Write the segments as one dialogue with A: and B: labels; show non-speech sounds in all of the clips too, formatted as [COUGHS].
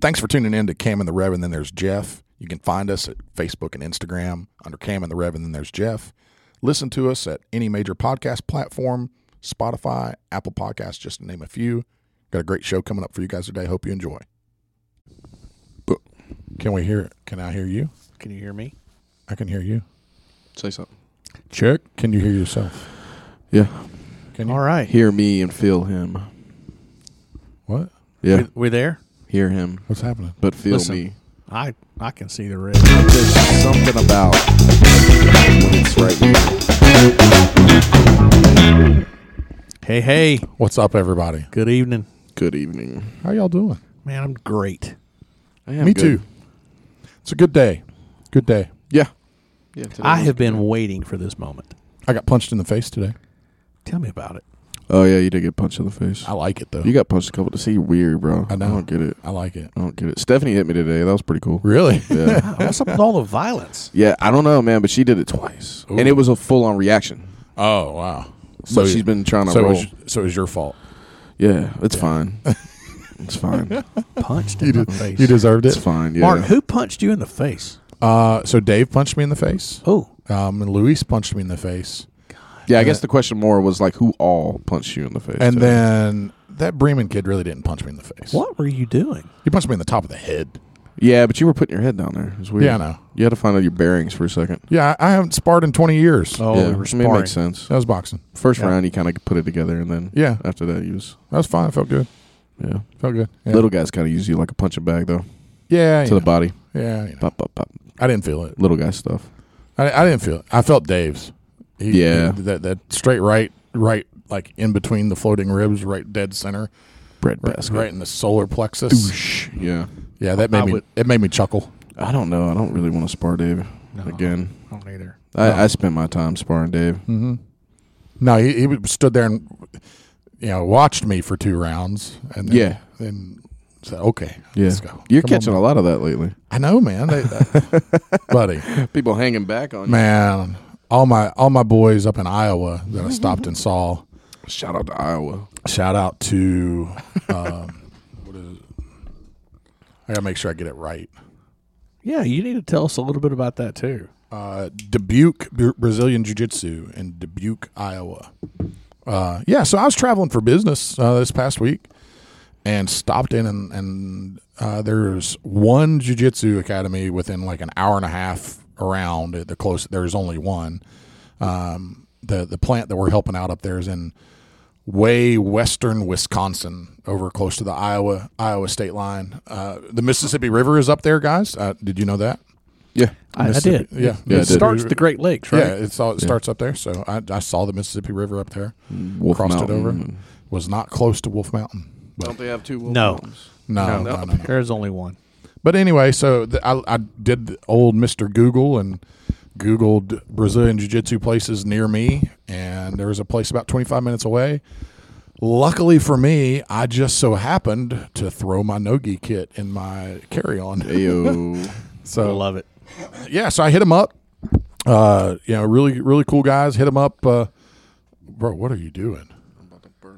A: Thanks for tuning in to Cam and the Rev, and then there's Jeff. You can find us at Facebook and Instagram under Cam and the Rev, and then there's Jeff. Listen to us at any major podcast platform Spotify, Apple Podcasts, just to name a few. Got a great show coming up for you guys today. Hope you enjoy. Bu- Can we hear it? Can I hear you?
B: Can you hear me?
A: I can hear you.
C: Say something.
A: Check. Can you hear yourself?
C: Yeah.
A: Can you?
B: All right.
C: Hear me and feel him.
A: What?
C: Yeah.
B: We, we there?
C: Hear him,
A: What's happening?
C: but feel
B: Listen.
C: me.
B: I I can see the red.
C: There's something about when it's right here.
B: Hey, hey.
A: What's up, everybody?
B: Good evening.
C: Good evening.
A: How y'all doing?
B: Man, I'm great.
C: I am
A: Me
C: good.
A: too. It's a good day. Good day.
C: Yeah. Yeah. today
B: I
C: was
B: have been
C: good.
B: waiting for this moment.
A: I got punched in the face today.
B: Tell me about it.
C: Oh yeah, you did get punched in the face.
A: I like it though.
C: You got punched a couple. See, you're weird, bro.
A: I know.
C: don't get it.
A: I like it.
C: I don't get it. Stephanie hit me today. That was pretty cool.
A: [LAUGHS] Really?
C: Yeah.
B: [LAUGHS] Wow, [LAUGHS] what's up with all the violence?
C: yeah. I don't know, man, but she did it twice,
A: Ooh.
C: and it was a full-on reaction.
A: oh wow.
C: So she's been trying to
A: so it
C: roll.
A: was, so it was your fault.
C: yeah, it's fine. it's fine.
B: [LAUGHS] Punched in the face.
A: deserved
C: It's fine. Yeah.
B: Mark, who punched you in the face?
A: Uh, so Dave punched me in the face.
B: Oh,
A: Um, and Luis punched me in the face.
C: yeah. I guess the question more was like, who all punched you in the face?
A: And
C: today?
A: then that Bremen kid really didn't punch me in the face.
B: what were you doing?
A: He punched me in the top of the head.
C: Yeah, but you were putting your head down there. It's weird.
A: Yeah, I know.
C: You had to find out your bearings for a second.
A: Yeah, I, I haven't sparred in 20 years.
B: Oh,
C: yeah,
B: we were
C: I mean,
B: sparring.
C: it makes sense.
A: That was boxing.
C: First
A: Yeah.
C: round, you kind of put it together, and then
A: Yeah,
C: after that, you was
A: that was fine. felt good.
C: yeah.
A: Felt good. Yeah.
C: Little guys kind of use you like a punching bag, though,
A: Yeah.
C: to
A: you
C: the
A: know.
C: body.
A: yeah. you know.
C: Pop, pop, pop.
A: I didn't feel it.
C: Little guy stuff.
A: I, I didn't feel it. I felt Dave's. He,
C: Yeah.
A: he- that that straight right, right, like in between the floating ribs, right dead center,
C: Bread
A: right,
C: basket.
A: right in the solar plexus.
C: Whoosh. Yeah.
A: Yeah, that made
B: I
A: me.
B: would-
A: it made me chuckle.
C: I don't know. I don't really want to spar Dave
B: No,
C: again.
B: I don't either.
C: I,
A: No.
C: I spent my time sparring Dave.
A: Mm-hmm. No, he, he stood there and you know watched me for two rounds, and then,
C: Yeah.
A: then said, "Okay,
C: Yeah.
A: let's go."
C: You're
A: Come on,
C: catching a
A: man.
C: lot of that lately.
A: I know, man. They,
C: [LAUGHS]
A: buddy,
C: People hanging back on
A: man. All my all my boys up in Iowa that I stopped and saw.
C: you. Shout out to Iowa.
A: Shout out to um, [LAUGHS] what is it? I gotta make sure I get it right.
B: Yeah, you need to tell us a little bit about that too.
A: Uh, Dubuque Bra- Brazilian Jiu Jitsu in Dubuque, Iowa. Uh, yeah, so I was traveling for business uh, this past week and stopped in and, and uh, there's one Jiu Jitsu academy within like an hour and a half around. The close there's only one. Um, the the plant that we're helping out up there is in way western Wisconsin, over close to the Iowa Iowa state line. Uh, the Mississippi River is up there, guys. Uh, did you know that?
C: Yeah.
B: I, I
A: Mississippi-
B: did.
A: Yeah,
C: Yeah, I
B: it
C: did.
B: starts the Great Lakes, right?
A: Yeah, it's all, it starts up there. So I, I saw the Mississippi River up there.
C: Mm. Wolf
A: crossed
C: Mountain
A: it over.
C: and-
A: Was not close to Wolf Mountain. But
C: Don't they have two wolf
B: No.
C: mountains?
A: no,
C: No.
A: no, no, no.
B: There's only one.
A: But anyway, so the, I, I did the old Mister Google and Googled Brazilian Jiu Jitsu places near me, and there was a place about 25 minutes away. Luckily for me, I just so happened to throw my nogi kit in my carry on.
C: Ayo.
B: I
A: So
B: love it.
A: yeah, so I hit him up. Uh, you know, really, really cool guys. Hit him up, uh, bro. What are you doing,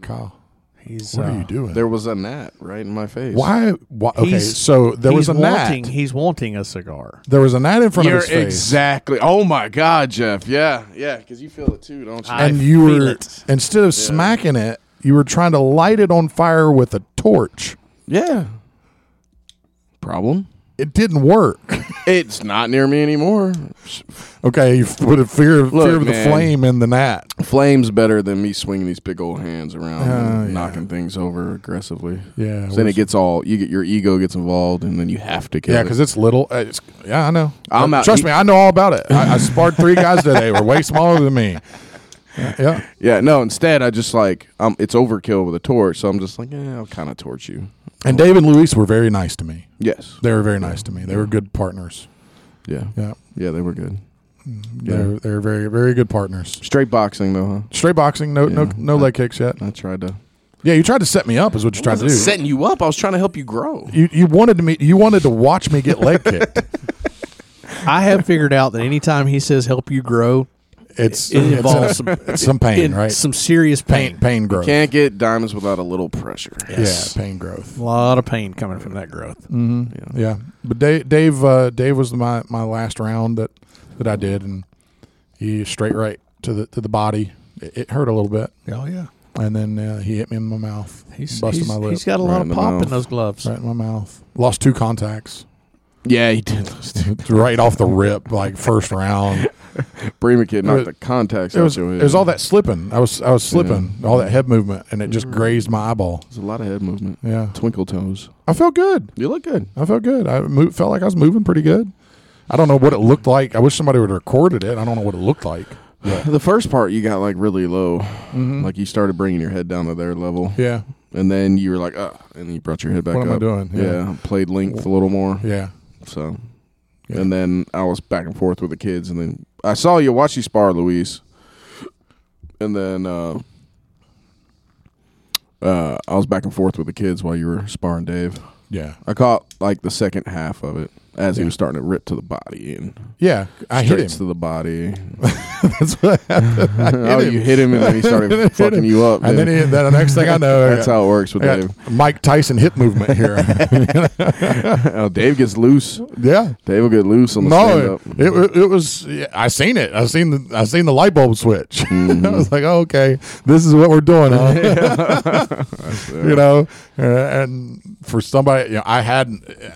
A: Kyle?
B: He's
A: What
B: uh,
A: are you doing?
C: there was a gnat right in my face.
A: why? why okay,
B: He's-
A: so there was a
B: he's
A: gnat.
B: wanting, He's wanting a cigar.
A: There was a gnat in front
C: You're
A: of his face.
C: exactly. Oh my God, Jeff. Yeah, yeah. Because you feel it too, don't you?
B: I-
A: and you
B: feel
A: were
B: it.
A: instead of smacking it, you were trying to light it on fire with a torch.
C: yeah. Problem?
A: It didn't work. [LAUGHS]
C: It's not near me anymore.
A: Okay, you put a fear of
C: Look,
A: fear of the
C: man.
A: flame in the gnat.
C: Flame's better than me swinging these big old hands around,
A: Oh,
C: and
A: yeah.
C: knocking things over aggressively.
A: Yeah,
C: So then it gets all you get. Your ego gets involved, and then you have to kill.
A: yeah,
C: it.
A: because it's little. uh, It's, yeah, I know.
C: I'm out-
A: Trust me, I know all about it. I, [LAUGHS] I sparred three guys today. Were way smaller than [LAUGHS] me. Yeah, yeah.
C: yeah. No, instead I just like um, it's overkill with a torch. So I'm just like, eh, I'll kind of torch you.
A: and Dave and Luis were very nice to me.
C: Yes.
A: They were very nice to me. They were good partners.
C: Yeah.
A: Yeah, Mm,
C: Yeah. They were good.
A: they were, they were very very good partners.
C: Straight boxing though, huh?
A: Straight boxing, no no
C: Yeah.
A: no leg kicks yet.
C: I tried to.
A: Yeah, you tried to set me up, is what you tried to do.
C: setting you up. I was trying to help you grow.
A: You you wanted to me you wanted to watch me get leg kicked.
B: I have figured out that anytime he says help you grow,
A: It's
B: [LAUGHS] It
A: it's
B: involves
A: in a-
B: some- [LAUGHS]
A: it's some pain,
B: in
A: right?
B: some serious pain.
A: pain, pain growth.
C: Can't get diamonds without a little pressure.
A: Yeah, pain growth.
B: A lot of pain coming from that growth.
A: Mm-hmm. Yeah. but Dave, Dave, uh, Dave was my, my last round that, that I did, and he straight right to the to the body. It, it hurt a little bit,
B: Oh yeah,
A: and then uh, he hit me in my mouth,
B: he's
A: busted
B: he's-
A: my lip,
B: he's got a
C: Right
B: lot
C: in
B: of
C: the
B: pop in
C: mouth.
B: those gloves.
A: right in my mouth. Lost two contacts
C: Yeah, he did.
A: right off the rip, like first round.
C: Bree
A: It was-
C: McKidd knocked the contacts
A: It
C: out
A: was
C: your head.
A: it was all that slipping. I was I was slipping, all that head movement, and it just grazed my eyeball.
C: There's a lot of head movement.
A: Yeah,
C: Twinkle toes.
A: I felt good.
C: You look good.
A: I felt good. I mo- felt like I was moving pretty good. I don't know what it looked like. I wish somebody would have recorded it. I don't know what it looked like.
C: The first part you got like really low,
A: Mm-hmm.
C: like you started bringing your head down to their level,
A: yeah.
C: and then you were like, ah, and you brought your head back
A: What am I
C: up.
A: doing?
C: Yeah, played length a little more.
A: Yeah.
C: So,
A: Yeah.
C: and then I was back and forth with the kids, and then I saw you watch you spar, Luis, and then uh, uh, I was back and forth with the kids while you were sparring Dave.
A: Yeah.
C: I caught like the second half of it as he
A: Yeah.
C: was starting to rip to the body and
A: Yeah. I hit
C: straights
A: him.
C: to the [LAUGHS] body.
A: That's what happened. [LAUGHS]
C: [LAUGHS]
A: I hit
C: oh,
A: him.
C: you hit him, and then
A: [LAUGHS]
C: he started fucking you up.
A: and then,
C: dude.
A: he, then the next thing I know,
C: [LAUGHS] That's how it works with
A: I
C: Dave.
A: got Mike Tyson hip movement here.
C: [LAUGHS] [LAUGHS] oh, Dave gets loose.
A: yeah.
C: Dave will get loose on the
A: No,
C: stand up.
A: it, it, it was. Yeah, I seen it. I seen the. I seen the light bulb switch. [LAUGHS]
C: Mm-hmm.
A: I was like, oh, okay, this is what we're doing,
C: [LAUGHS]
A: huh? [LAUGHS] you know uh, and for somebody you know i had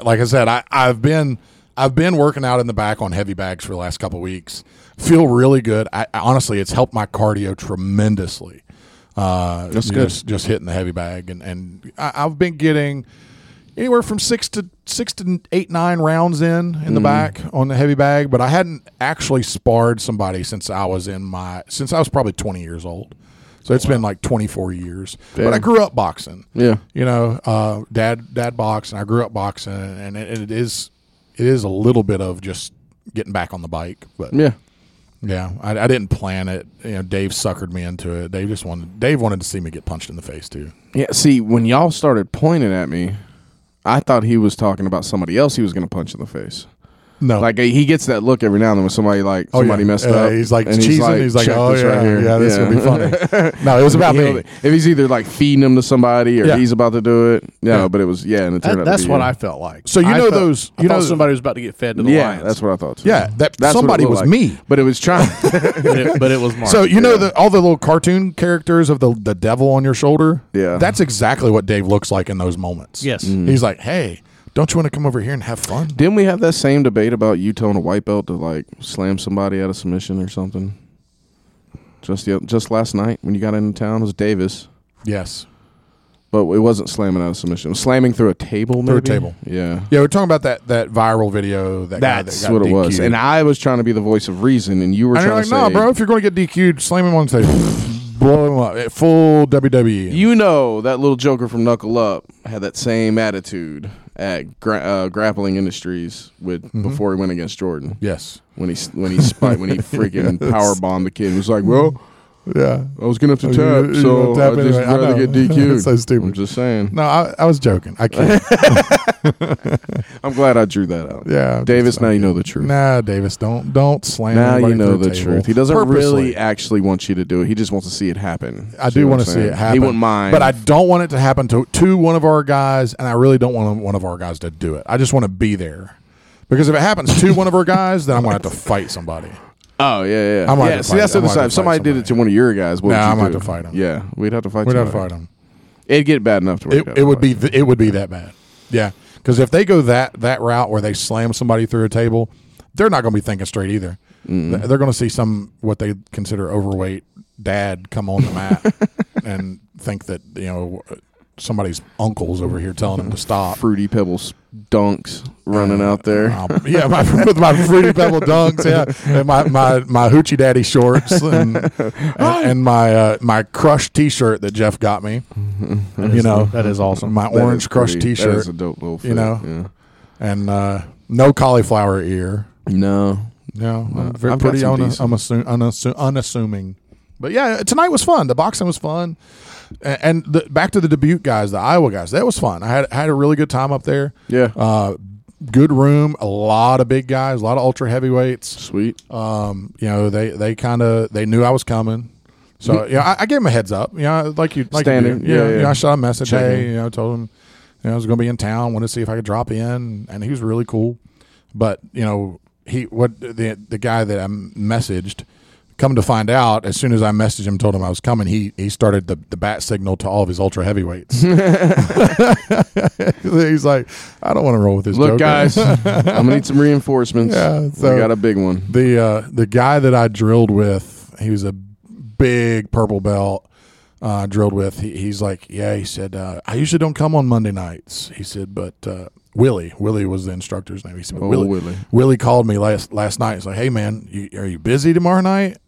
A: like i said I, i've been i've been working out in the back on heavy bags for the last couple of weeks feel really good I, I honestly it's helped my cardio tremendously uh
C: That's
A: you
C: good.
A: just, just hitting the heavy bag and and I, i've been getting anywhere from six to six to eight nine rounds in in the back on the heavy bag but i hadn't actually sparred somebody since i was in my since i was probably 20 years old so it's been like 24 years but i
C: Damn.
A: grew up boxing
C: yeah.
A: you know, uh, dad dad boxed, and I grew up boxing, and it, it is it is a little bit of just getting back on the bike, but
C: Yeah.
A: yeah, I, I didn't plan it. You know, Dave suckered me into it. Dave just wanted Dave wanted to see me get punched in the face too.
C: Yeah, see, when y'all started pointing at me, I thought he was talking about somebody else he was going to punch in the face.
A: No,
C: Like he gets that look every now and then when somebody like
A: Oh, yeah.
C: somebody messed
A: Yeah,
C: up.
A: He's like
C: and
A: cheesing. He's like,
C: "Check
A: oh
C: this
A: yeah,
C: right here."
A: yeah, this is
C: [LAUGHS]
A: gonna be [LAUGHS] funny. no, it was about
C: He'll-
A: me.
C: If he's either like feeding him to somebody or
A: Yeah.
C: he's about to do it. No,
A: Yeah.
C: but it was yeah, and it
B: That-
C: turned out to
B: that's
C: be
B: what
C: you.
B: I felt like.
A: So you
B: I
A: know
B: felt-
A: those-
B: I
A: you
B: thought
A: know-
B: somebody was about to get fed to the
C: Yeah,
B: lions.
C: that's what I thought. Too.
A: Yeah, that
C: That's what it
A: somebody
C: looked
A: was
C: like.
A: me.
C: But it was trying
A: [LAUGHS]
C: [LAUGHS]
B: but, it, but it [LAUGHS] was Mark.
A: So you know the all the little cartoon characters of the the devil on your shoulder.
C: Yeah.
A: that's exactly what Dave looks like in those moments.
B: Yes.
C: Mm-hmm.
A: he's like, hey, don't you want to come over here and have fun?
C: Didn't we have that same debate about you telling a white belt to like slam somebody out of submission or something? Just the, just last night when you got into town it was Davis,
A: Yes.
C: but it wasn't slamming out of submission. It was slamming through a table, maybe.
A: Through a table.
C: Yeah,
A: Yeah, we're talking about that that viral video. That
C: that's
A: guy that got
C: what it was.
A: DQ'd.
C: And I was trying to be the voice of reason, and you were
A: And
C: trying
A: you're like,
C: to
A: no,
C: say,
A: bro, if you're going to get DQ'd, slam him on the table, blow him up, Eh, full E. WWE.
C: You know that little Joker from Knuckle Up had that same attitude at gra- uh, Grappling Industries with
A: Mm-hmm.
C: before he went against Jordan
A: yes,
C: when he s- when he spiked
A: [LAUGHS]
C: when he freaking power bombed the kid. He was like, well.
A: yeah. Oh,
C: I was gonna have to
A: You-
C: tap,
A: you
C: so
A: gonna tap
C: I just
A: anyway. I
C: rather
A: know. [LAUGHS]
C: get DQ'd.
A: It's so stupid.
C: I'm just saying.
A: No, I, I was joking. I
C: [LAUGHS]
A: can't.
C: I'm glad I drew that out.
A: Yeah,
C: Davis,
A: just-
C: now you know the truth.
A: Nah, Davis, don't don't slam.
C: now you
A: anybody
C: know
A: through
C: the
A: table.
C: truth. He doesn't
A: Purposely.
C: really actually want you to do it. He just wants to see it happen.
A: I
C: See
A: do
C: what
A: want
C: I'm
A: to see
C: saying?
A: it happen.
C: He wouldn't mind,
A: but I don't want it to happen to to one of our guys, and I really don't want one of our guys to do it. I just want to be there because if it happens to one of our guys, then I'm going to have to fight
C: [LAUGHS]
A: somebody.
C: Oh yeah, yeah.
A: I might
C: yeah
A: have to
C: see,
A: fight-
C: that's
A: I
C: the other
A: might have
C: side.
A: to
C: If somebody
A: fight
C: did it to one of your guys, what
A: Nah,
C: would you
A: I might have
C: do?
A: to fight him.
C: Yeah, we'd have to fight.
A: We'd have to
C: somebody.
A: fight him.
C: It'd get bad enough to. where
A: It,
C: you'd have
A: it
C: to
A: would
C: fight.
A: be th- it would be that bad. Yeah, because if they go that that route where they slam somebody through a table, they're not going to be thinking straight either.
C: Mm-hmm.
A: Th- They're going to see some what they consider overweight dad come on the
C: [LAUGHS]
A: mat and think that you know somebody's uncle's over here telling him to stop.
C: fruity pebbles dunks running out there.
A: Um, yeah, my, [LAUGHS] with my fruity pebble dunks, yeah, and my my my hoochie daddy shorts, and and,
C: [LAUGHS]
A: and my uh, my crushed t shirt that Jeff got me.
B: That
A: you
B: is-
A: know.
B: that is awesome.
A: My
C: That
A: orange
C: is
A: crushed
C: pretty-
A: t
C: That is
A: shirt
C: a dope little. Fit.
A: you know?
C: Yeah.
A: and uh, no cauliflower ear.
C: No,
A: No, I'm very
C: I've got
A: pretty
C: some
A: una-
C: decent.
A: I'm assu- unassu- unassuming. But yeah, tonight was fun. The boxing was fun, A- and the, back to the Dubuque guys, the Iowa guys. That was fun. I had had a really good time up there.
C: yeah.
A: Uh, good room, a lot of big guys, a lot of ultra heavyweights.
C: Sweet.
A: Um, you know, they they kind of they knew I was coming, so yeah, I, I gave them a heads up. You know, like you like
C: Standard.
A: You do.
C: Yeah,
A: you
C: yeah.
A: know, I shot a message.
C: Check
A: Hey,
C: in.
A: you know, told him you know I was going to be in town. Wanted to see if I could drop in, and he was really cool. But you know, he what the the guy that I messaged. Come to find out, as soon as I messaged him, told him I was coming, he he started the, the bat signal to all of his ultra
C: [LAUGHS]
A: heavyweights. [LAUGHS] He's like, I don't want to roll with this. joker." [LAUGHS]
C: Look, guys, I'm gonna need some reinforcements.
A: Yeah, so-
C: we got a big one.
A: the uh, the guy that I drilled with, he was a big purple belt. Uh, I drilled with. He, he's like, yeah. He said, uh, I usually don't come on Monday nights. He said, but uh, Willie, Willie was the instructor's name. He said, but
C: Oh,
A: Willie,
C: Willie.
A: Willie called me last last night. He's like, hey man, you, are you busy tomorrow night?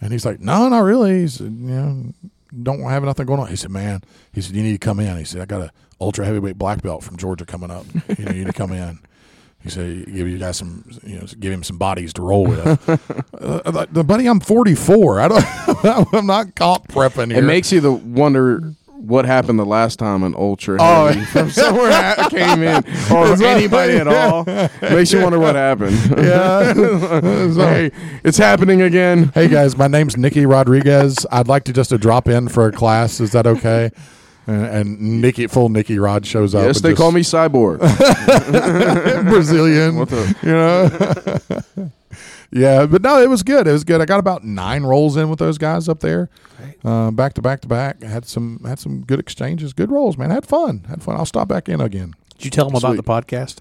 A: And he's like, no, not really. He said, you know, don't have nothing going on. He said, man, he said you need to come in. He said, I got a ultra heavyweight black belt from Georgia coming up. You know, you need to come in. He said, "Give you guys some, you know, give him some bodies to roll with." uh, I'm like, buddy, I'm 44. I don't, [LAUGHS] I'm not comp prepping here.
C: It makes you the wonder what happened the last time an ultra
A: Oh.
C: heavy [LAUGHS] from somewhere that
A: [LAUGHS]
C: came in or
A: It's like-
C: anybody at
A: [LAUGHS]
C: all makes you wonder what happened.
A: [LAUGHS]
C: [LAUGHS]
A: yeah. So-
C: hey, [LAUGHS] it's happening again.
A: hey guys, my name's Nikki Rodriguez. I'd like to just to drop in for a class. Is that okay? And, and Nikki, full Nikki Rod shows up.
C: Yes,
A: and
C: they
A: just-
C: call me Cyborg.
A: [LAUGHS] Brazilian.
C: What the-
A: You know. [LAUGHS] yeah, but no, it was good. It was good. I got about nine rolls in with those guys up there, uh, back to back to back. I had some had some good exchanges, good rolls, man. I had fun. had fun. I'll stop back in again.
B: Did you tell them about
C: Sweet.
B: the podcast?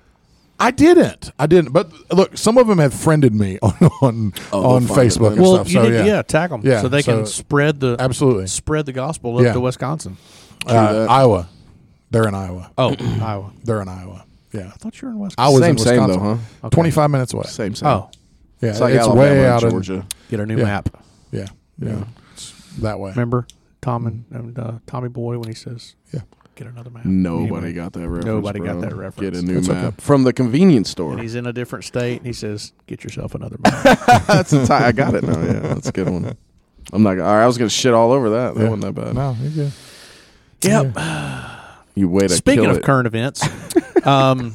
A: I didn't. I didn't. But look, some of them have friended me [LAUGHS] on on,
C: Oh, they'll
A: on
C: find it
A: Facebook and
C: later.
B: well,
A: stuff.
B: you
A: So
B: need
A: yeah,
B: to, yeah, tag them
A: Yeah,
B: so they
A: so-
B: can spread the
A: absolutely.
B: spread the gospel up
A: Yeah.
B: to Wisconsin.
A: Uh,
C: that.
A: Iowa, they're in Iowa.
B: Oh, [CLEARS THROAT] Iowa.
A: They're in Iowa. Yeah,
B: I thought you were in
A: I
B: Wisconsin.
A: was in
C: Same, same
A: Wisconsin.
C: though, huh?
B: Okay.
A: Twenty five minutes away.
C: Same, same.
B: Oh,
A: Yeah,
C: it's
A: it's,
C: like Alabama
A: way
C: and
A: out of
C: Georgia.
B: get a new
A: Yeah.
B: map.
A: Yeah, yeah,
B: Yeah.
A: It's that way.
B: Remember Tom
C: Mm-hmm.
B: and, and uh, Tommy Boy when he says,
A: Yeah.
B: get another map."
C: Nobody
B: Anyway.
C: got that reference.
B: Nobody got
C: bro.
B: that
C: Get
B: reference.
C: a new
A: That's
C: map
A: okay.
C: from the convenience store.
B: And he's in a different state, and he says, "Get yourself another map."
C: [LAUGHS] that's a tie. I got
A: [LAUGHS]
C: it now. Yeah, that's a good one. I'm not. All right, I was gonna shit all over that. That
A: Yeah.
C: wasn't that bad.
A: No, you're good.
B: yep.
C: You way to
B: Speaking
C: kill
B: of
C: it.
B: current events,
C: [LAUGHS]
B: um,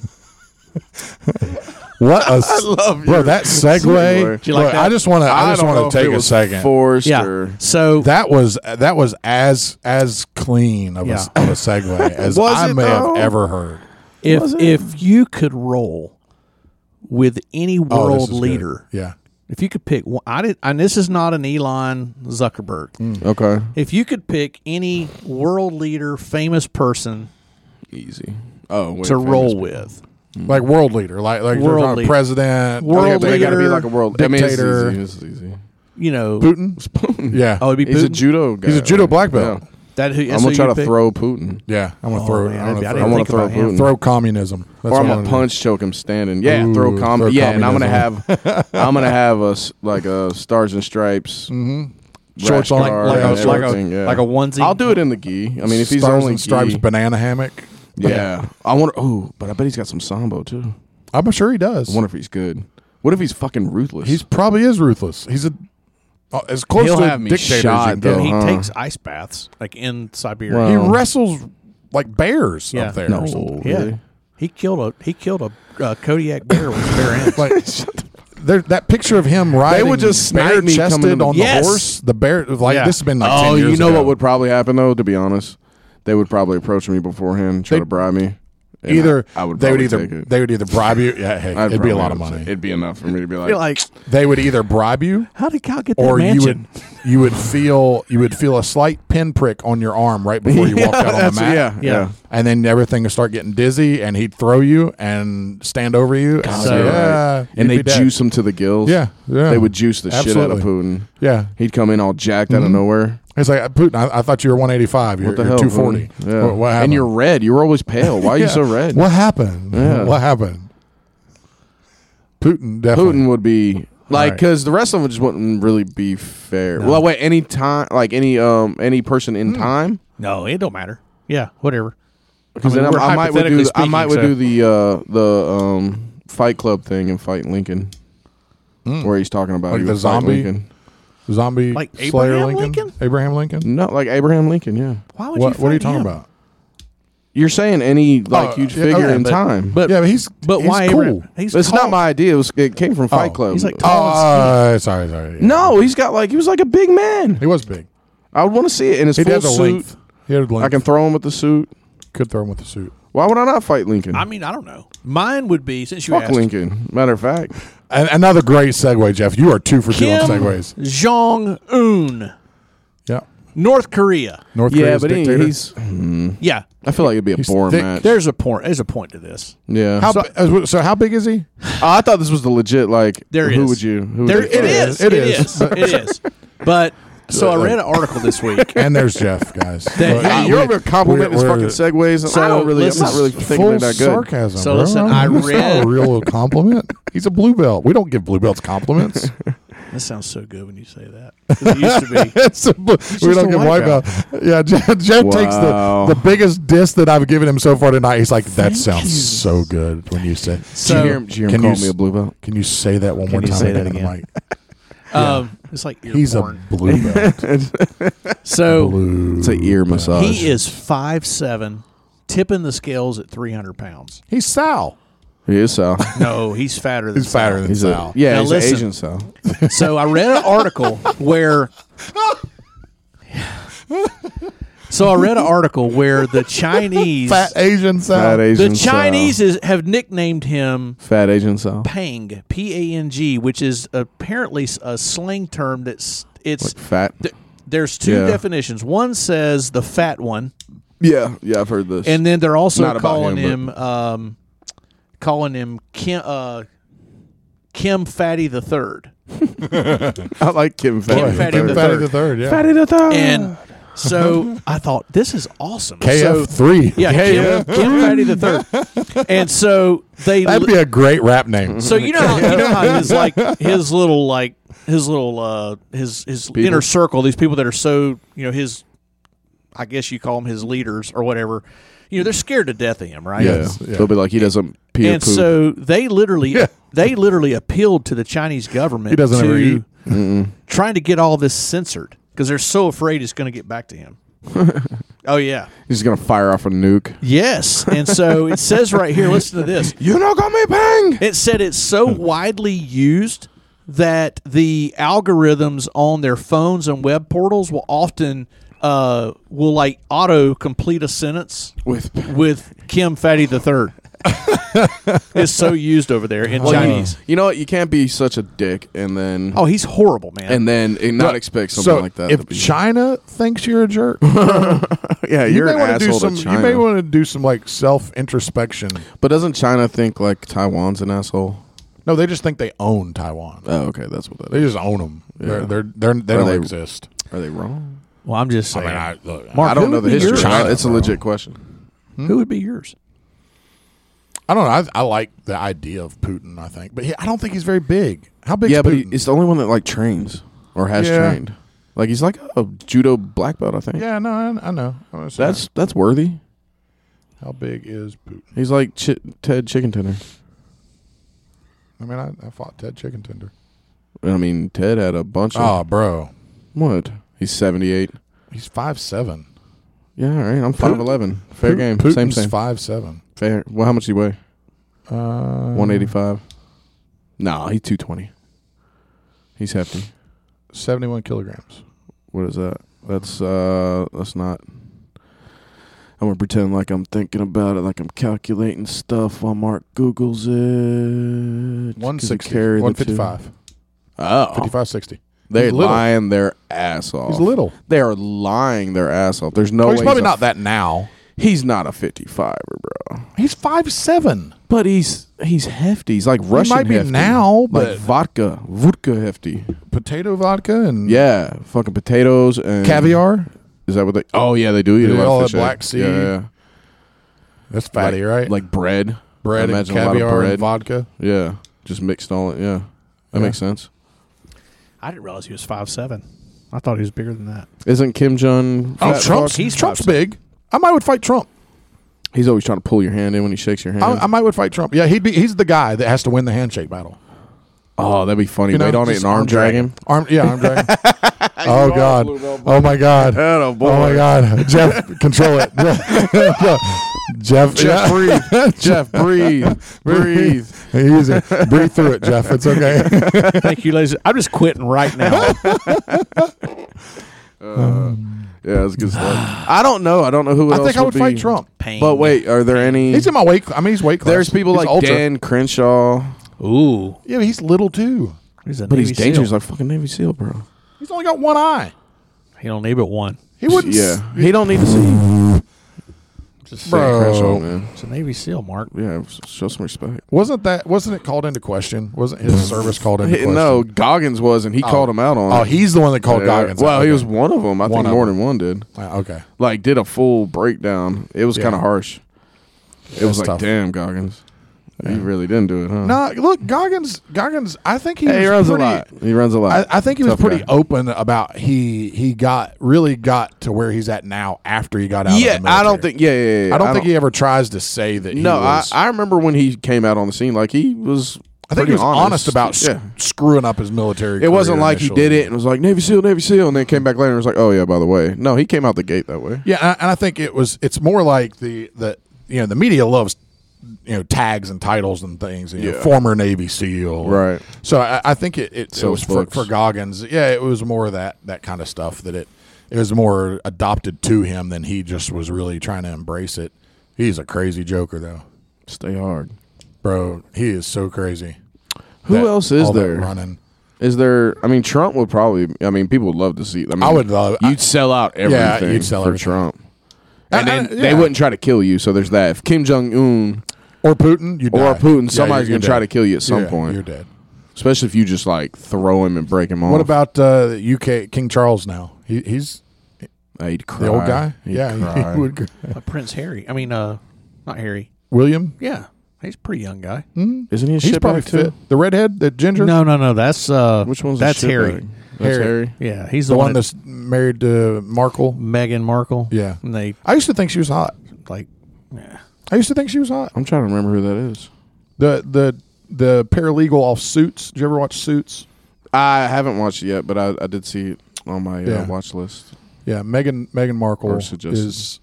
A: What a s-
C: love
A: bro!
C: your
A: That segue.
C: segue.
B: Did you like
A: Look,
B: that?
A: I just want to. I, just
C: don't know
A: want to
C: if it
A: take a
C: was
A: second.
C: Forced
B: yeah.
C: or
B: So
A: that was that was as as clean of, a s
B: Yeah.
A: of a segue as
C: Was
A: I
C: it
A: may
C: though?
A: have ever heard.
B: if
C: Was it?
B: if you could roll with any
A: Oh, this
B: world
A: is good.
B: leader,
A: Yeah.
B: if you could pick one, I did, and this is not an Elon Zuckerberg.
C: Mm. okay,
B: If you could pick any world leader, famous person
C: easy. Oh, wait,
B: to
C: famous
B: roll
C: people.
B: with,
A: Like world leader, like like
B: World
A: world
B: leader.
A: president,
B: World
C: Okay, but they gotta be
B: leader,
C: like a world
A: dictator.
C: I mean, it's easy. It's easy.
B: you know,
A: Putin. [LAUGHS] Yeah,
B: oh, it'd be
C: He's a
B: Putin.
C: judo guy.
A: he's a judo
C: right?
A: black belt.
C: Yeah.
B: that who,
C: I'm
B: so
C: gonna try
B: you
C: to
B: pick-
C: throw Putin.
A: Yeah, I'm gonna
B: Oh,
A: throw. I'm
B: man, I
A: gonna
B: didn't
A: throw,
C: I wanna
B: think about
C: throw
B: him.
C: Putin.
A: throw communism. That's
C: or I'm
A: what
C: gonna
A: do.
C: punch choke him standing. Yeah,
A: Ooh,
C: throw comedy.
A: throw
C: yeah, and I'm gonna
A: communism.
C: have [LAUGHS] I'm gonna have a s- like a stars and stripes rash
A: Mm-hmm. Shorts on,
C: guard
A: like a-
C: and
A: like a-
C: everything, yeah.
B: like a onesie.
C: I'll do it in the gi. I mean, if he's
A: Stars
C: only
A: and stripes
C: gi,
A: banana hammock.
C: yeah. I wonder. Oh, but I bet he's got some sambo too.
A: I'm sure he does.
C: I wonder if he's good. What if he's fucking ruthless?
A: He's probably is ruthless. He's a uh, as close
C: He'll
A: to
C: have
A: a
C: me
A: dictator
C: shot,
A: as you can
B: Yeah,
A: get.
C: though.
B: he
C: Uh-huh.
B: takes ice baths like in Siberia.
C: Wow.
A: He
C: Um,
A: wrestles like bears
B: Yeah.
A: up there.
C: no,
A: or
C: [LAUGHS]
A: something.
B: Yeah,
C: really?
B: he killed a he killed a uh, Kodiak bear with
A: [LAUGHS]
B: his bare hands.
A: Like there, that picture of him riding,
C: would just snare me coming
A: chested
C: to-
A: on
B: Yes.
A: the horse. The bear, like
B: Yeah.
A: this has been like.
C: Oh,
A: 10 years
C: you know
A: ago.
C: what would probably happen though? To be honest, they would probably approach me beforehand, try
A: They-
C: to bribe me. and
A: either
C: I, I would.
A: they would
C: probably
A: either
C: take it.
A: they would either bribe you. Yeah, hey,
C: [LAUGHS] I'd
A: it'd be
C: probably
A: a lot of
C: would say-
A: money.
C: It'd be enough for me to be like,
B: You're like,
A: They would either bribe you
B: how did Kyle get that
A: or you
B: mansion?
A: would you would feel you would feel a slight pinprick on your arm right before
C: [LAUGHS]
A: you walked out on the
C: That's-
A: mat.
C: yeah,
B: Yeah.
C: yeah.
A: And then everything would start getting dizzy, and he'd throw you and stand over you. And,
B: So-
A: yeah,
C: and they
A: uh, you'd be dead.
C: juice him to the gills.
A: Yeah, yeah.
C: They would juice the shit out of
A: Absolutely.
C: Putin.
A: Yeah,
C: He'd come in all jacked out of nowhere.
A: It's like Putin. I, I thought you were 185. You're,
C: What the
A: you're
C: hell?
A: 240.
C: Putin? Yeah.
A: What, what happened?
C: and you're red. You were always pale. Why are
A: [LAUGHS]
C: you
A: Yeah.
C: so red?
A: What happened?
C: Yeah.
A: What happened? Putin definitely.
C: Putin would be like
A: Right.
C: because the rest of them just wouldn't really be fair.
B: No.
C: Well, wait, any time, like any um any person in
A: Hmm.
C: time,
B: No, it don't matter. Yeah, whatever.
C: because
B: I mean,
C: then
B: we're
C: I'm- I might would do
B: hypothetically
C: I might would do
B: speaking,
C: the uh the um Fight Club thing and fight Lincoln, where he's talking about
A: Hmm. Like
C: he
A: the
C: would fight
A: zombie?
C: Lincoln.
A: Zombie
B: Like
A: Slayer
B: Abraham
A: Lincoln?
B: Lincoln?
A: Abraham Lincoln?
C: No, like Abraham Lincoln. Yeah,
B: Why would you?
A: What, what are you
B: fight
A: talking
B: him?
A: about?
C: You're saying any like
A: Oh,
C: huge
A: yeah,
C: figure
A: okay,
C: in
A: but-
C: time,
B: But
A: yeah, but he's
B: but
A: he's
B: why?
A: cool.
B: Abraham? He's
C: it's
B: tall.
C: not my idea. It, was, it came from Fight
A: Oh,
C: Club.
B: he's like
A: Oh,
B: tall and
A: uh, sorry, sorry. yeah.
C: no, he's got like he was like a big man.
A: he was big.
C: I would want to see it in his
A: He
C: full
A: had the
C: suit.
A: length. He had length.
C: I can throw him with the suit.
A: could throw him with the suit.
C: Why would I not fight Lincoln?
B: skinny. I mean, I don't know. Mine would be since you
C: Fuck
B: asked.
C: Lincoln. Matter of fact,
A: And another great segue, Jeff. You are two for two on
B: Kim
A: segues.
B: Jong Un,
A: Yeah,
B: North Korea.
A: North
C: yeah,
A: Korea's
C: but he,
A: dictator.
C: he's.
A: Hmm.
B: Yeah,
C: I feel like it'd be a
A: He's
C: boring
A: thick.
C: match.
B: there's a point. There's a point to this.
C: Yeah,
A: how, bi- uh, so how big is he?
C: I thought this was the legit like.
B: There
C: who
B: is.
C: would you? Who
B: There
C: would you
B: it
C: fight?
B: is.
A: It
B: It
A: is.
B: is.
A: [LAUGHS]
B: It is. But so I read an article this week.
A: And there's Jeff, guys.
B: That-
A: I-
C: Man, you're over complimenting his
A: we're-
C: fucking segues. I don't really. I'm
B: listen-
C: not really thinking
A: Full
C: they're that good.
A: sarcasm.
B: So
A: bro.
B: listen, I
A: That's not
B: read-
A: a real compliment. He's a blue belt. We don't give blue belts compliments.
B: That sounds so good when you say
A: [LAUGHS]
B: that. 'Cause It used to be.
A: It's a blue- we
C: just
A: don't
C: a
A: give
C: white
A: white belt. Yeah, Jeff, Jeff takes the,
C: Wow.
A: the biggest diss that I've given him so far tonight. He's like, that sounds so good when you say.
C: Did you hear
B: So
C: him, did you hear him
A: Can
C: call
A: you
C: me
A: s-
C: a blue belt?
A: Can you say that one more
B: you
A: time?
B: say that
A: again in the
B: again?
A: mic?
B: um, it's like ear
A: He's
B: porn.
A: a blue belt.
B: so
A: Blue.
C: It's an ear massage.
B: he is five seven, tipping the scales at three hundred pounds.
A: He's Sal.
C: He is Sal.
B: No, he's fatter than
A: He's fatter
B: Sal.
A: than
C: He's a
A: Sal.
C: yeah.
B: Now
C: he's
B: listen.
C: an Asian Sal.
B: So I read an article
A: [LAUGHS]
B: where. So I read an article where the Chinese,
A: Fat Asian Sal.
C: Fat
B: the
C: Asian.
B: Chinese is, have nicknamed him
C: Sal. Fat Asian Sal.
B: Pang, P A N G, which is apparently s- a slang term that's it's.
C: Fat.
B: th- there's two
C: Yeah.
B: definitions. One says the fat one,
C: Yeah, yeah. I've heard this.
B: and then they're also
C: Not about
B: calling him,
C: him,
B: um, calling him Kim, uh, Kim Fatty the Third.
C: [LAUGHS] I like Kim Fatty.
B: Kim Fatty
A: Fatty
B: the
A: the
B: third.
A: third. yeah.
C: Fatty the third.
B: And so I thought this is awesome. So-
A: KF3.
B: Yeah, Kim, Kim Fatty the
C: [LAUGHS]
B: Third. And so they.
A: That'd be a great rap
C: Mm-hmm.
A: name.
B: so you know, how, you know how his
A: [LAUGHS]
B: like his little like his little uh his his inner circle, these people that are so you know his, I guess you call them his leaders or whatever. You know, they're scared to death of him, right?
C: yeah.
A: Yes, yeah.
C: they'll be like he doesn't pee or
B: And
C: poop.
B: so they literally
A: Yeah.
B: they literally appealed to the Chinese government
A: He doesn't ever
B: to
A: eat.
B: trying to get all this censored because they're so afraid it's going to get back
A: [LAUGHS]
B: to him. oh yeah.
C: he's gonna fire off a nuke.
B: Yes. And so it says right here, listen to this.
C: You know, got me bang.
B: It said it's so
C: Hmm.
B: widely used that the algorithms on their phones and web portals will often uh, will like auto complete a sentence
C: With
B: with Kim Fatty the
C: [LAUGHS]
B: third. it's so used over there in
C: Well, you-
B: Chinese.
C: You know what? You can't be such a dick and then
B: Oh, he's horrible, man.
C: and then and not expect something
A: so
C: like that. to
A: if
C: be,
A: China thinks you're a jerk,
C: yeah,
A: you
C: you're
A: may
C: an
A: want to do
C: asshole
A: some.
C: to
A: You
C: China.
A: may want to do some like self introspection.
C: but doesn't China think like Taiwan's an asshole?
A: No, they just think they own Taiwan.
C: Oh, okay, that's what that
A: They
C: is.
A: just own them. They're, they're, they're, they
C: Are
A: don't
C: they-
A: exist.
C: Are they wrong?
B: well, I'm just
A: I
B: saying,
A: mean, I, look,
B: Mark,
C: I
B: who
C: don't know
B: would
C: the
B: be
C: history.
B: yours?
A: China,
C: it's a
A: bro.
C: legit question.
B: who would be yours?
A: I don't know. I, I like the idea of Putin. I think, but he, I don't think he's very big. How big?
C: Yeah,
A: is
C: but he,
A: Putin?
C: it's the only one that like trains or has
A: Yeah.
C: trained. Like he's like a judo black belt, I think.
A: yeah, no, I, I know. I was saying,
C: that's that's worthy.
A: how big is Putin.
C: He's like Ch- Ted Chicken Tender.
A: I mean, I, I fought Ted Chicken Tender.
C: I mean, Ted had a bunch of
A: Oh, bro,
C: what? He's seventy eight.
A: he's five seven.
C: Yeah, all right. I'm five eleven. Fair game.
A: Putin's
C: same same.
A: five seven.
C: Fair. Well, how much do you weigh?
A: Uh,
C: One eighty five. No, he's two twenty. He's hefty.
A: seventy one kilograms.
C: What is that? That's uh that's not I'm gonna pretend like I'm thinking about it, like I'm calculating stuff while Mark Googles it. 'Cause he
A: One sixty.
C: carried the
A: One
C: two.
A: fifty five.
C: Oh,
A: Fifty five sixty.
C: they're
A: He's little.
C: lying their ass off.
A: He's little.
C: They are lying their ass off. There's no.
A: Oh,
C: way
A: he's probably
C: a-
A: not that now.
C: He's not a 55er, bro.
A: He's five seven.
C: But he's he's hefty. He's like Russian.
A: might be
C: hefty.
A: now,
C: like
A: but-
C: vodka, vodka hefty.
A: Potato vodka and
C: Yeah, fucking potatoes and
A: caviar.
C: Is that what they? Oh yeah, they do eat
A: They
C: a
A: do
C: lot
A: all that
C: of fish. egg.
A: Black Sea
C: Yeah, yeah, yeah.
A: That's fatty,
C: like,
A: right?
C: Like bread,
A: bread
C: I
A: and
C: imagine a lot of
A: caviar
C: bread.
A: and vodka.
C: yeah, just mixed all. in- Yeah, that
A: Yeah.
C: makes sense.
B: I didn't realize he was five seven. I thought he was bigger than that.
C: Isn't Kim Jong?
A: Oh,
C: fat
A: Trump's
C: fuck?
B: He's
A: Trump's big. I might would fight Trump.
C: He's always trying to pull your hand in when he shakes your hand.
A: I, I might would fight Trump. Yeah, he'd be. He's the guy that has to win the handshake battle.
C: oh, that'd be funny.
A: You know,
C: Wait on it
A: just
C: and arm drag him.
A: Arm, yeah, arm drag.
C: [LAUGHS]
A: oh god. Oh my god.
C: Oh, [LAUGHS]
A: Oh my god, Jeff, control it. Jeff, Jeff,
C: Jeff,
A: [LAUGHS] yeah. [LAUGHS]
C: breathe. Jeff, breathe. Breathe.
A: He's a- breathe through it, Jeff. It's
C: [LAUGHS]
A: okay.
B: [LAUGHS] Thank you, ladies. I'm just quitting right now.
C: Uh, yeah,
A: [LAUGHS]
C: that's good stuff. I don't know. I don't know who
A: I
C: else
A: think I would
C: be.
A: fight Trump.
B: Pain.
C: But wait, are there any?
A: He's in my weight. cl- I mean, he's weight class.
C: there's people
A: He's
C: like
A: ultra.
C: Dan Crenshaw,
B: ooh,
A: Yeah, but he's little too.
B: he's a
C: but he's
B: Navy SEAL.
C: dangerous like fucking Navy SEAL, bro.
A: He's only got one eye.
B: He don't need but one.
A: He wouldn't. s-
C: yeah, he don't need to see.
B: Just
A: Bro.
C: Dan Crenshaw, man.
B: It's a Navy SEAL, Mark.
C: Yeah, s- show some respect.
A: Wasn't that? Wasn't it called into question? Wasn't [LAUGHS] his service called into
C: Hey,
A: question?
C: [LAUGHS] no, Goggins was, and he called him out on.
A: Oh,
C: it.
A: he's the one that called
C: Yeah.
A: Goggins.
C: Well,
A: out.
C: he was
A: Okay.
C: one of them. I
A: One
C: think
A: of
C: more
A: them.
C: than one did.
A: Uh, okay.
C: Like, did a full breakdown. It was
A: Yeah.
C: kind of harsh. It was
A: That's
C: like,
A: tough.
C: damn, Goggins, he really didn't do it, huh?
A: No, look, Goggins. Goggins. I think he.
C: Hey, he
A: was
C: runs
A: pretty,
C: a lot. He runs a
A: I,
C: lot.
A: I think he was
C: Tough
A: pretty
C: guy.
A: open about he he got really got to where he's at now after he got out.
C: yeah,
A: of the
C: I don't
A: military.
C: think. Yeah, yeah, yeah, yeah.
A: I don't think he ever tries to say that. he
C: No, I,
A: was,
C: I remember when he came out on the scene. Like he was.
A: I think he was
C: pretty
A: honest, about
C: Yeah.
A: sc- screwing up his military.
C: It wasn't
A: career
C: like
A: initially.
C: he did it and was like Navy SEAL, Navy SEAL, and then came back later and was like, oh yeah, by the way. No, he came out the gate that way.
A: Yeah, and I, and I think it was. It's more like the the you know the media loves you know tags and titles and things. You know,
C: Yeah.
A: former Navy SEAL,
C: Right.
A: So I, I think it it, it
C: Sells
A: was for,
C: books.
A: for Goggins. Yeah, it was more of that that kind of stuff that it it was more adopted to him than he just was really trying to embrace it. He's a crazy joker though,
C: Stay hard.
A: bro. He is so crazy.
C: Who
A: That-
C: else is
A: all that
C: there?
A: running?
C: Is there? I mean, Trump would probably. I mean, people would love to see. I, mean,
A: I would love. I-
C: You'd sell out everything.
A: Yeah, you'd sell
C: for
A: everything.
C: Trump.
A: I-
C: And then
A: I- yeah.
C: they wouldn't try to kill you. So there's that. If Kim Jong Un
A: or Putin, you
C: or
A: die.
C: Putin,
A: Yeah,
C: somebody's
A: you're-
C: gonna try
A: you're
C: to kill you at
A: dead.
C: some
A: Yeah,
C: point.
A: You're dead.
C: Especially if you just like throw him and break him off.
A: What about uh, the UK King Charles now? He, he's
C: Uh, he'd cry.
A: The old guy?
C: He'd
A: yeah,
C: cry.
A: he would. cry.
B: Uh, Prince Harry. I mean, uh, not Harry.
A: William?
B: Yeah, he's a pretty young guy.
C: Isn't he? A
A: He's
C: shitbag
A: probably
C: too?
A: fit. The redhead, the ginger?
B: No, no, no. That's uh,
C: Which one's a
B: that's
C: shitbag?
B: Harry.
C: That's
A: Harry.
C: Harry.
B: Yeah, he's the,
A: The one
B: that-
A: that's married to Markle?
B: Meghan Markle.
A: Yeah.
B: and they
A: I used to think she was hot.
B: like. Yeah.
A: I used to think she was hot.
C: I'm trying to remember who that is.
A: The the the paralegal off Suits. Did you ever watch Suits?
C: I haven't watched it yet, but I, I did see it on my
A: Yeah.
C: uh, watch list.
A: Yeah, Megan Megan Markle
C: Or suggested.
A: is.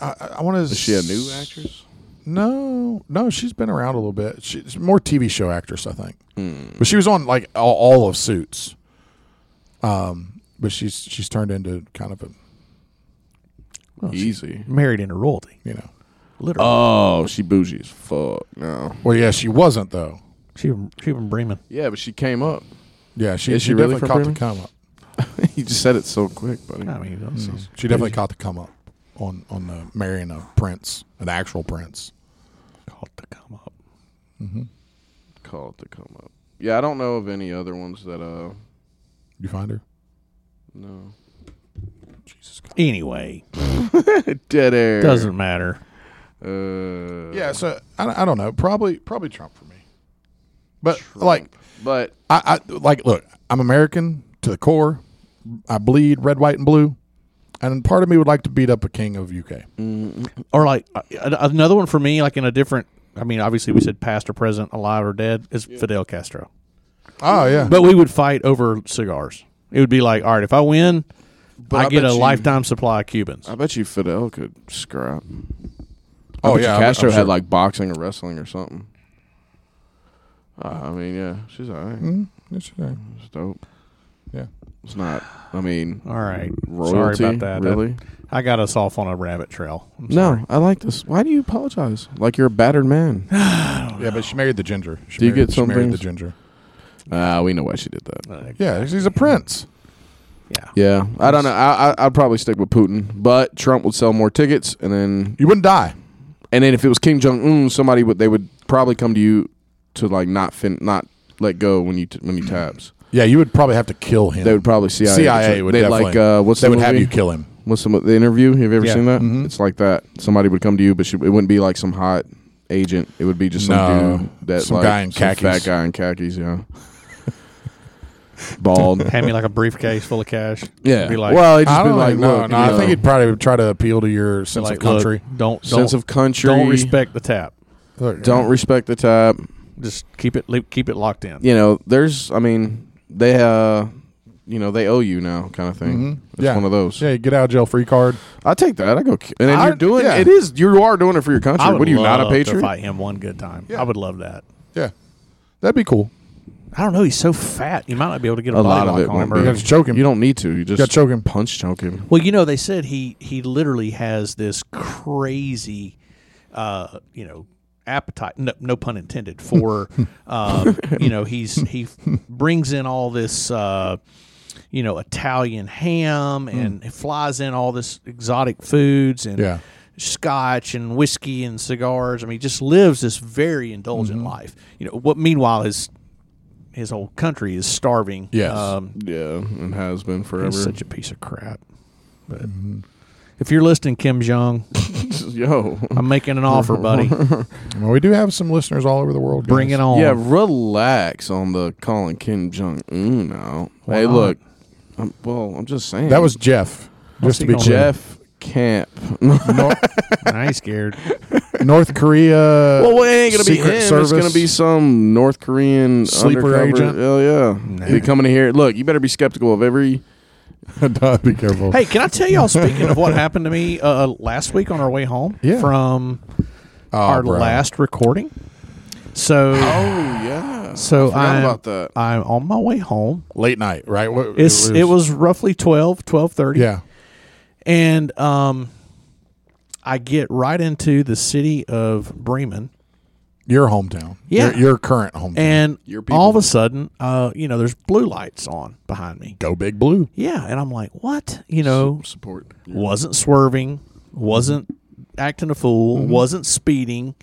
A: I- I, I want to.
C: Is she a new actress?
A: No, no, she's been around a little bit. She's more TV show actress, I think. But she was on like all, all of Suits. Um, but she's she's turned into kind of a
B: Well, she's
C: Easy.
B: married into royalty,
A: you know.
B: literally.
A: Uh,
C: Oh, she bougie as fuck. No.
A: Well, yeah, she wasn't though.
B: she she from Bremen.
C: Yeah, but she came up. [LAUGHS]
A: Yeah, she
C: Is
A: she,
C: she really
A: definitely
C: from
A: caught the
C: Bremen?
A: come up.
C: you just said it so quick, buddy.
B: I mean, that's- that's-
A: mm. She definitely caught the come up on on the marrying a prince, an actual prince.
B: called to come up.
C: Call it to come up. Yeah, I don't know of any other ones that. uh
A: You find her?
C: No. [LAUGHS]
A: Jesus. Christ.
B: Anyway,
C: Dead air.
B: doesn't matter.
C: Uh,
A: Yeah, so I, I don't know. Probably probably Trump for me. But like
C: But
A: I, I like look. I'm American to the core. I bleed red, white, and blue. And part of me would like to beat up a king of UK.
B: Or like uh, another one for me, like in a different. I mean, obviously we said past or present, alive or dead, is Fidel Castro.
A: Oh yeah,
B: But we would fight over cigars. It would be like, all right, if I win, I,
C: I
B: get
C: bet
B: a
C: you-
B: lifetime supply of Cubans.
C: I bet you Fidel could scrap.
A: Oh,
C: I bet you
A: yeah, I'm-
C: Castro
A: I'm
C: had
A: sure.
C: like boxing or wrestling or something. Uh, I mean, yeah, she's all right.
A: Mm, that's right.
C: It's dope.
A: yeah.
C: It's not. I mean,
B: all right,
C: royalty.
B: sorry about that. Uh,
C: Really?
B: I, I got us off on a rabbit trail. I'm sorry.
C: No, I like this. Why do you apologize? Like you're a battered man.
A: Yeah, but she married the ginger. She
C: Do you
A: married-
C: get
A: she
C: some
A: married the
C: things?
A: ginger?
C: Ah, we know why she did that.
B: Uh,
A: Yeah, he's a prince.
B: yeah.
C: Yeah, I don't know. I, I I'd probably stick with Putin, but Trump would sell more tickets, and then
A: You wouldn't die.
C: and then if it was Kim Jong Un, somebody would they would probably come to you to like not fin not let go when you t- when you taps.
A: Yeah, you would probably have to kill him.
C: They would probably CIA.
A: CIA would
C: They'd
A: definitely.
C: like uh, what's
A: they
C: the
A: would have you
C: movie?
A: kill him.
C: What's the, mo- the interview? Have you ever
B: Yeah.
C: seen that?
A: Mhm.
C: It's like that. Somebody would come to you, but she, it wouldn't be like some hot agent. It would be just some
A: No.
C: dude that
A: Some
C: like,
A: guy in
C: some
A: khakis.
C: fat guy in khakis, yeah, [LAUGHS]
A: [LAUGHS]
C: bald.
B: Hand me like a briefcase full of cash.
C: yeah.
B: Be like,
C: well, it'd
A: I
C: just be
A: don't
C: like,
A: know.
C: look,
A: no,
C: you
A: I think
C: know,
A: he'd probably try to appeal to your sense
B: like,
A: of country.
B: look, don't
C: sense
B: don't,
C: of country.
B: don't respect the tap.
A: Look,
C: Don't respect the type.
B: Just keep it keep it locked in.
C: You know, there's. I mean, they uh, you know they owe you now kind of thing.
A: Mhm.
C: It's
A: Yeah.
C: one of those.
A: Yeah, get out of jail free card.
C: I take that. I go, ki- and then
A: I-
C: you're doing
A: yeah.
C: it is you are doing it for your country. What are you not a
B: To
C: patriot?
B: fight him one good time.
A: Yeah.
B: I would love that.
A: Yeah, that'd be cool.
B: I don't know. He's so fat. You might not be able to get a,
C: A
B: body
C: lot of
B: lock
C: it
B: on
C: won't
B: him.
A: You
C: Right.
B: or-
A: got to choke him.
C: You don't need to. You just
A: gotta choke him.
C: Punch choke him.
B: Well, you know, they said he he literally has this crazy, uh, you know, appetite. No, no pun intended.
A: [LAUGHS]
B: For uh, you know, he's he brings in all this. Uh, you know, Italian ham
A: Hmm.
B: and he flies in all this exotic foods and
A: Yeah.
B: scotch and whiskey and cigars. I mean, he just lives this very indulgent
A: Mm-hmm.
B: life. You know, what meanwhile his his whole country is starving. Um,
A: Yes.
C: Yeah, and has been forever.
B: He's such a piece of crap. But if you're listening, Kim Jong,
C: [LAUGHS] Yo,
B: I'm making an offer, buddy.
A: Well, we do have some listeners all over the world. guys.
B: Bring it on.
C: yeah, relax on the calling Kim Jong Un now. hey,
B: not?
C: look. I'm, well, I'm just saying
A: That was Jeff. Just to be
B: he
A: clear.
C: Jeff Camp.
A: [LAUGHS] Nor-
B: I ain't scared.
A: North Korea.
C: Well, it ain't gonna
A: Secret
C: be him.
A: Service.
C: It's gonna be some North Korean
A: Sleeper
C: undercover-
A: agent?
C: Hell yeah, be coming in here. Look, you better be skeptical of every.
A: [LAUGHS] Don't be careful.
B: Hey, can I tell y'all? Speaking of what happened to me uh, last week on our way home
A: Yeah.
B: from
A: Oh,
B: our
A: bro.
B: last recording, so
C: Oh yeah.
B: so
C: forgot
B: I'm
C: about that.
B: I'm on my way home.
A: late night, right? What,
B: It's it was roughly 12, 12.30.
A: yeah.
B: and um, I get right into the city of Bremen.
A: Your hometown.
B: Yeah.
A: Your, your current hometown.
B: And
C: Your people.
B: all of a sudden, uh, you know, there's blue lights on behind me.
A: Go Big Blue.
B: Yeah, and I'm like, what? You know,
C: Support.
B: wasn't swerving, wasn't acting a fool,
C: Mm-hmm.
B: wasn't speeding.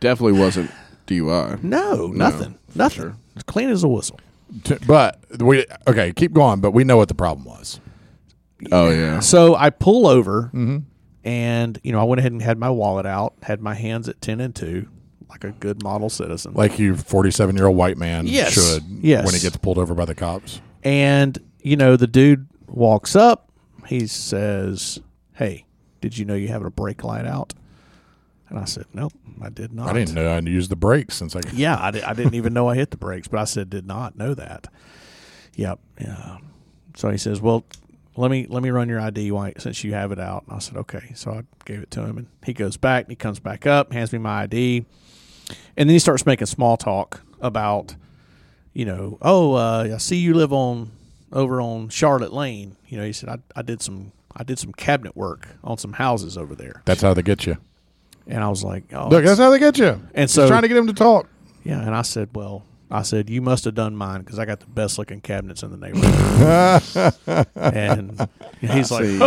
C: Definitely wasn't DUI.
B: No, nothing, nothing.
C: sure.
B: It's clean as a whistle.
A: T- But we okay, keep going. But we know what the problem was.
C: Oh yeah.
B: So I pull over,
C: Mm-hmm.
B: and you know, I went ahead and had my wallet out, had my hands at ten and two, like a good model citizen.
A: Like you, forty-seven-year-old white man
B: Yes.
A: should.
B: Yes.
A: When he gets pulled over by the cops.
B: And, you know, the dude walks up. He says, Hey, did you know you have a brake light out? And I said, Nope, I did not.
A: I didn't know I used the brakes since I.
B: Yeah, I, di- I didn't even know I hit the brakes, but I said, Did not know that. Yep. Yeah. So he says, Well, let me let me run your ID while- since you have it out. And I said, Okay. So I gave it to him and he goes back and he comes back up, hands me my ID. And then he starts making small talk about, you know, oh, uh, I see you live on over on Charlotte Lane. You know, he said I, I did some I did some cabinet work on some houses over there,
A: That's how they get you.
B: and I was like, oh,
A: Look, that's how they get you.
B: And
A: Just
B: so-
A: trying to get him to talk.
B: yeah. And I said, well, I said you must have done mine because I got the best looking cabinets in the neighborhood.
C: [LAUGHS]
B: and he's like,
C: See,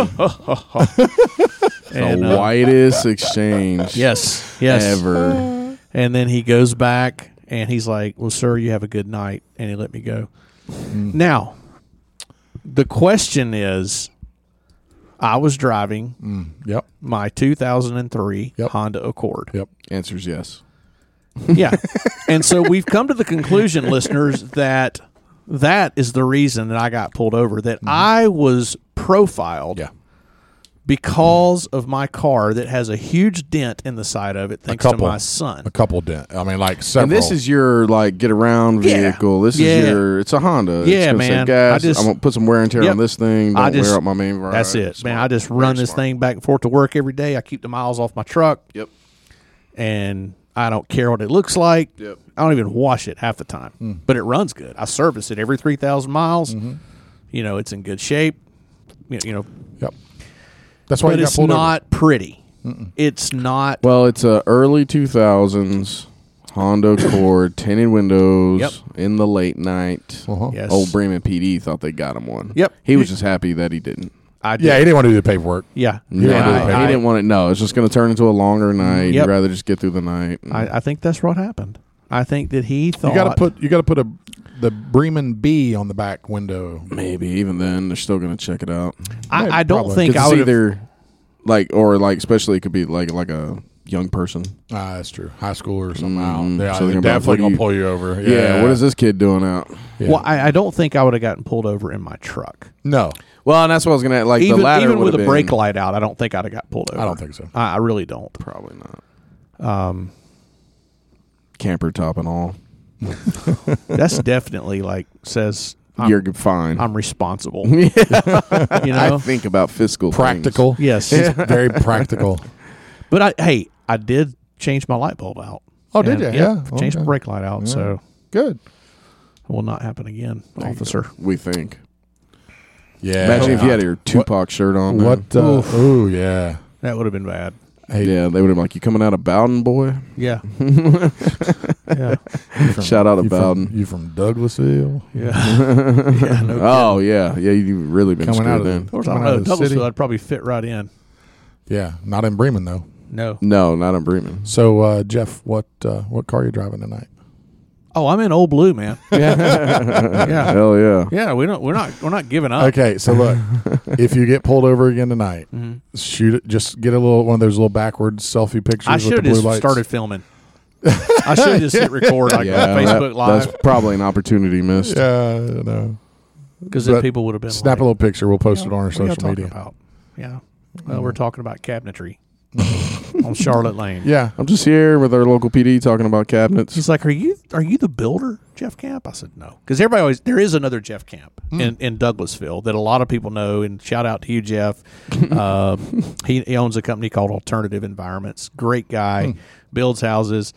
C: [LAUGHS]
B: and,
C: the
B: uh,
C: whitest exchange
B: yes, yes,
C: ever.
B: And then he goes back and he's like, Well, sir, you have a good night. And he let me go.
C: Mm-hmm.
B: Now, the question is I was driving
C: Mm.
A: Yep.
B: my 2003
A: Yep.
B: Honda Accord.
A: Yep.
C: Answers yes.
B: Yeah. and so we've come to the conclusion, listeners, that that is the reason that I got pulled over, that I was profiled.
A: Yeah.
B: Because of my car that has a huge dent in the side of it, thanks to
A: couple.
B: my son.
A: A couple dent. I mean, like
C: And
A: several.
C: this is your like get around
B: Yeah.
C: vehicle. This
B: Yeah.
C: is your. It's a Honda. it's
B: Yeah,
C: gonna
B: man.
C: Save gas.
B: I
C: I
B: just-
C: won't put some wear and tear
B: Yep.
C: on this thing. Don't
B: I just-
C: wear out my main. Ride.
B: That's it, man. I just run this
C: smart.
B: thing back and forth to work every day. I keep the miles off my truck,
C: Yep.
B: and I don't care what it looks like.
C: Yep.
B: I don't even wash it half the time, but it runs good. I service it every three thousand miles. You know, it's in good shape. You you know,
A: Yep. That's why
B: but
A: you got
B: it's
A: pulled over.
B: not pretty. It's not.
C: Well, it's a early two thousands Honda Accord, [COUGHS] tinted windows
B: Yep.
C: in the late night.
A: Uh-huh.
B: yes.
C: Old Bremen PD thought they got him one.
B: Yep.
C: He was just happy that he didn't.
B: I
A: Yeah,
B: yeah,
A: he didn't want to do the paperwork.
B: yeah.
C: No,
A: didn't do the
C: he
B: I,
C: didn't want it. No, it's just going to turn into a longer night.
B: Yep.
C: You'd rather just get through the night.
B: I, I think that's what happened. I think that he thought
A: You got to put you got to put a the Bremen B on the back window.
C: Maybe even then, they're still going to check it out.
A: Yeah,
B: I, I don't
A: probably.
B: think
C: 'Cause
B: I
C: it's
B: would have-
C: either like or like, especially it could be like like a young person.
A: Ah, that's true. High school or something.
C: Mm,
A: out. Yeah,
C: so
A: they're
C: they're gonna be like,
A: definitely
C: what do
A: gonna
C: you-
A: pull you over. Yeah.
C: Yeah. What is this kid doing out?
A: Yeah.
B: Well, I, I don't think I would have gotten pulled over in my truck.
A: No,
C: Well, and that's what I was going to like.
B: even,
C: the latter
B: even with
C: would've
B: a
C: been-
B: brake light out, I don't think I'd have got pulled over.
A: I don't think so.
B: I, I really don't.
C: Probably not.
B: Um,
C: Camper top and all.
A: [LAUGHS]
B: that's definitely like says I'm,
C: You're fine.
B: I'm
A: [LAUGHS]
B: responsible.
C: yeah,
B: You
C: I
B: know.
C: think about fiscal things.
A: Practical.
B: yes.
A: She's very
C: [LAUGHS]
A: practical.
B: But I hey, I did change my light bulb out.
A: Oh, did
B: And,
A: you?
B: yep,
A: Yeah.
B: Changed my
A: Okay.
B: brake light out, so
A: Good.
B: it will not happen again, officer.
C: We think.
A: Yeah.
C: Imagine if you had your Tupac shirt on. man.
A: What? Uh, oh, yeah.
B: That would have been bad.
A: Hey,
C: Yeah, they would have been like, "You coming out of Bowden, boy?"
A: [LAUGHS]
B: Yeah. yeah.
A: you from-
C: Shout out to
A: you from-
C: Bowden.
A: You from Douglasville?
B: Yeah.
C: oh yeah, yeah. You've really been
A: Coming
C: screwed
A: out of
C: then.
A: the-
B: Of course, I
A: Coming
B: don't
A: out
B: know.
A: of the city?
B: Douglasville, I'd probably fit right in.
A: Yeah. Not in Bremen though.
B: No.
C: No, not in
A: [LAUGHS]
C: Bremen.
A: So, uh, Jeff, what uh, what car are you driving tonight?
B: Oh, I'm in old
A: [LAUGHS]
B: blue, man. Yeah.
C: Hell yeah.
B: Yeah, we don't. We're not. We're not giving up.
A: Okay, so
C: [LAUGHS]
A: look, if you get pulled over again tonight, shoot it. Just get a little one of those little backwards selfie pictures.
B: Mm-hmm. I
A: with
B: should
A: the
B: have
A: blue
B: just
A: lights. [LAUGHS]
B: started filming. I should have just hit record like
C: yeah,
B: on
C: that-
B: Facebook Live
C: That's probably an opportunity missed.
A: uh, Yeah, no.
B: because then
A: but
B: people would have been
A: Snap a
B: like,
A: little picture. We'll post
B: "What
A: it on
B: are
A: our
B: y'all
A: social
B: talking
A: media. Mm.
B: About? Yeah, well, we're talking about cabinetry [LAUGHS] on Charlotte Lane.
A: Yeah,
C: I'm just here with our local PD talking about cabinets.
B: She's like, "Are you are you the builder, Jeff Camp?" I said, "No," because everybody always there is another Jeff Camp in, in Douglasville that a lot of people know. And shout out to you, Jeff. uh, he, he owns a company called Alternative Environments. Great guy, builds houses.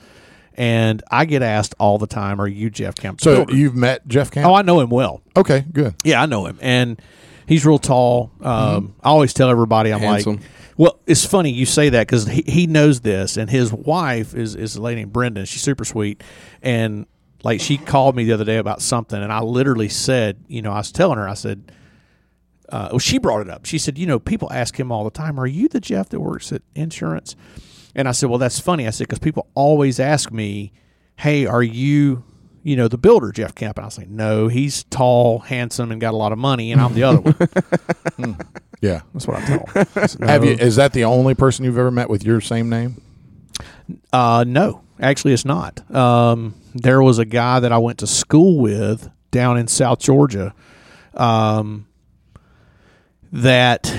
B: And I get asked all the time, "Are you Jeff Camp?" the
A: So
B: builder?"
A: you've met Jeff Camp?
B: oh, I know him well.
A: okay, good.
B: Yeah, I know him, and he's real tall. Um, I always tell everybody, I'm
C: Handsome.
B: like, well, it's funny you say that because he, he knows this, and his wife is is a lady named Brenda. She's super sweet, and like she called me the other day about something, and I literally said, you know, I was telling her, I said. Uh, well, she brought it up. She said, "You know, people ask him all the time, are you the Jeff that works at insurance?" And I said, "Well, that's funny." I said, "Because people always ask me, hey, are you, you know, the builder Jeff Camp?" And I was like, "No, he's tall, handsome, and got a lot of money, and I'm the other one."
A: Yeah.
B: That's what I tell. 'em. I
A: [LAUGHS]
B: said,
A: Have you?
B: "No."
A: Is that the only person you've ever met with your same name?
B: Uh, no, actually, it's not. Um, there was a guy that I went to school with down in South Georgia. Um, that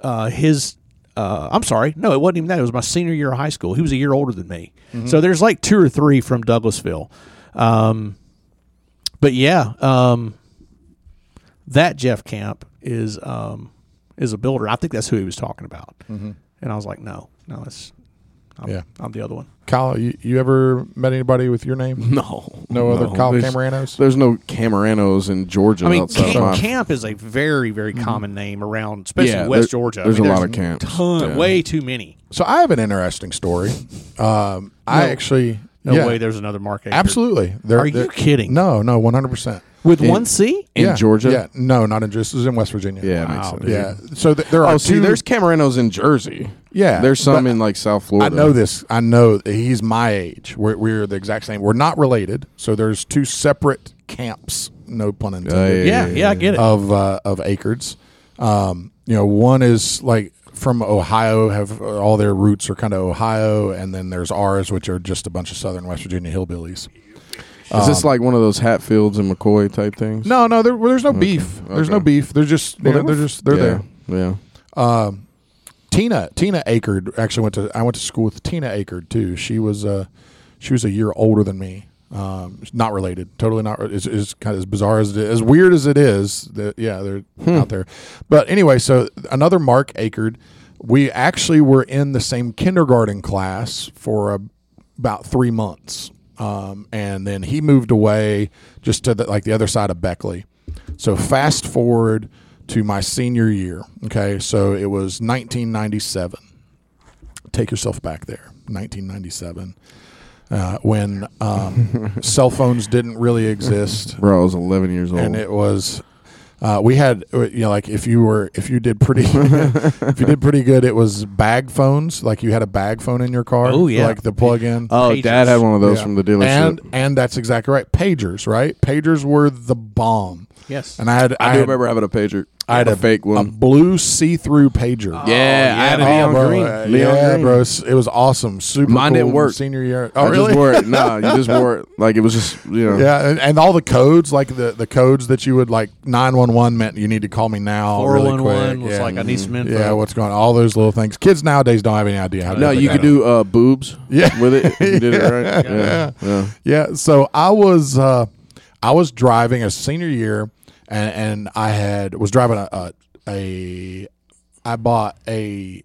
B: uh, his. Uh, I'm sorry. No, it wasn't even that. It was my senior year of high school. He was a year older than me. So there's like two or three from Douglasville. Um, but yeah, um, that Jeff Camp is um, is a builder. I think that's who he was talking about. And I was like, no, no, that's I'm,
A: Yeah.
B: I'm the other one.
A: Kyle, you, you ever met anybody with your name?
C: [LAUGHS] No,
A: No other Kyle
C: there's,
A: Camaranos.
C: There's no Camaranos in Georgia.
B: I mean,
C: outside
B: Camp,
C: of my-
B: Camp is a very, very common name around, especially
C: Yeah,
B: West
C: there-
B: Georgia. I
C: There's
B: mean,
C: a lot of camps.
B: ton,
C: Yeah.
B: way too many.
A: So I have an interesting story. Um, I
B: No.
A: actually.
B: No
A: yeah,
B: way. There's another market.
A: Absolutely. There-
B: Are you
A: there-
B: kidding?
A: No, no, one hundred percent.
B: with one C.
C: in
A: yeah,
C: Georgia.
A: Yeah, no, not in Georgia. This is in West Virginia.
C: Yeah, it
B: Wow,
C: makes sense.
B: dude.
A: yeah. So th- there are
C: Oh, see,
A: two-
C: there's Camaranos in Jersey.
A: Yeah,
C: there's some
A: but
C: in like South
A: I
C: Florida.
A: know this. I know that he's my age. We're, we're the exact same. We're not related. So there's two separate camps. No pun intended.
B: Yeah, yeah, I get it.
A: Of uh, of acres. Um, you know, one is like from Ohio. Have uh, all their roots are kind of Ohio, and then there's ours, which are just a bunch of Southern West Virginia hillbillies.
C: Is this like one of those Hatfields and McCoy type things?
A: um, No, no, there, well, there's no beef. There's no
C: okay.
A: beef. They're just
C: Yeah,
A: they're, they're just they're
C: yeah,
A: there.
C: Yeah.
A: Tina Tina Akerd actually went to I went to school with Tina Akerd too. She was uh she was a year older than me. Um, not related, totally not. re- It's, it's kind of as bizarre as it is, as weird as it is. That yeah, they're out there. But anyway, so another Mark Akerd. We actually were in the same kindergarten class for a, about three months, um, and then he moved away just to the, like the other side of Beckley. So fast forward to my senior year. Okay, so it was 1997. Take yourself back there, 1997, uh, when um,
B: [LAUGHS]
A: cell phones didn't really exist,
C: Bro, I was 11 years old.
A: and it was. Uh, we had, you know, like if you were, if you did
B: [LAUGHS]
A: pretty, if you did pretty good, it was bag phones. Like you had a bag phone in your car.
B: Oh, yeah.
A: like the plug-in.
C: oh,
B: Pages.
C: Dad had one of those
A: Yeah.
C: from the dealership.
A: And and that's exactly right. Pagers, right? Pagers were the bomb.
B: Yes.
A: And I had,
C: I, do
A: had,
C: remember having a pager.
A: I had
C: a, fake
A: a
C: one.
A: blue see-through pager.
C: yeah, I had a
A: Oh,
C: neon
A: bro,
C: green.
A: uh,
C: Neon
A: yeah,
C: green.
A: bro, it's- it was awesome. Super.
C: Mine
A: cool
C: didn't work.
A: Senior year.
C: I
A: Oh, really?
C: just wore it.
A: [LAUGHS]
C: Nah, you just wore it. Like it was just you know.
A: Yeah, and, and all the codes, like the, the codes that you would like nine one one meant you need to call me now.
B: Four
A: really
B: one one
A: quick.
B: was
A: yeah.
B: like I need some info.
A: yeah, what's going on? All those little things. Kids nowadays don't have any idea how. to
C: No,
A: put
C: you
A: that
C: could
A: up.
C: do uh, boobs.
A: [LAUGHS] Yeah.
C: With it, if you did it right. Yeah. yeah.
A: Yeah, so I was uh, I was driving a senior year, and, and I had was driving a, a a I bought a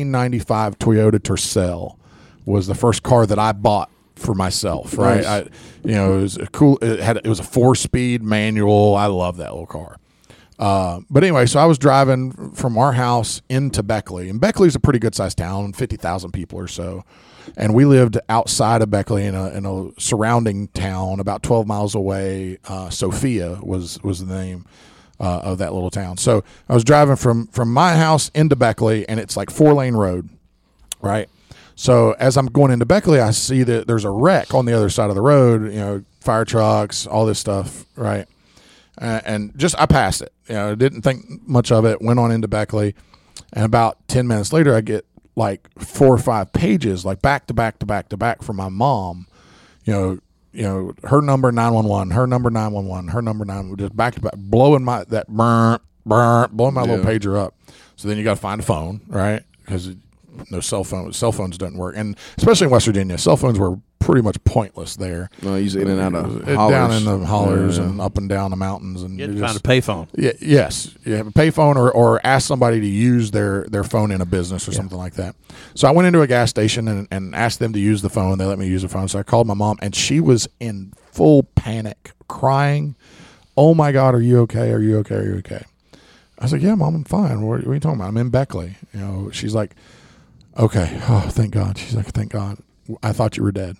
A: 1995 Toyota Tercel was the first car that I bought for myself. Right,
C: Nice.
A: I, you know, it was a cool. It had it was a four speed manual. I love that little car. Uh, but anyway, so I was driving from our house into Beckley, and Beckley's a pretty good sized town, fifty thousand people or so, and we lived outside of Beckley in a, in a surrounding town about twelve miles away. Uh, Sophia was was the name uh, of that little town. So I was driving from from my house into Beckley, and it's like four lane road, right? So as I'm going into Beckley, I see that there's a wreck on the other side of the road. You know, fire trucks, all this stuff, right? Uh, and just I passed it. You know, didn't think much of it. Went on into Beckley, and about ten minutes later, I get like four or five pages, like back to back to back to back from my mom. You know, you know, her number nine one one, her number nine one one, her number nine, just back to back, blowing my that burn burn, blowing my little
C: Yeah.
A: pager up. So then you got to find a phone, right? Because no cell phone, cell phones doesn't work, and especially in West Virginia, cell phones were pretty much pointless there.
C: No, he's in and out of
A: It-
C: hollers.
A: down in the hollers
C: Yeah.
A: and up and down the mountains and
B: You had
A: you're
B: to find a
A: just-
B: payphone.
A: yeah, yes, you have a payphone or, or ask somebody to use their, their phone in a business or something like that. So I went into a gas station and, and asked them to use the phone. They let me use the phone. So I called my mom and she was in full panic, crying. Oh my God, are you okay? Are you okay? Are you okay? I was like, yeah, mom, I'm fine. What, what are you talking about? I'm in Beckley. You know, she's like, okay. Oh, thank God. She's like, thank God. I thought you were dead.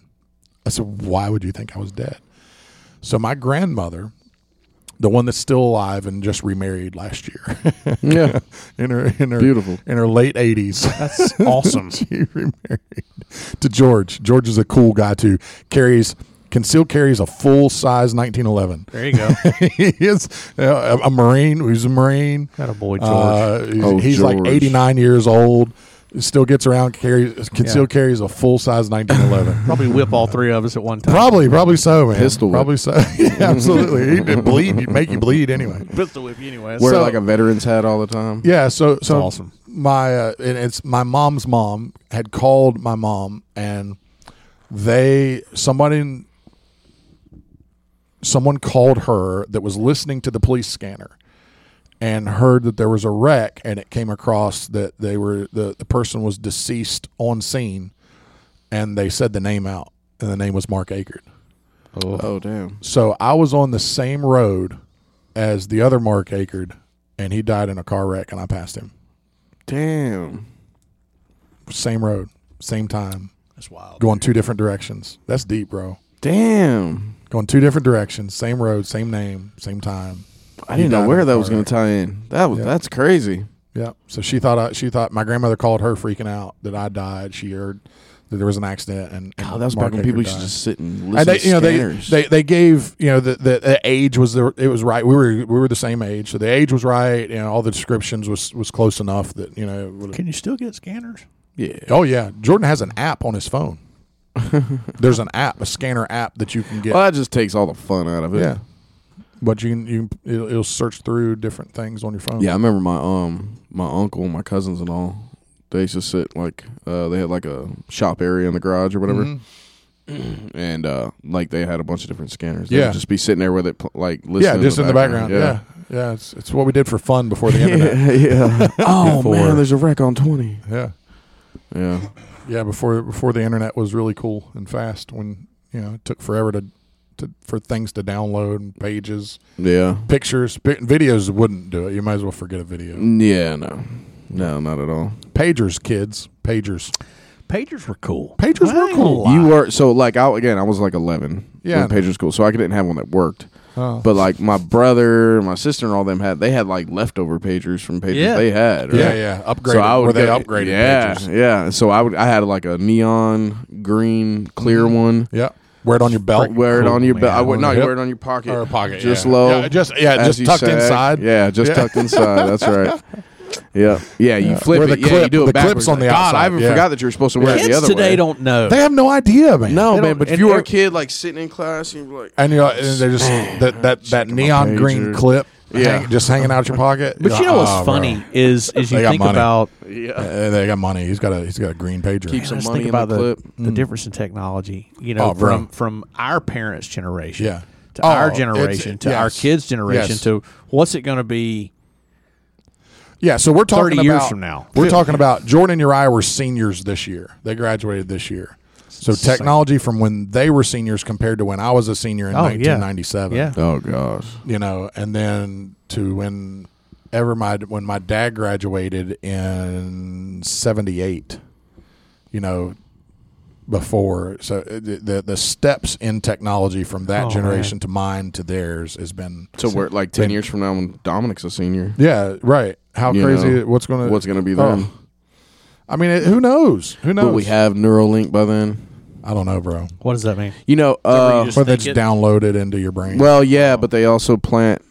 A: I said, why would you think I was dead? So my grandmother, the one that's still alive and just remarried last year, [LAUGHS]
C: yeah,
A: in her in her
C: beautiful.
A: in her late eighties, [LAUGHS]
B: That's awesome.
A: she remarried to George. George is a cool guy too. Carries concealed carries a full size 1911.
B: There you
A: [LAUGHS]
B: go.
A: he is uh, a, a marine. He's a marine.
B: Got a boy, George.
A: Uh, he's
C: Oh,
A: he's like
C: George.
A: 89 years old. Still gets around. Carries concealed carries a full size 1911.
B: Probably whip all three of us at one time.
A: [LAUGHS] Probably, probably so, man.
C: Pistol whip.
A: Probably so. [LAUGHS] yeah, absolutely. He'd bleed. He'd make you bleed anyway.
B: pistol whip you anyway.
C: Wear
A: So-
C: like a veteran's hat all the time.
A: Yeah, so so
B: awesome.
A: My uh, and it's my mom's mom had called my mom and they somebody someone called her that was listening to the police scanner and heard that there was a wreck and it came across that they were the, the person was deceased on scene and they said the name out and the name was Mark Akert.
C: Oh damn.
A: So I was on the same road as the other Mark Akert and he died in a car wreck and I passed him.
C: Damn.
A: same road, same time,
B: That's wild.
A: going two different directions. That's deep, bro.
C: Damn.
A: Going two different directions, same road, same name, same time.
C: I
A: He
C: didn't know
A: died
C: where
A: in a
C: that
A: car
C: was going
A: wreck.
C: to tie in. That was
A: Yeah.
C: that's crazy.
A: Yeah. So she thought I, she thought my grandmother called her freaking out that I died. She heard that there was an accident and, and
C: God, that was
A: Mark
C: back when people
A: Aker
C: used to
A: died.
C: just sit and
A: And
C: listen
A: they,
C: to
A: you know, they,
C: scanners.
A: they they gave you know the, the the age was the it was right. We were we were the same age, so the age was right. You know, all the descriptions was was close enough that you know. it would've-
B: Can you still get scanners?
C: yeah.
A: Oh yeah, Jordan has an app on his phone. There's an app, a scanner app that you can get.
C: Well, that just takes all the fun out of it.
A: Yeah. But you can you can, it'll, it'll search through different things on your phone.
C: Yeah, I remember my um my uncle, my cousins and all. They used to sit like uh they had like a shop area in the garage or whatever.
A: Mhm.
C: And uh like they had a bunch of different scanners. They
A: Mm-hmm. Yeah.
C: would just be sitting there with it pl- like listening.
A: Yeah,
C: to
A: just in the background. Yeah. yeah, It's it's what we did for fun before the internet.
C: [LAUGHS] Yeah.
A: [LAUGHS]
C: yeah. oh
A: Before-
C: man, there's a wreck on twenty.
A: yeah,
C: Yeah.
A: yeah. Before before the internet was really cool and fast. When you know it took forever to, to for things to download and pages,
C: Yeah.
A: pictures, pi- videos wouldn't do it. You might as well forget a
C: Mm.
A: video.
C: Yeah, no. No, not at all.
A: Pagers, kids, pagers.
B: Pagers were cool.
A: Pagers
B: I
A: were
B: ain't gonna
A: cool.
B: lie.
C: You were so like I again. I was like eleven.
A: Yeah.
C: when pager school, so I didn't have one that worked.
A: Oh.
C: But like my brother, my sister, and all them had they had like leftover pagers from pagers
B: Yeah.
C: they had. Right?
A: yeah, yeah. Upgraded.
C: uh, So I would
A: where they
C: get-
A: upgraded
C: Yeah,
A: pagers.
C: yeah. So I would I had like a neon green clear
A: Mm-hmm.
C: one.
A: Yeah. Wear it on your belt.
C: Wear it
B: cool,
C: on your belt.
B: man.
C: I would no, you
A: Yep.
C: wear it on your pocket
A: Oh, Or a pocket,
C: just
A: yeah.
C: low.
A: Yeah, just- yeah,
C: as
A: just
C: you
A: tucked
C: sag.
A: inside.
C: Yeah, just
A: Yeah.
C: tucked inside.
A: [LAUGHS]
C: That's right. Yeah, yeah. You flip
A: Where the
C: it. Yeah, you
A: clip-
C: do it
A: the clip's
C: backwards.
A: on the
C: God, I
A: outside,
C: even
A: yeah.
C: forgot that you were supposed to wear it
B: Kids
C: the other
B: today
C: way.
B: don't know.
A: They have no idea, man.
C: No,
B: They
C: man.
B: don't-
C: But if
B: and
C: you were a
B: every-
C: kid, like sitting in class, you'd be like,
A: and you're and they're just that that, that
C: my
A: neon
C: pager.
A: green clip,
C: Yeah.
A: hang- just hanging out your pocket.
B: But you know what's
A: "Oh, bro."
B: funny is is you
A: They got
B: think
A: money.
B: about
C: yeah.
A: Uh, they got money. He's got a he's got a green pager.
C: Keep
B: Let's
C: some
B: think
C: money in the
B: about the,
C: clip.
B: the difference in technology. You know,
A: Oh, bro.
B: from from our parents' generation.
A: yeah,
B: to
A: Oh,
B: our
A: it's-
B: generation, to our
A: yes.
B: kids' generation,
A: Yes.
B: to what's it going to be?
A: Yeah, so we're talking
B: 30 years
A: about-
B: from now.
A: We're talking about Jordan and Uriah were seniors this year. They graduated this year. So
B: insane.
A: technology from when they were seniors compared to when I was a senior in
B: Oh, yeah.
A: 1997.
B: Yeah,
C: Oh gosh.
A: you know, and then to when ever my when my dad graduated in '78, you know, before so uh, the the, the steps in technology from that
B: Oh,
A: generation to mine to theirs has been
C: So we're like ten years from now when Dominic's a senior.
A: yeah right. How
C: You
A: crazy!
C: know,
A: what's gonna
C: What's gonna be
A: Oh,
C: then?
A: I mean, it, who knows? Who knows?
C: Will we have Neuralink by then?
A: I don't know, bro.
B: what does that mean?
C: You know, uh,
B: Just
A: Or that's
B: think it-
A: downloaded into your brain.
C: well, yeah, but they also plant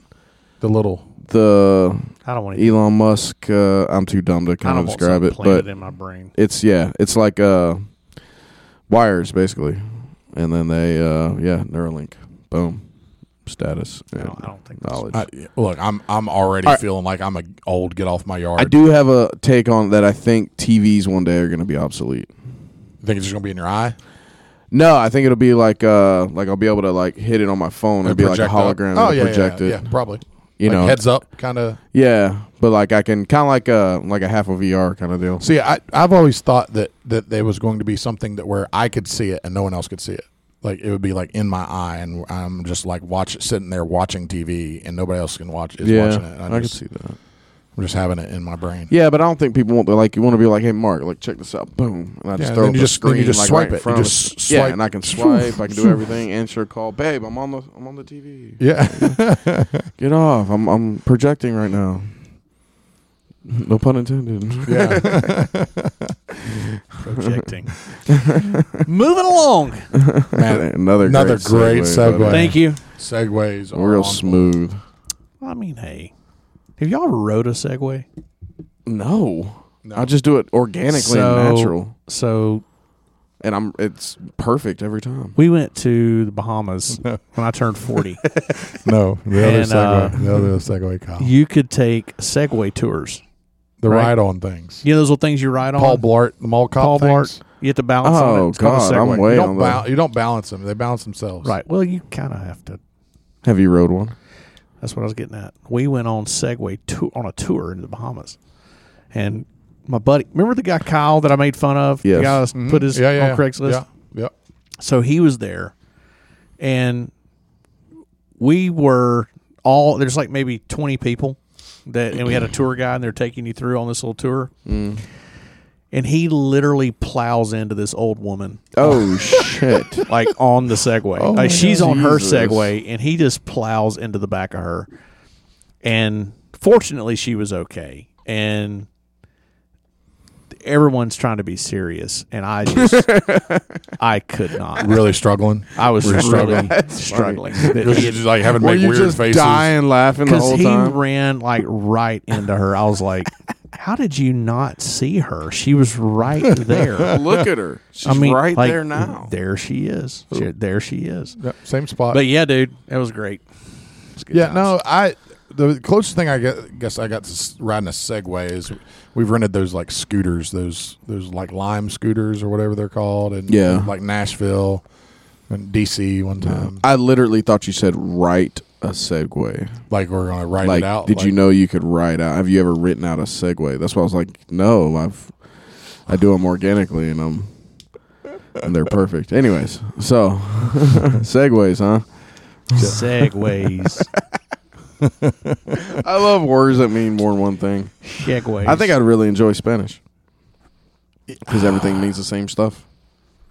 A: the little
C: the
B: I don't want to.
C: Elon Musk. Uh, I'm too dumb to
B: I
C: kind
B: don't
C: of
B: want
C: describe
B: something
C: it, but
B: planted in my brain.
C: it's yeah, it's like uh, wires basically, and then they uh, yeah, Neuralink, boom, status,
B: I
C: and
B: don't, I don't think that's
C: knowledge.
A: I, look, I'm I'm already
C: All right.
A: feeling like I'm a old get off my yard.
C: I do have a take on that. I think TVs one day are going to be obsolete.
A: think it's just gonna be in your eye.
C: No, I think it'll be like uh, like I'll be able to like hit it on my phone. It'll be like a
A: project up.
C: hologram.
A: Oh
C: and
A: yeah,
C: project
A: yeah,
C: it.
A: yeah, yeah, probably.
C: You
A: Like
C: know,
A: heads up, kind of.
C: yeah, but like I can kind of like a like a half a VR kind of deal.
A: See, I I've always thought that that there was going to be something that where I could see it and no one else could see it. Like it would be like in my eye, and I'm just like watch sitting there watching TV, and nobody else can watch is
C: yeah,
A: watching it. and
C: I
A: I'm
C: can
A: just,
C: see that.
A: I'm just having it in my brain.
C: Yeah, but I don't think people want to like you want to be like, hey, Mark, like check this out, boom, and I just
A: Yeah,
C: throw
A: then
C: up
A: you
C: a
A: just- then you
C: screen,
A: just
C: like,
A: swipe
C: right in
A: it. You
C: front of
A: just
C: us.
A: s- swipe.
C: yeah, and I can swipe, I
A: [LAUGHS]
C: can do everything, answer a call, babe, I'm on the I'm on the TV,
A: Yeah,
C: get off, I'm I'm projecting right now. No pun intended.
A: [LAUGHS] yeah.
B: projecting. Moving along.
A: Man,
C: another
A: another great
C: buddy.
A: segue.
B: Thank you.
A: segues are
C: Real
A: on-
C: smooth.
B: I mean, hey, have y'all ever rode a Segway?
C: No.
A: No.
C: I just do it organically
B: So-
C: and natural,
B: So
C: and I'm it's perfect every time.
B: we went to the Bahamas when I turned forty.
A: No, the other
B: And,
A: segue,
B: uh,
A: the other segue, [LAUGHS] Kyle.
B: you could take Segway tours.
A: the
B: right.
A: ride on things.
B: You know those little things you ride on.
A: Paul Blart, the mall cop.
B: Paul
A: things?
B: Blart. You have to balance on it.
C: Oh,
B: It's called a
C: God, I'm
B: Segway.
C: way-
A: You
C: Wait
A: don't,
C: on
A: bal-
C: the-
A: you don't balance them. They balance themselves.
B: Right. Well, you kind of have to.
C: Have you rode one?
B: That's what I was getting at. We went on Segway to- on a tour into the Bahamas, and my buddy, remember the guy Kyle that I made fun of?
C: Yes.
B: The guy that
A: Mhm.
B: put his
A: yeah, yeah,
B: on
A: yeah.
B: Craigslist.
A: Yeah. yeah.
B: So he was there, and we were all there's like maybe 20 people that, and we had a tour guide, and they're taking you through on this little tour.
C: Mm.
B: And he literally plows into this old woman,
C: Oh [LAUGHS] shit!
B: like on the Segway.
C: Oh my
B: like she's
C: God.
B: on her
C: Jesus.
B: Segway, and he just plows into the back of her. And fortunately, she was okay. And everyone's trying to be serious, and I
C: [LAUGHS]
B: just, I could
A: [LAUGHS]
B: not.
A: Really struggling.
B: I was
A: Really
B: struggling,
C: funny.
B: struggling
A: You're just like having to
C: Were
A: make
C: you
A: weird
C: just
A: faces.
C: dying laughing the
B: because
C: whole
B: he
C: time?
B: ran like right into her. I was like, "How did you not see her? She was right
C: [LAUGHS]
B: there."
C: Look at [LAUGHS] her. She's
B: I mean,
C: right
B: like,
C: there now.
B: There she is. She- there she is.
A: Yep, same spot.
B: But yeah, dude, that was great. It's good
A: yeah,
B: times.
A: no, I. The closest thing I get, guess I got to s- riding a Segway is we've rented those like scooters, those those like Lime scooters or whatever they're called, and
C: Yeah.
A: like Nashville and DC one time.
C: I literally thought you said um, write a segue.
A: Like we're gonna write
C: like,
A: it out.
C: did you
A: like-
C: know you could write out? Have you ever written out a segue? That's why I was like, no, I've I do them organically, and I'm and they're perfect. Anyways, so [LAUGHS] segues, huh?
B: [LAUGHS] segways,
C: I love words that mean more than one thing.
B: segways.
C: I think I'd really enjoy Spanish because everything means the same stuff.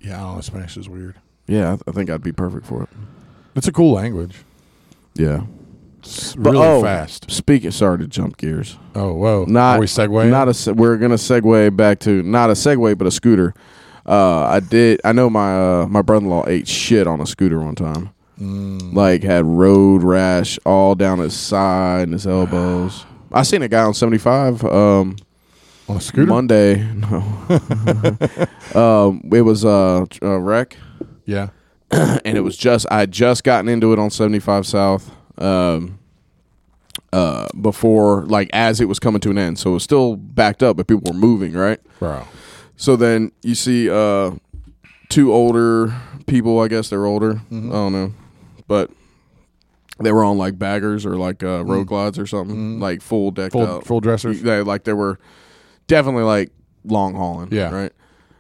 A: Yeah, I don't know. Spanish is weird.
C: Yeah, I, I think I'd be perfect for it.
A: It's a cool language.
C: Yeah,
A: It's
C: But-
A: really
C: oh,
A: fast.
C: Speaking, sorry to jump gears.
A: Oh whoa!
C: Not
A: Are we segueing?
C: Not a. se- We're gonna segue back to not a segue, but a scooter. Uh, I did. I know my uh, my brother in law ate shit on a scooter one time.
A: Mm.
C: Like had road rash all down his side and his elbows. I seen a guy on seventy five. Um,
A: on a scooter.
C: Monday. [LAUGHS] No. um, it was uh, a wreck,
A: yeah.
C: and it was just I had just gotten into it on seventy five South. Um, uh, before like as it was coming to an end, so it was still backed up, but people were moving right.
A: Bro.
C: So then you see uh,
A: Mm-hmm.
C: two older people. I guess they're older. I don't know, but They were on like baggers or like uh, road glides or something, like full decked
A: Mm-hmm. Full
C: out.
A: full dressers.
C: They like they were definitely like long hauling.
A: Yeah.
C: Right.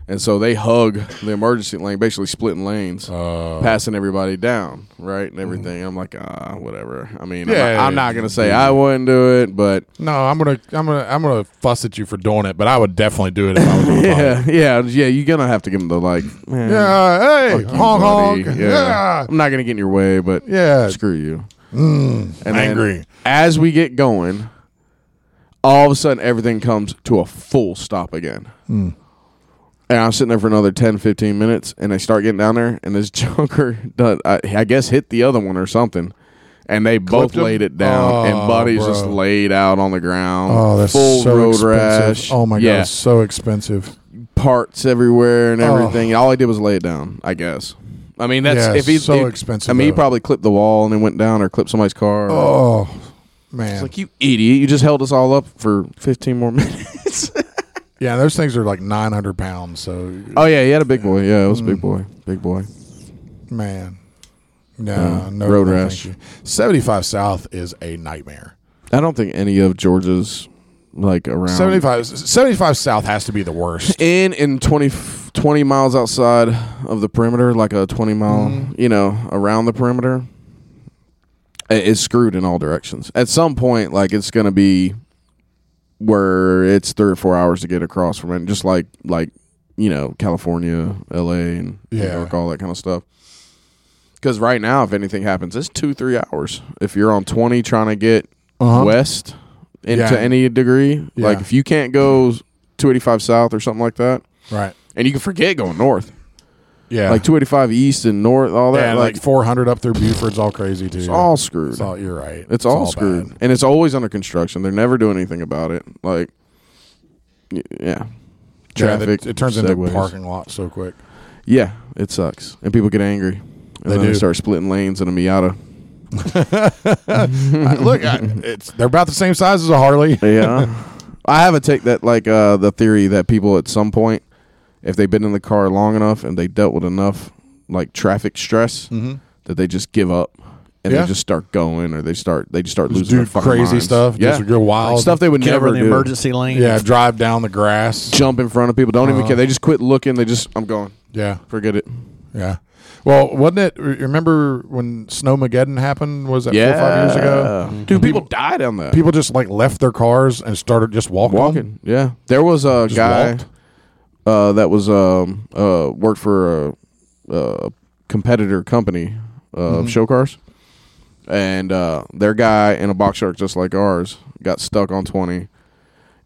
C: And so they hug the emergency lane, basically splitting lanes,
A: Uh,
C: passing everybody down, right, and everything. I'm like, ah, whatever. I mean, I'm,
A: Mm-hmm. Yeah,
C: not, I'm not
A: yeah,
C: gonna say I wouldn't do it, but
A: no, I'm gonna I'm gonna I'm gonna fuss at you for doing it, but I would definitely do it if I was
C: [LAUGHS]
A: on the bike.
C: yeah, yeah, yeah. You're gonna have to give them the like, man,
A: Yeah, hey,
C: fuck you,
A: honk
C: buddy.
A: honk. Yeah.
C: I'm not gonna get in your way, but
A: Yeah.
C: screw you.
A: Mm,
C: And then
A: angry.
C: as we get going, all of a sudden everything comes to a full stop again.
A: Mm.
C: And I'm sitting there for another 10, 15 minutes, and they start getting down there, and this [LAUGHS] junker, does, I, I guess, hit the other one or something. And they both
A: Clipped him?
C: laid it down,
A: Oh,
C: and Buddy's just
A: bro.
C: laid out on the ground.
A: Oh, that's
C: full
A: so
C: road
A: expensive.
C: rash.
A: Oh my god,
C: yeah,
A: it's so expensive.
C: parts everywhere and
A: Oh.
C: everything. All I did was lay it down. I guess. I mean, that's
A: yeah,
C: if he.
A: so
C: if-
A: expensive.
C: I mean, he
A: though.
C: probably clipped the wall and then went down, or clipped somebody's car. or-
A: Oh man.
C: it's like you idiot! You just held us all up for 15 more [LAUGHS] minutes.
A: yeah, those things are like 900 pounds. So
C: Oh yeah, he had a big boy. Yeah, it was a
A: Mm.
C: big boy. Big boy.
A: man, no,
C: Yeah.
A: no
C: Road
A: no,
C: rash.
A: thank you. 75 South is a nightmare.
C: I don't think any of Georgia's like around
A: 75 75 South has to be the worst.
C: in [LAUGHS] and 20, 20 miles outside of the perimeter, like a 20 mile,
A: Mhm.
C: you know, around the perimeter, i- is screwed in all directions. At some point, like it's going to be where it's three or four hours to get across from it, just like, like, you know, California, LA, and New
A: Yeah.
C: York, all that kind of stuff. Because right now, if anything happens, it's two, three hours. If you're on 20 trying to get
A: Uh-huh.
C: west into
A: Yeah.
C: any degree. Like
A: Yeah.
C: if you can't go 285 south or something like that,
A: Right.
C: and you can forget going north,
A: Yeah.
C: like 285 east and north, all that,
A: yeah,
C: like,
A: like, 400 up through Buford's all crazy too.
C: it's all screwed.
A: It's
C: It's
A: all- you're right.
C: all, screwed,
A: bad.
C: and it's always under construction. They're never doing anything about it. Like, y- yeah, traffic.
A: Yeah, it, it turns into a
C: segways.
A: parking lot so
C: [LAUGHS]
A: quick.
C: Yeah, it sucks, and people get angry. And
A: They
C: then
A: do.
C: they start splitting lanes in a Miata.
A: I- look, I, it's they're about the same size as a Harley.
C: Yeah. [LAUGHS] I have a take that like uh the theory that people at some point, if they've been in the car long enough and they dealt with enough like traffic stress,
A: Mm-hmm.
C: that they just give up and
A: Yeah.
C: they just start going or they start they just start
A: Just
C: losing
A: do
C: their fucking
A: crazy
C: minds.
A: stuff.
C: Yeah.
A: Just go wild.
C: Like, stuff they would
B: Get over
C: never
B: the
C: do.
B: emergency lane.
A: [LAUGHS] Yeah, drive down the grass.
C: Jump in front of people. Don't even
A: Uh-huh.
C: care. They just quit looking. They just I'm going.
A: Yeah,
C: Forget it.
A: yeah. Well, wasn't it? re- Remember when Snowmageddon happened? Was that four or five years ago? Mm-hmm.
C: Dude, people died on that.
A: People just like left their cars and started just walking.
C: walking. Yeah, there was a
A: Just
C: guy
A: walked?
C: uh, that was um, uh, worked for a, a competitor company uh,
A: Mm-hmm.
C: of show cars, and uh, their guy in a box truck just like ours got stuck on twenty,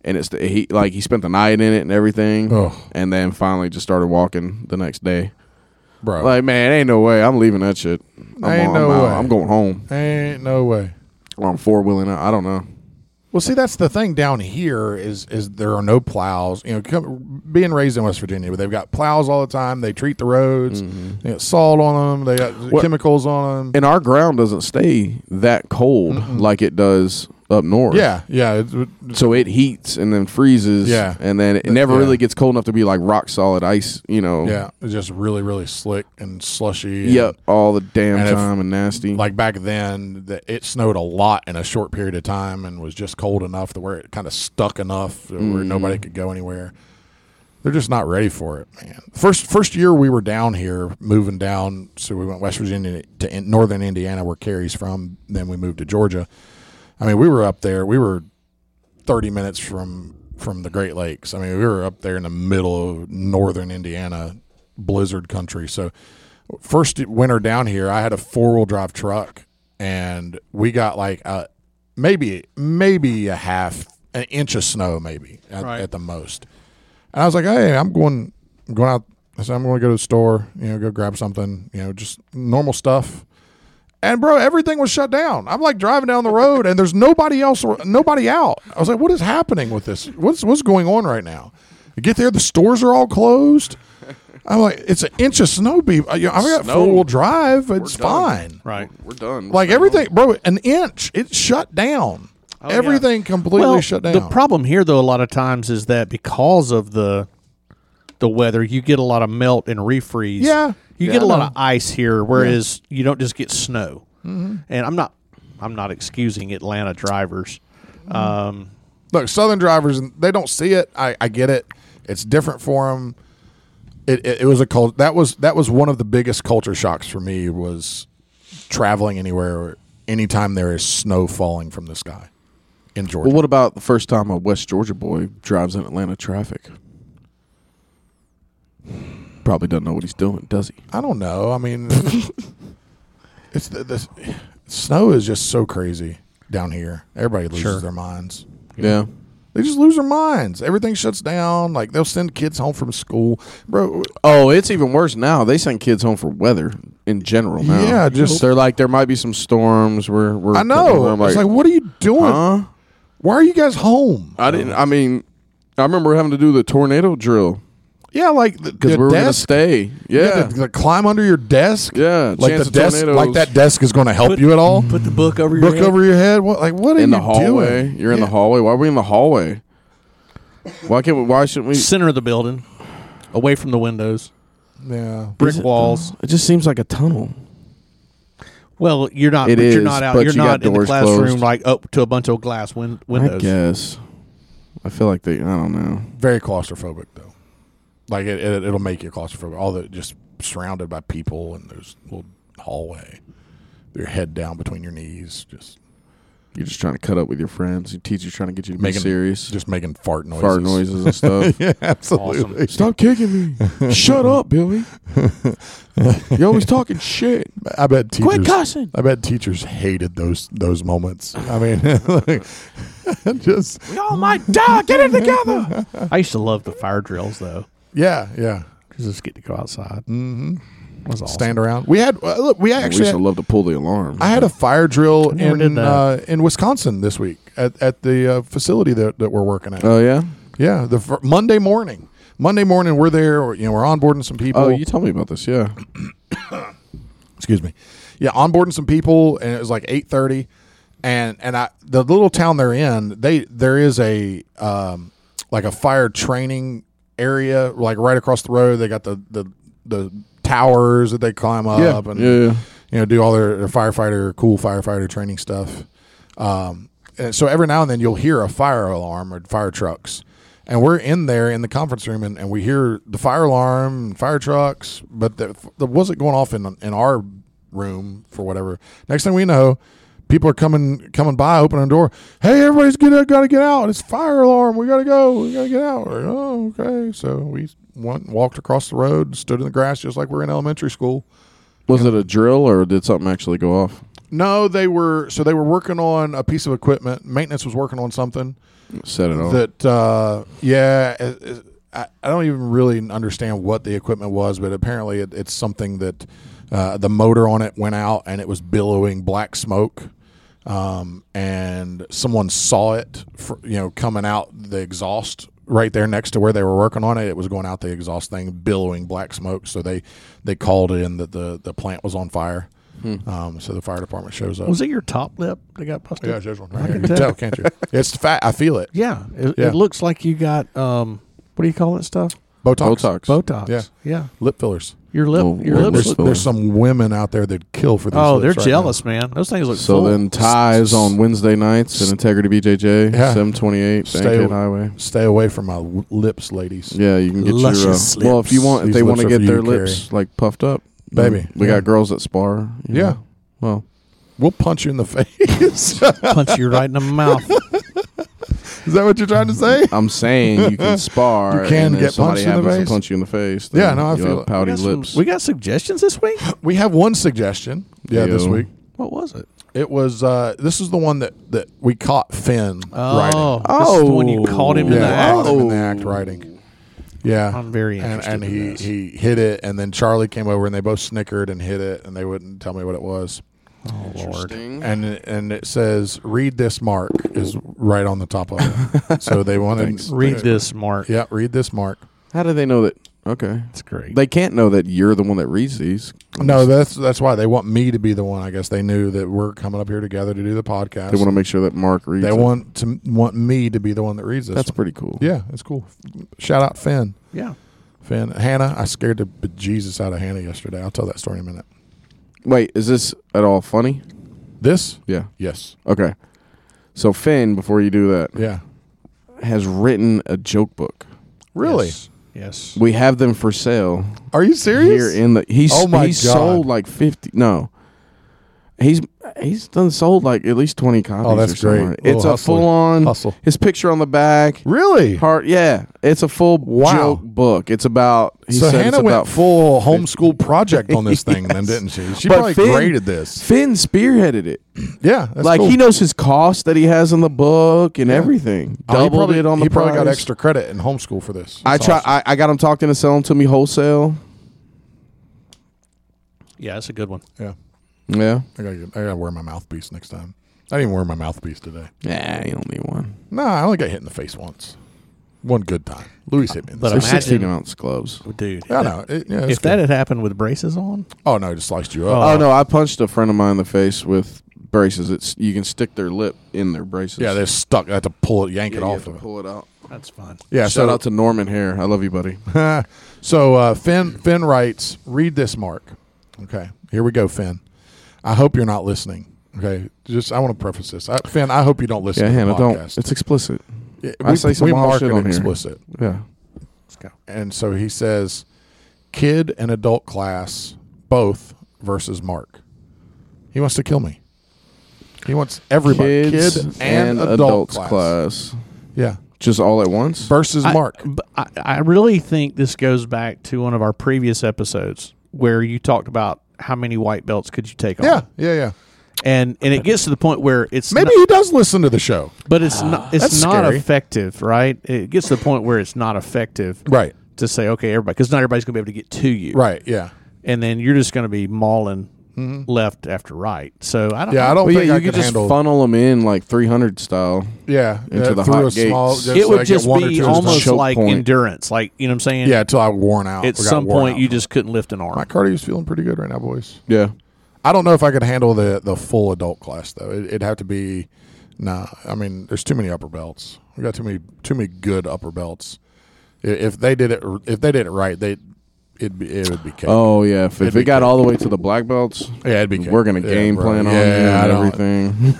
C: and it's the, he like he spent the night in it and everything,
A: Ugh.
C: and then finally just started walking the next day.
A: bro.
C: Like man, ain't no way I'm leaving that shit. I'm,
A: Ain't
C: on-
A: no
C: I'm, out.
A: way.
C: I'm going home.
A: Ain't no way.
C: Or I'm four wheeling. I don't know.
A: Well, see, that's the thing down here is is there are no plows. You know, come, being raised in West Virginia, but they've got plows all the time. They treat the roads. They got salt on them. They got
C: What-
A: chemicals on them.
C: Mm-hmm. And our ground doesn't stay that cold like it does up north.
A: Yeah, yeah. It's, it's-
C: so it heats and then freezes.
A: Yeah.
C: and then it never
A: yeah.
C: really gets cold enough to be like rock solid ice. You know.
A: yeah, it's just really, really slick and slushy. and-
C: Oh. Yep. All the damn
A: And if-
C: time and nasty.
A: like back then the, it snowed a lot in a short period of time and was just cold enough to where it kind of stuck enough to where nobody could go anywhere they're just not ready for it man first first year we were down here moving down so we went west virginia to in, northern indiana where carrie's from then we moved to georgia i mean we were up there we were 30 minutes from from the great lakes i mean we were up there in the middle of northern indiana blizzard country so first winter down here, I had a four wheel drive truck, and we got like a, maybe maybe a half an inch of snow, maybe at,
B: Right.
A: at the most. And I was like, hey, I'm going I'm going out. I said, I'm going to go to the store, you know, go grab something, you know, just normal stuff. And bro, everything was shut down. I'm like driving down the road, and there's nobody else, nobody out. I was like, "What is happening with this? What's what's going on right now?" I get there, the stores are all closed. I'm like, "It's an inch of snow, beef. I, I got
C: Snow.
A: four wheel drive. It's fine.
C: done.
B: Right.
C: we're done.
A: Like everything, bro. An inch, it shut down.
B: yeah.
A: everything completely
B: well,
A: shut down.
B: The problem here, though, a lot of times is that because of the the weather, you get a lot of melt and refreeze.
A: Yeah.
B: you
C: Yeah,
B: get a
C: I
B: lot
C: know. Mm-hmm.
B: of ice here, whereas you don't just get snow. And I'm not I'm not excusing Atlanta drivers. Um,
A: Look, Southern drivers, they don't see it. I, I get it. It's different for them. It, it, it was a cult. That was that was one of the biggest culture shocks for me was traveling anywhere, anytime there is snow falling from the sky in Georgia.
C: Well, what about the first time a West Georgia boy drives in Atlanta traffic? Probably doesn't know what he's doing, does he?
A: I don't know. I mean, it's the, the snow is just so crazy down here. Everybody loses their minds.
C: Yeah.
A: They just lose their minds. Everything shuts down. Like they'll send kids home from school, bro.
C: Oh, it's even worse now. They send kids home for weather in general now.
A: Yeah, just-
C: they're like there might be some storms. We're, we're
A: I know.
C: I'm
A: it's like, what are you doing?
C: huh?
A: Why are you guys home?
C: I didn't. I mean, I remember having to do the tornado drill
A: Yeah, like the,
C: because
A: the
C: we were going to
A: desk.
C: stay.
A: You
C: Yeah,
A: have to, like, climb under your desk.
C: yeah.
A: like
C: chance
A: the
C: of
A: desk. Like
C: tornadoes.
A: that desk is going to help you at all.
C: Mm.
B: put the book over your
A: Look
B: head.
A: over your head. What? Like what are
C: in
A: you
C: the hallway.
A: doing?
C: You're in the hallway. Why are we in the hallway? Why can't we? Why shouldn't we?
B: center of the building, away from the windows,
A: Yeah.
B: brick
C: Is it,
B: walls.
C: though? It just seems like a tunnel.
B: Well, you're not.
C: It
B: but you're
C: is,
B: not out.
C: but
B: You're
C: you got
B: not in the
C: doors
B: classroom
C: closed.
B: like up to a bunch of glass win-
C: I
B: windows.
C: guess. I feel like they. I don't know.
A: Very claustrophobic though. Like it, it, it'll make you claustrophobic. All the just surrounded by people and there's a little hallway. Your head down between your knees, just
C: You're just trying to cut up with your friends. Your teacher's trying to get you to be
A: Making
C: serious.
A: just making fart noises.
C: Fart noises
A: [LAUGHS]
C: and [LAUGHS] stuff.
A: yeah, absolutely.
B: Awesome.
C: Stop kicking me. Shut up, Billy. You're always talking shit.
A: I bet
C: Quit
A: teachers.
C: cussing.
A: I bet teachers hated those those moments. I mean, [LAUGHS] like, just
C: We all might die. Oh, Get it together.
B: [LAUGHS] I used to love the fire drills though,
A: yeah, yeah.
B: because just get to go outside.
A: Mm-hmm.
B: It was awesome.
A: Stand around. We had uh, look. We
C: Actually, we
A: actually
C: used to love to pull the alarm.
A: I had a fire drill
B: I never
A: in
B: did that.
A: uh, in Wisconsin this week at, at the uh, facility that, that we're working at.
C: Oh yeah.
A: yeah, the fir- Monday morning. Monday morning, we're there. Or, you know, we're onboarding some people.
C: Oh, you told me about this. Yeah.
A: Excuse me. Yeah, onboarding some people, and it was like eight thirty, and and I the little town they're in, they there is a um like a fire training area like right across the road. They got the the the towers that they climb up
C: Yeah.
A: and
C: Yeah. yeah.
A: you know, do all their, their firefighter, cool firefighter training stuff. Um, and so every now and then you'll hear a fire alarm or fire trucks. And we're in there in the conference room and, and we hear the fire alarm and fire trucks, but the, the wasn't going off in, in our room for whatever. Next thing we know, people are coming coming by, opening the door. Hey, everybody's get out, gotta get out. It's fire alarm. We gotta go. We gotta get out. We're like, oh, okay. So we went, walked across the road, stood in the grass just like we're in elementary school.
C: Was it a drill or did something actually go off?
A: No, they were so they were working on a piece of equipment. Maintenance was working on something
C: Set it off.
A: that uh, yeah, it- it- I, I don't even really understand what the equipment was, but apparently it, it's something that uh, the motor on it went out and it was billowing black smoke. Um, and someone saw it, fr you know, coming out the exhaust right there next to where they were working on it. It was going out the exhaust thing, billowing black smoke. So they they called in that the the plant was on fire. Um, so the fire department shows up.
B: Was it your top lip that got busted?
A: Yeah, there's one right here. You can tell, can't you? It's fat. I feel it.
B: Yeah, it,
A: Yeah.
B: it looks like you got um, what do you call that stuff?
A: Botox.
C: Botox.
B: Botox.
A: Yeah.
B: yeah.
A: Lip fillers.
B: Your lip,
C: Well,
B: your
C: well,
B: lips.
A: There's,
C: lip
B: Look,
C: filler.
A: there's some women out there that kill for these.
B: oh, they're
A: lips right
B: jealous, man. Those things look
C: So
B: full.
C: then ties on Wednesday nights at Integrity BJJ,
A: Yeah.
C: 728
A: Stay-
C: Bankhead Highway.
A: now. Stay away from my w- lips, ladies.
C: Yeah, you can get
B: Luscious
C: your uh, well if you
B: lips.
C: want if
A: These
C: they
A: lips
C: want to
A: are for
C: get
A: you
C: their
A: to
C: lips like puffed up,
A: Baby,
C: We
A: yeah.
C: got girls that spar. you
A: Yeah.
C: know. Well,
A: We'll punch you in the [LAUGHS] face.
B: punch you right in the mouth.
A: Is that what you're trying to say?
C: I'm saying
A: [LAUGHS]
C: you can spar.
A: You can
C: and if
A: get
C: somebody
A: punched in the
C: happens to
A: face.
C: Punch you in the face.
A: Yeah,
C: then
A: no, I
C: you
A: feel it.
C: have
B: We
C: pouty
B: got some-
C: lips.
B: we got suggestions this week.
A: We have one suggestion. Yeah, this
C: Ew.
A: week
B: What was it?
A: it was. Uh, this is the one that that we caught Finn
B: Oh,
A: writing.
B: this is the one you
C: Oh.
B: caught him in the
A: Yeah,
B: act.
A: caught him in the act writing. Yeah,
B: I'm very
A: and,
B: interested.
A: and
B: in
A: he
B: this.
A: he hit it, and then Charlie came over, and they both snickered and hit it, and they wouldn't tell me what it was.
B: oh lord,
A: Mm-hmm. and and it says read this mark is right on the top of
C: [LAUGHS]
A: it. so they wanted
B: read this, Mark.
A: Yeah, read this mark.
C: How do they know that? Okay,
B: That's great.
C: they can't know that you're the one that reads these.
A: No, that's that's why they want me to be the one. I guess they knew that we're coming up here together to do the podcast.
C: they want to make sure that Mark reads.
A: They
C: it.
A: want to want me to be the one that reads this.
C: That's
A: one.
C: pretty cool.
A: yeah, it's cool. Shout out Finn.
B: yeah,
A: Finn, Hannah. I scared the bejesus out of Hannah yesterday. I'll tell that story in a minute.
C: Wait, is this at all funny?
A: This?
C: Yeah.
A: Yes.
C: Okay. So Finn, before you do that,
A: Yeah.
C: has written a joke book.
A: Really?
B: Yes. yes.
C: We have them for sale
A: Are you
C: here
A: serious?
C: in the. He's
A: Oh my
C: he's
A: God.
C: sold like fifty. No, he's he's done sold like at least twenty copies.
A: Oh, that's
C: or something.
A: great.
C: It's
A: Little
C: a
A: hustler.
C: full on
A: Hustle.
C: His picture on the back.
A: really?
C: Heart, yeah, it's a full
A: Wow.
C: joke book. It's about he
A: so
C: said it's
A: Hannah
C: about
A: went full homeschool project on this thing, then
C: [LAUGHS] Yes.
A: didn't she? She
C: But
A: probably
C: Finn-
A: graded this.
C: Finn spearheaded it.
A: Yeah, that's
C: like
A: cool.
C: he knows his cost that he has on the book and everything.
A: Oh, he
C: Doubled
A: probably-
C: it on the
A: He probably got
C: price.
A: extra credit in homeschool for this.
C: I
A: That's
C: try.
A: awesome.
C: I, I got him talked into selling to me wholesale.
B: Yeah, that's a good one.
A: yeah,
C: Yeah.
A: I gotta, get- I gotta wear my mouthpiece next time. I didn't even wear my mouthpiece today.
C: Nah, you don't need one.
A: No, I only got hit in the face once. One good time. Luis hit me. In the
B: But
A: face.
C: They're sixteen
B: Imagine-
C: ounce gloves.
B: Oh, Dude.
A: I know. It, yeah,
B: if that had happened with braces on,
A: oh no, it just sliced you
C: Oh
A: up.
C: no, I punched a friend of mine in the face with braces. It's you can stick their lip in their braces.
A: yeah, they're stuck. I had to pull it, yank
C: Yeah,
A: it
C: you
A: off.
C: have to
A: Of it.
C: pull it out.
B: that's fine.
A: Yeah.
C: Shout
A: so
C: out to Norman Hare. I love you, buddy.
A: [LAUGHS] so uh, Finn Finn writes, read this, Mark. Okay, here we go, Finn. I hope you're not listening. Okay, just I want to preface this, I, Finn. I hope you don't listen.
C: yeah,
A: to the
C: Hannah, don't.
A: podcast.
C: It's explicit.
A: Yeah,
C: I say some
A: we
C: wild
A: mark
C: shit
A: it
C: on here.
A: explicit.
C: Yeah.
B: Let's go.
A: And so he says, kid and adult class both versus Mark. He wants to kill me. He wants everybody,
C: Kids
A: kid and, adult class.
C: class.
A: Yeah,
C: Just all at once.
A: versus Mark.
B: I, but I, I really think this goes back to one of our previous episodes where you talked about how many white belts could you take
A: Yeah,
B: on.
A: yeah, yeah.
B: And and it gets to the point where it's
A: Maybe
B: not-
A: he does listen to the show.
B: but it's not it's
A: that's
B: not
A: scary.
B: effective, right? It gets to the point where it's not effective
A: Right,
B: to say okay, everybody cuz not everybody's going to be able to get to you.
A: right, yeah.
B: And then you're just going to be mauling left after right. So I don't
A: Yeah, I don't
C: Well, yeah,
A: think
C: you
A: I
C: could
A: could
C: just
A: handle.
C: funnel them in like 300 style.
A: yeah,
C: into
A: uh,
C: the
A: through
C: hot
A: a small.
C: gates.
A: just
B: it
A: so I
B: would
A: get
B: just
A: one or
B: be
A: two at a
B: almost
A: time.
C: Choke
B: like
C: point.
B: endurance, like you know what I'm saying?
A: Yeah, until I worn out.
B: At
A: I got
B: some
A: worn
B: point
A: out.
B: you just couldn't lift an arm.
A: my cardio's feeling pretty good right now, boys.
C: Yeah.
A: I don't know if I could handle the the full adult class though. It, it'd have to be, nah. I mean, there's too many upper belts. We got too many too many good upper belts. I- If they did it, if they did it right, they it'd be it would be cake.
C: Oh yeah. If, if
A: be
C: it got
A: good.
C: all the way to the black belts,
A: yeah, it'd be cake.
C: we're gonna
A: Yeah,
C: game
A: bro.
C: plan on you
A: I
C: and
A: don't-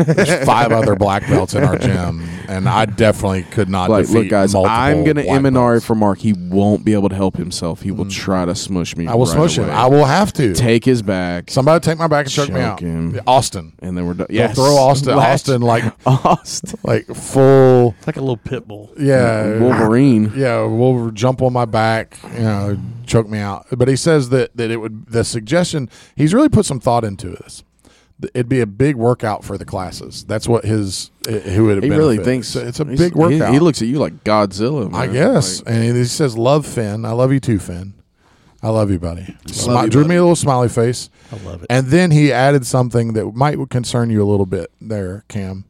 A: [LAUGHS]
C: everything.
A: There's five other black belts in our gym, [LAUGHS] and I definitely could not
C: like,
A: defeat
C: look, guys,
A: multiple
C: I'm gonna
A: black
C: M and R
A: belts. Mm.
C: for Mark. He won't be able to help himself. He will try to smush me.
A: I will
C: right
A: smush him.
C: away.
A: I will have to.
C: take his back,
A: Somebody take my back and choke, me
C: Choke
A: out.
C: him.
A: Austin.
C: and then we're done.
A: Yeah,
C: Yes.
A: throw Austin.
C: Latch-
A: Austin like
C: [LAUGHS] Austin.
A: like full.
B: It's like a little pit bull.
A: [LAUGHS] Yeah,
C: Wolverine.
A: Uh, yeah, will jump on my back, you know, choke me out. But he says that that it would the suggestion. He's really put some thought into this. Th- It'd be a big workout for the classes. That's what his i- who would.
C: He really thinks
A: it's a
C: he's-
A: big
C: he-
A: workout.
C: He, looks at you like Godzilla. Man.
A: I guess, and he, he says, "Love Finn, I love you too, Finn. I love you, buddy." Smi-
C: you,
A: drew
C: buddy.
A: me a little smiley face.
B: I love it.
A: And then he added something that might concern you a little bit there, Cam,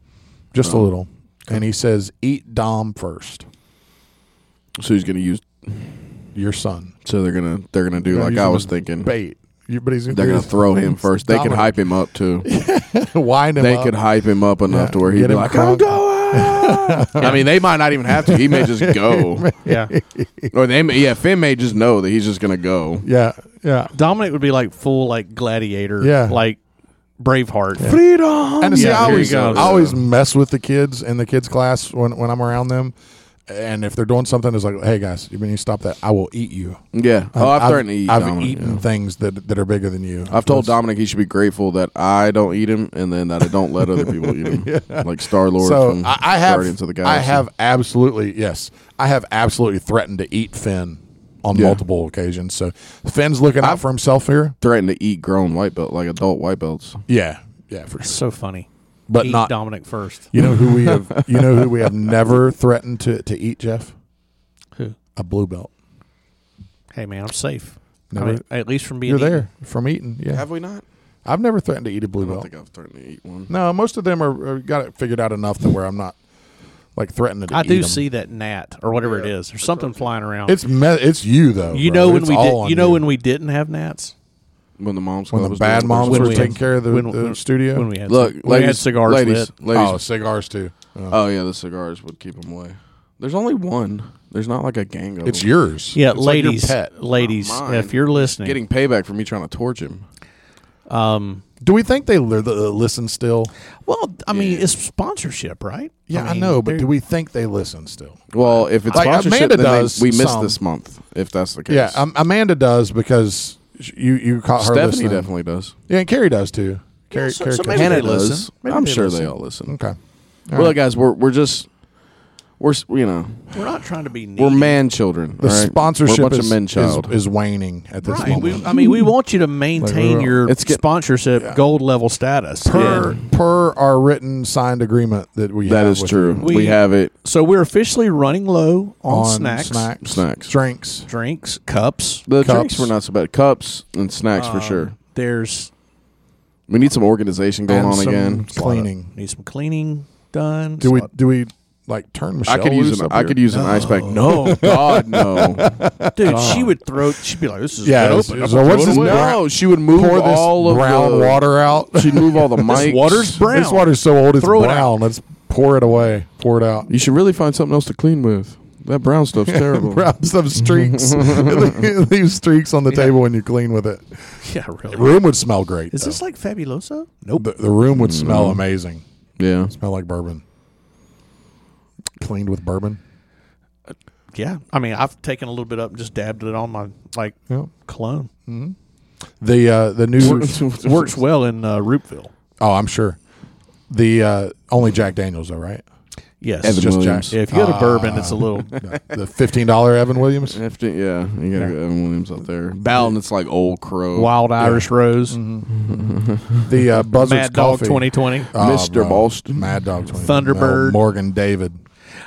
A: just a
C: Oh.
A: little. And he says, "Eat Dom first,
C: Like, so he's gonna use.
A: your son."
C: So they're gonna they're gonna do
A: They're
C: like
A: using
C: I was
A: the
C: thinking.
A: bait. You, but he's [LAUGHS]
C: Mm-hmm. They're gonna throw him first. They can hype him up too.
A: wind him
C: They
A: up.
C: could hype him up
A: Yeah.
C: enough to where he'd
A: Get
C: be
A: him
C: like, "I'm
A: drunk.
C: going." [LAUGHS] I mean, they might not even have to. He may
A: [LAUGHS]
C: just go,
B: Yeah.
C: or they may, yeah, Finn may just know that he's just gonna go.
A: [LAUGHS] Yeah, yeah.
B: Dominic would be like full like gladiator,
A: Yeah.
B: like Braveheart.
C: Freedom.
A: And see,
B: Yeah,
A: I
B: here
A: always,
B: you go.
A: I always mess with the kids in the kids class when, when I'm around them, and if they're doing something, it's like, hey guys, you need to stop that. I will eat you.
C: yeah. Oh, I've, threatened to eat.
A: I've
C: Dominic,
A: eaten
C: yeah.
A: things that that are bigger than you.
C: I've told Dominic he should be grateful that I don't eat him, and then that I don't let other people
A: [LAUGHS]
C: eat him, like Star Lord.
A: So
C: from
A: I, I have,
C: Guardians of the
A: I
C: Galaxy.
A: have absolutely yes, I have absolutely threatened to eat Finn on
C: Yeah.
A: multiple occasions. So Finn's looking out for himself here.
C: threatened to eat grown white belt, like adult white belts.
A: Yeah, yeah, for sure.
B: So funny.
A: But
B: Eat
A: not
B: Dominic first.
A: You know who we
B: [LAUGHS]
A: have. You know who we have never threatened to, to eat, Jeff.
B: Who?
A: A blue belt.
B: Hey man, I'm safe. I
A: Never-
B: mean, at least from being
A: You're
B: eaten.
A: there from eating. Yeah,
C: Have we not?
A: I've never threatened to eat a
C: I
A: blue
C: don't
A: belt.
C: think I've threatened to eat one.
A: No, most of them are, are got it figured out enough that where I'm not like threatened to.
B: I
A: eat
B: do
A: 'em.
B: see that gnat or whatever it is. There's something flying around.
A: It's me- it's you though.
B: you
A: bro.
B: know when
A: It's
B: we
A: all
B: did,
A: on
B: you know when we didn't have gnats
C: When the moms,
A: when
C: club
A: the
C: was
A: bad
C: doing-
A: moms
B: When
A: were
B: we-
A: taking care of the,
B: when-
A: the
B: when-
A: studio.
B: when we had
C: Look,
B: when we had
C: ladies-
B: cigars
C: ladies,
B: lit.
C: ladies.
A: oh, cigars too. [LAUGHS] Oh.
C: Oh yeah, the cigars would keep him away. There's only one. There's not like a gang of.
A: it's
C: them.
A: yours.
B: Yeah,
A: It's like your
B: ladies,
A: pet.
B: ladies,
C: Not mine.
B: if you're listening,
C: getting payback for me trying to torch him.
B: Um,
A: Do we think they li- uh, listen still?
B: well, I mean, it's sponsorship, right?
A: Yeah, I,
B: mean,
A: know, but
B: they're-
A: do we think they listen still?
C: Well, if it's
A: Like,
C: sponsorship,
A: Amanda
C: then
A: does
C: they, we missed
A: some.
C: this month. If that's the case,
A: Yeah, um, Amanda does because sh- you you caught her
C: Stephanie
A: listening.
C: definitely does.
A: Yeah, and Carrie does too. Carrie,
B: so-
A: Carrie
B: so
A: Coon.
B: Maybe
C: Hannah
B: they listen.
C: does.
B: Maybe
C: I'm
B: they
C: sure they
B: listen.
C: all listen.
A: okay.
C: Well, guys, we're we're just we're s- you know
B: We're not trying to be needy.
C: we're man children.
A: The
C: all right?
A: sponsorship
C: we're a bunch
A: is,
C: of men child.
A: Is, is waning at this
B: Right.
A: moment.
B: We, I mean, we want you to maintain
A: we're-
B: your
C: It's get-
B: sponsorship gold level status.
A: per per our written signed agreement that we
C: that
A: have
C: is
A: with
C: true.
A: you.
C: We,
B: We-
C: have it.
B: So we're officially running low on, snacks,
A: snacks,
C: Snacks.
A: drinks.
B: drinks, cups. Um,
C: The
A: Cups. Uh,
C: drinks were not so bad. Cups and snacks for sure.
B: There's
C: We need some organization going
A: and
C: on
A: some
C: again.
A: Cleaning.
B: need some cleaning done.
A: Do we
B: So-
A: do we like turn Michelle
C: I could use
A: loose
C: an
A: up
C: I
A: here?
C: could use an ice pack. No, [LAUGHS]
A: [LAUGHS]
C: God no.
B: dude? She would throw. She'd be like, "This is
A: Yeah.
B: good
A: it's-
B: open.
A: so what's this?
C: no, she would move
A: pour this
C: all of
A: brown
C: the
A: water
B: [LAUGHS]
A: out.
C: [LAUGHS] She'd move
A: [LAUGHS]
C: all the mics.
B: water's brown.
A: This water's so old it's
B: Throw it
A: brown. Let's pour it away. Pour it out.
C: You should really find something else to clean with. That brown
A: [LAUGHS]
C: stuff's terrible.
A: Rub some streaks.
B: [LAUGHS]
A: [LAUGHS] It leaves streaks on the table when you clean with it.
B: [LAUGHS] Yeah,
A: The
B: really.
A: room would smell great.
B: Is
A: though.
B: this like Fabuloso? Nope.
A: the,
B: Mm-hmm.
A: the room would smell amazing.
C: Yeah.
A: Smell like bourbon. Cleaned with bourbon.
B: Yeah, I mean, I've taken a little bit up and just dabbed it on my like
A: Yeah.
B: cologne.
A: The uh, the new
B: Works well in uh, Roopville.
A: oh I'm sure the uh, only Jack Daniels though right
B: Yes,
C: Evan
A: just Ah.
C: Williams.
B: Yeah, if you go to bourbon, it's a little.
A: [LAUGHS]
C: [LAUGHS]
A: the fifteen dollar Evan Williams
C: After, yeah, you gotta go Evan Williams out there. Bowden, it's like old crow.
B: Wild Irish Rose,
C: Mm-hmm.
A: the uh, Buzzards
B: Mad Dog
A: Coffee.
B: 2020.
A: Oh,
C: Mr.
A: bro.
C: Boston.
A: Mad Dog 20.
B: Thunderbird.
A: No, Morgan David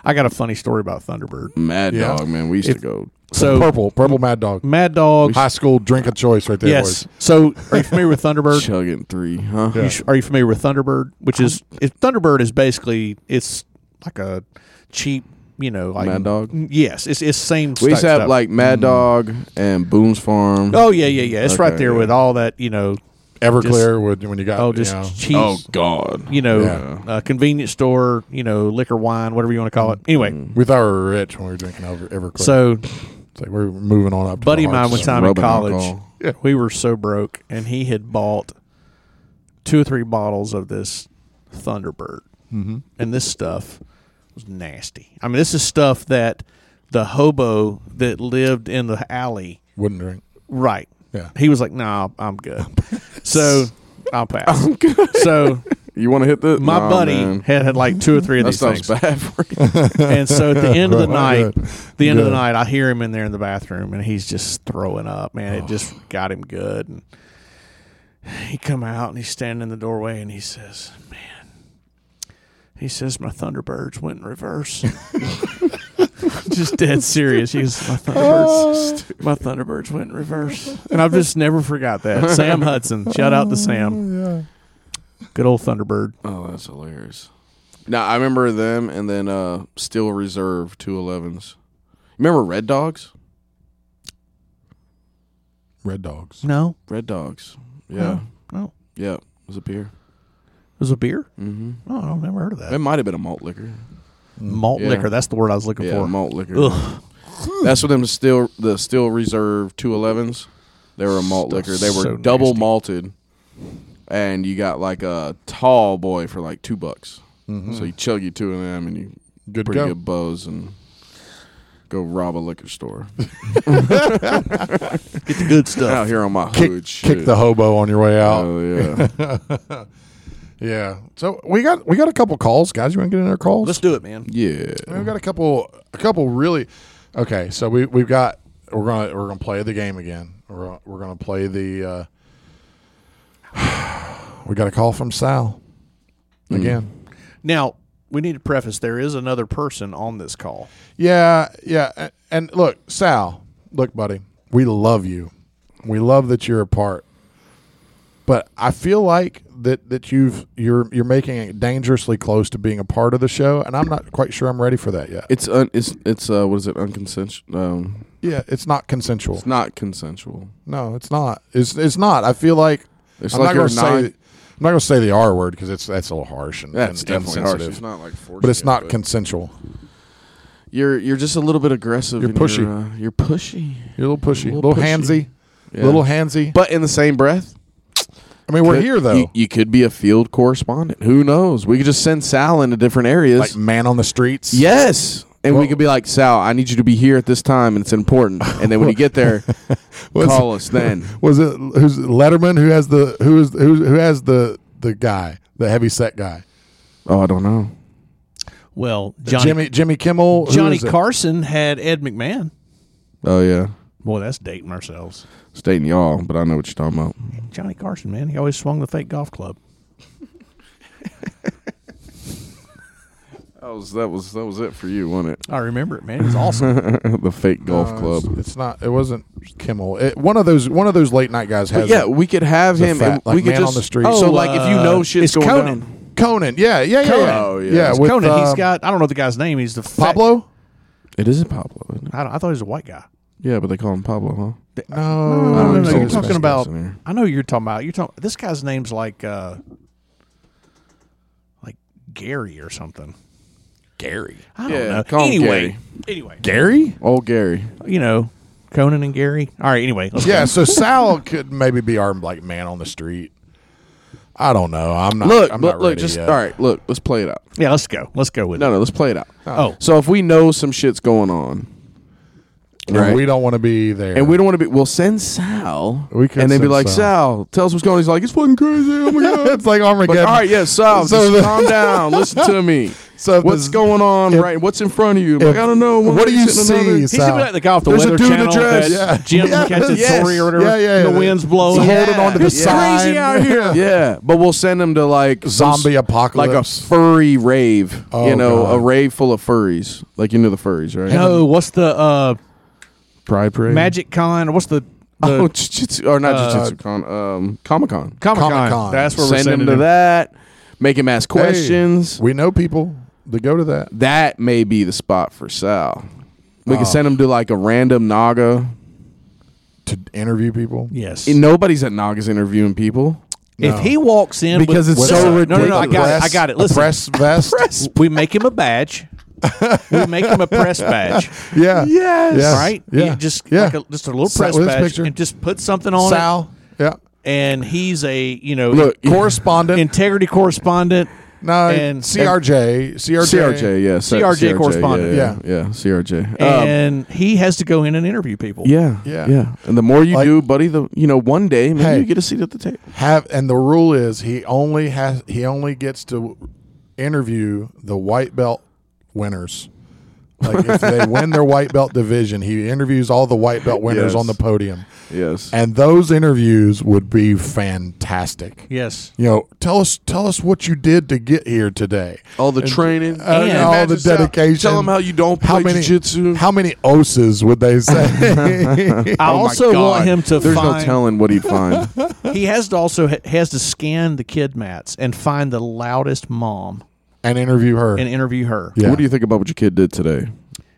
B: I got a funny story about Thunderbird.
C: Mad
A: Yeah.
C: Dog, man. We used to
B: If-
C: go.
B: So
A: purple purple Mad Dog
B: Mad Dog.
A: high school drink of choice right there
B: Yes. So are you familiar with
C: [LAUGHS]
B: Thunderbird?
C: Chugging three, huh?
A: Yeah.
B: You sh- Are you familiar with Thunderbird? Which is if Thunderbird is basically it's like a cheap, you know, like Mm,
C: Mad Dog?
B: Yes, it's it's same.
C: We
B: type
C: used to have
B: stuff.
C: like Mad Dog and Boone's Farm.
B: Mm-hmm. oh yeah yeah yeah it's right
C: Okay,
B: there
C: yeah.
B: with all that you know
A: boys Everclear would when you got
B: oh just
A: you know,
B: cheap
C: Oh, God.
B: you know
A: Yeah.
B: uh, convenience store you know liquor wine whatever you want to call it anyway
C: Mm.
A: we thought we were rich when we were drinking Ever Everclear
B: so
A: it's like we're moving on up. To
B: buddy
A: the
B: of mine
A: hard
B: one
A: stuff.
B: time in
C: rubbing
B: college
C: alcohol.
A: Yeah.
B: we were so broke and he had bought two or three bottles of this thunderbird mm-hmm. and this stuff was nasty i mean this is stuff that the hobo that lived in the alley
A: wouldn't drink.
B: right
A: Yeah.
B: he was like nah i'm good so i'll pass
C: [LAUGHS]
B: so
C: You want to hit the
B: my
C: Nah,
B: buddy
C: man.
B: had had like two or three of
C: That
B: these things
C: sounds
B: [LAUGHS]
C: bad for you.
B: and so at the end of the
A: Good.
B: night, the end of the
A: Good.
B: night, I hear him in there in the bathroom, and he's just throwing up. Man, it just
A: Oh.
B: got him good. And he come out and he's standing in the doorway, and he says, "Man," he says, "My Thunderbirds went in reverse." [LAUGHS] just dead serious. He goes,
A: [LAUGHS]
B: "My Thunderbirds, my Thunderbirds went in reverse," and I've just never forgot that. Sam Hudson, shout out to Sam,
A: Yeah.
B: good old Thunderbird.
C: Oh, that's hilarious. Now I remember them, and then uh Steel Reserve two elevens. Remember Red Dogs?
A: Red dogs.
B: No,
C: Red Dogs. Yeah,
B: no, it
C: yeah. It was a beer.
B: was a beer.
C: Mm-hmm.
B: Oh, I've never heard of that.
C: It might have been a malt liquor.
B: malt
C: Yeah.
B: liquor. That's the word I was looking
C: Yeah,
B: for.
C: malt liquor.
B: Ugh.
C: That's what them steel the Steel Reserve two elevens. They were a malt
B: Stuff's
C: liquor. They were
B: so
C: double
B: nasty.
C: malted, and you got like a tall boy for like two bucks.
B: Mm-hmm.
C: So you chug you two of them, and you
A: Hmm. Good to
C: pretty
A: go.
C: good buzz and go rob a
A: [LAUGHS]
C: liquor store
B: Get the good
C: out
B: stuff.
C: here on my
A: Kick,
C: hood.
A: kick
C: shit.
A: the hobo on your way out.
C: Oh
A: [LAUGHS]
C: yeah.
A: yeah. So we got we got a couple calls, guys. You want to get in our calls?
B: Let's do it, man.
C: Yeah.
A: We've got a couple, a couple really. Okay, so we we've got we're gonna we're gonna play the game again. We're we're gonna play the. Uh, [SIGHS] we got a call from Sal again.
B: Now we need to preface: there is another person on this call.
A: Yeah, yeah, a- and look, Sal, look, buddy, we love you. We love that you're a part. But I feel like that that you've you're you're making it dangerously close to being a part of the show, and I'm not quite sure I'm ready for that yet.
C: It's un, it's it's uh what is it unconsensual? Um,
A: Yeah, it's not consensual.
C: it's not consensual.
A: No, it's not. It's it's not. I feel like
C: It's
A: I'm
C: like
A: not
C: you're
A: going to say
C: not-
A: I'm not going to say the R word because it's that's a little harsh and
C: That's
A: and
C: definitely harsh.
A: insensitive.
C: It's not like forced.
A: but it's not consensual.
C: you're you're just a little bit aggressive.
A: You're
C: and
A: pushy.
C: You're, uh, you're pushy.
A: You're a little pushy,
C: A
A: a
C: little
A: little,
C: pushy.
A: handsy,
C: Yeah.
A: little handsy.
C: But in the same breath,
A: I mean, we're
C: Could-
A: here though.
C: You, you could be a field correspondent. Who knows? We could just send Sal into different areas.
A: like man on the streets.
C: yes. And we
A: Well-
C: could be like, Sal, I need you to be here at this time and it's [LAUGHS] important. And then when you get there,
A: Was- [LAUGHS]
C: call us then.
A: Was it who's Letterman who has the who is who who has the the guy the heavy set guy
C: [LAUGHS] Oh, I don't know.
B: Well, Johnny
A: Jimmy Jimmy Kimmel who
B: Johnny
A: is it?
B: Carson had Ed McMahon.
C: Oh, yeah.
B: Boy, that's dating ourselves.
C: Stating y'all, but I know what you're talking about.
B: Johnny Carson, man, he always swung the fake golf club.
C: That was that was that was it for you, wasn't
B: I remember it, man. It was [LAUGHS] awesome.
C: it? [LAUGHS] the fake golf
A: Uh,
C: club.
A: It's, it's not. It wasn't Kimmel. It, one of those one of those late night guys
C: But
A: has.
C: yeah,
A: it.
C: we could have
A: the
C: him.
A: fat,
C: and
A: like,
C: we could
A: man on
C: just
A: the street.
C: So
B: Oh,
C: like if you know
B: uh, it's
C: shit's going
B: Conan.
C: down.
A: Conan. Yeah, yeah, yeah.
B: Conan.
A: yeah.
C: Oh, yeah.
A: yeah
C: It's
A: with,
B: Conan, he's
A: um,
B: got I don't know the guy's name. He's the fat-
A: Pablo.
C: It is a Pablo. Isn't it?
B: I, don't- I thought he was a white guy.
C: Yeah, but they call him Pablo, huh?
A: No,
B: No, no,
C: I'm
B: no,
C: so
B: you're
C: disgusted
B: talking about.
C: in here.
B: I know you're talking about. You're talking. This guy's name's like, uh like Gary or something.
A: Gary.
B: I don't
C: Yeah,
B: know.
C: call him
B: anyway,
C: Gary.
B: anyway,
A: Gary.
C: Old Gary.
B: you know, Conan and Gary. All right. Anyway, let's
A: Yeah. So Sal could maybe be our like man on the street. I don't know. I'm not.
C: Look,
A: I'm
C: look,
A: not
C: look.
A: ready
C: Just
A: yet.
C: all right. Look, let's play it out.
B: go. Yeah, let's go. Let's go with
C: No,
B: it.
C: no, let's play it out.
B: Oh,
C: So if we know some shit's going on,
A: And
C: right?
A: we don't want to be there.
C: and we don't want to be, we'll send Sal.
A: We could
C: and then be
A: send
C: like,
A: Sal.
C: Sal, tell us what's going. on. He's like, it's fucking crazy.
A: [LAUGHS]
C: Oh my god.
A: [LAUGHS] it's like
C: Like,
A: Armageddon.
C: all right, yeah, Sal,
A: So
C: just
A: the- [LAUGHS]
C: calm down. Listen to me.
A: So if
C: what's
A: this-
C: going on?
A: if-
C: right, what's in front of you? I'm like, I don't know. One
A: What do
C: lady's
A: you
C: hitting another.
A: see?
B: He's gonna be
A: Sal?
B: like the guy off the
A: There's
B: weather
A: a dude in
B: channel.
A: a dress.
B: that
A: [LAUGHS] Yeah.
B: Jim
A: Yes.
B: catches
C: Yes.
B: Tory or whatever.
A: Yeah, yeah,
B: The
A: yeah.
B: wind's blowing.
A: He's
C: Yeah.
A: holding on to the
C: It's
A: sign.
B: Oh, crazy out here.
C: Yeah, but we'll send him to like those-
A: Zombie
C: like a
A: apocalypse.
C: furry rave.
A: Oh,
C: you know,
A: God.
C: a rave full of furries. Like you know the furries, right?
B: No, what's the uh,
C: Pride parade.
B: Magic Con? What's the, the
C: [LAUGHS] Oh, jiu-jitsu, or not
B: uh,
C: jiu-jitsu con, um, Comic Con.
B: Comic
A: Comic-Con.
B: Con? That's where we're
C: Send him
B: sending
C: to
B: him.
C: that. Make him ask questions.
A: we know people that go to that.
C: that may be the spot for Sal. We can send him to like a random Naga.
A: to interview people.
B: Yes.
C: And nobody's at Nagas interviewing people.
A: No.
B: If he walks in
A: Because
B: with,
A: it's
B: Listen,
A: so
B: No, no, no. I
A: ridiculous.
B: got it. I got it.
A: A
B: Listen, [LAUGHS]
A: press vest.
B: we make him a badge. we make him a press badge. [LAUGHS]
A: Yeah. [LAUGHS]
C: Yes.
A: Yes.
B: All right.
A: Yeah.
B: You just
A: yeah.
B: like a, just a little
A: Sa-
B: press
A: with his
B: badge
A: picture.
B: and just put something on it.
A: Sal. Yeah.
B: And he's a you know
C: Look,
A: Correspondent.
B: integrity correspondent.
A: no.
B: and-
A: CRJ. CRJ.
C: CRJ, yeah, so-
B: CRJ correspondent.
C: yeah, yeah, yeah, CRJ. Um,
B: and he has to go in and interview people.
C: yeah,
A: Yeah.
C: yeah, yeah. And the more you
A: Like-
C: do, buddy, the you know, one day maybe
A: Hey.
C: you get a seat at the table.
A: Have and the rule is he only has he only gets to interview the white belt winners. Like if
C: [LAUGHS]
A: they win their white belt division, he interviews all the white belt winners
C: Yes.
A: on the podium.
C: Yes.
A: And those interviews would be fantastic.
B: Yes.
A: You know, tell us tell us what you did to get here today.
C: all the training,
A: and
B: And-
A: all
C: Uh, Imagine
A: the
C: Sal-
A: dedication.
C: Tell them how you don't play
A: uh, how many
C: jiu-jitsu.
A: How many oses would they
C: [LAUGHS]
A: say?
B: [LAUGHS] I also want him to
C: There's
B: find.
C: no telling what he'd find.
B: He has to also ha- has to scan the kid mats and find the loudest mom
A: and interview her.
B: and interview her.
A: [LAUGHS] yeah.
C: What do you think about what your kid did today?